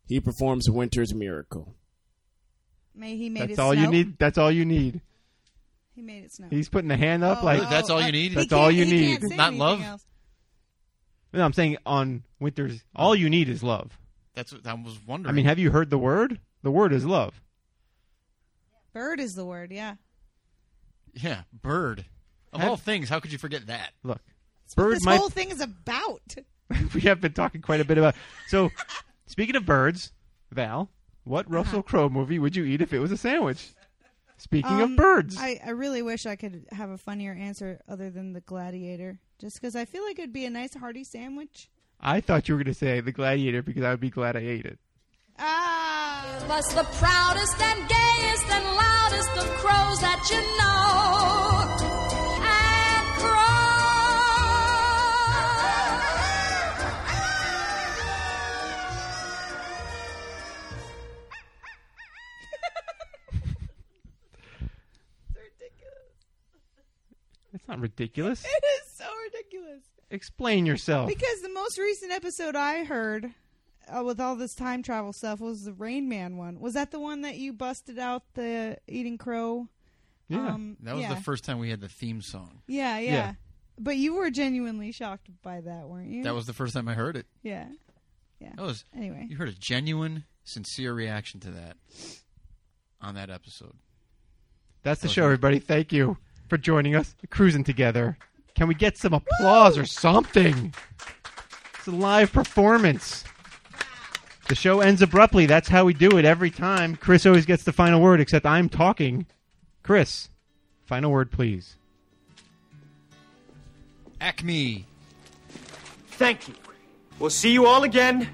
[SPEAKER 16] He performs Winter's miracle.
[SPEAKER 5] May he made it
[SPEAKER 1] That's all
[SPEAKER 5] snow.
[SPEAKER 1] you need. That's all you need.
[SPEAKER 5] He made it snow. Oh,
[SPEAKER 1] He's putting the hand
[SPEAKER 16] Oh,
[SPEAKER 1] up like
[SPEAKER 2] That's all you need?
[SPEAKER 1] That's all you
[SPEAKER 5] he
[SPEAKER 1] need.
[SPEAKER 5] can't say anything else.
[SPEAKER 1] No, I'm saying on Winter's. All you need is love.
[SPEAKER 2] That's what I was wondering.
[SPEAKER 1] I mean, have you heard the word? The word is love.
[SPEAKER 5] Bird is the word, yeah.
[SPEAKER 2] yeah, bird. Of
[SPEAKER 1] Have-
[SPEAKER 2] all things, how could you forget that?
[SPEAKER 1] Look,
[SPEAKER 5] What
[SPEAKER 1] bird
[SPEAKER 5] this
[SPEAKER 1] might.
[SPEAKER 5] whole thing is about.
[SPEAKER 1] we have been talking quite a bit about. So, Speaking of birds, Val, what
[SPEAKER 5] Uh-huh.
[SPEAKER 1] Russell Crowe movie would you eat if it was a sandwich? Speaking
[SPEAKER 5] Um,
[SPEAKER 1] of birds,
[SPEAKER 5] I, I really wish I could have a funnier answer other than the gladiator, just because I feel like it'd be a nice hearty sandwich.
[SPEAKER 1] I thought you were going to say The Gladiator because I would be glad I ate it.
[SPEAKER 5] Ah!
[SPEAKER 12] It was the proudest and gayest and loudest of crows that you know. And
[SPEAKER 1] That's not ridiculous.
[SPEAKER 5] It is so ridiculous.
[SPEAKER 1] Explain yourself.
[SPEAKER 5] Because the most recent episode I heard uh, with all this time travel stuff was the Rain Man one. Was that the one that you busted out the eating crow? Um,
[SPEAKER 2] that was
[SPEAKER 5] yeah.
[SPEAKER 2] the first time we had the theme song.
[SPEAKER 5] Yeah, yeah,
[SPEAKER 2] Yeah.
[SPEAKER 5] But you were genuinely shocked by that, weren't you?
[SPEAKER 2] That was the first time I heard it.
[SPEAKER 5] Yeah. Yeah.
[SPEAKER 2] That was
[SPEAKER 5] anyway.
[SPEAKER 2] You heard a genuine, sincere reaction to that on that episode.
[SPEAKER 1] That's the show, everybody. Thank you for joining us, cruising together. Can we get some applause or something? It's a live performance. The show ends abruptly. That's how we do it every time. Chris always gets the final word, except I'm talking. Chris, final word, please.
[SPEAKER 2] Acme.
[SPEAKER 4] Thank you. We'll see you all again.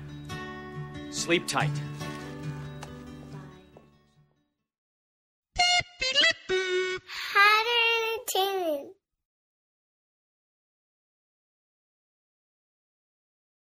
[SPEAKER 4] Sleep tight.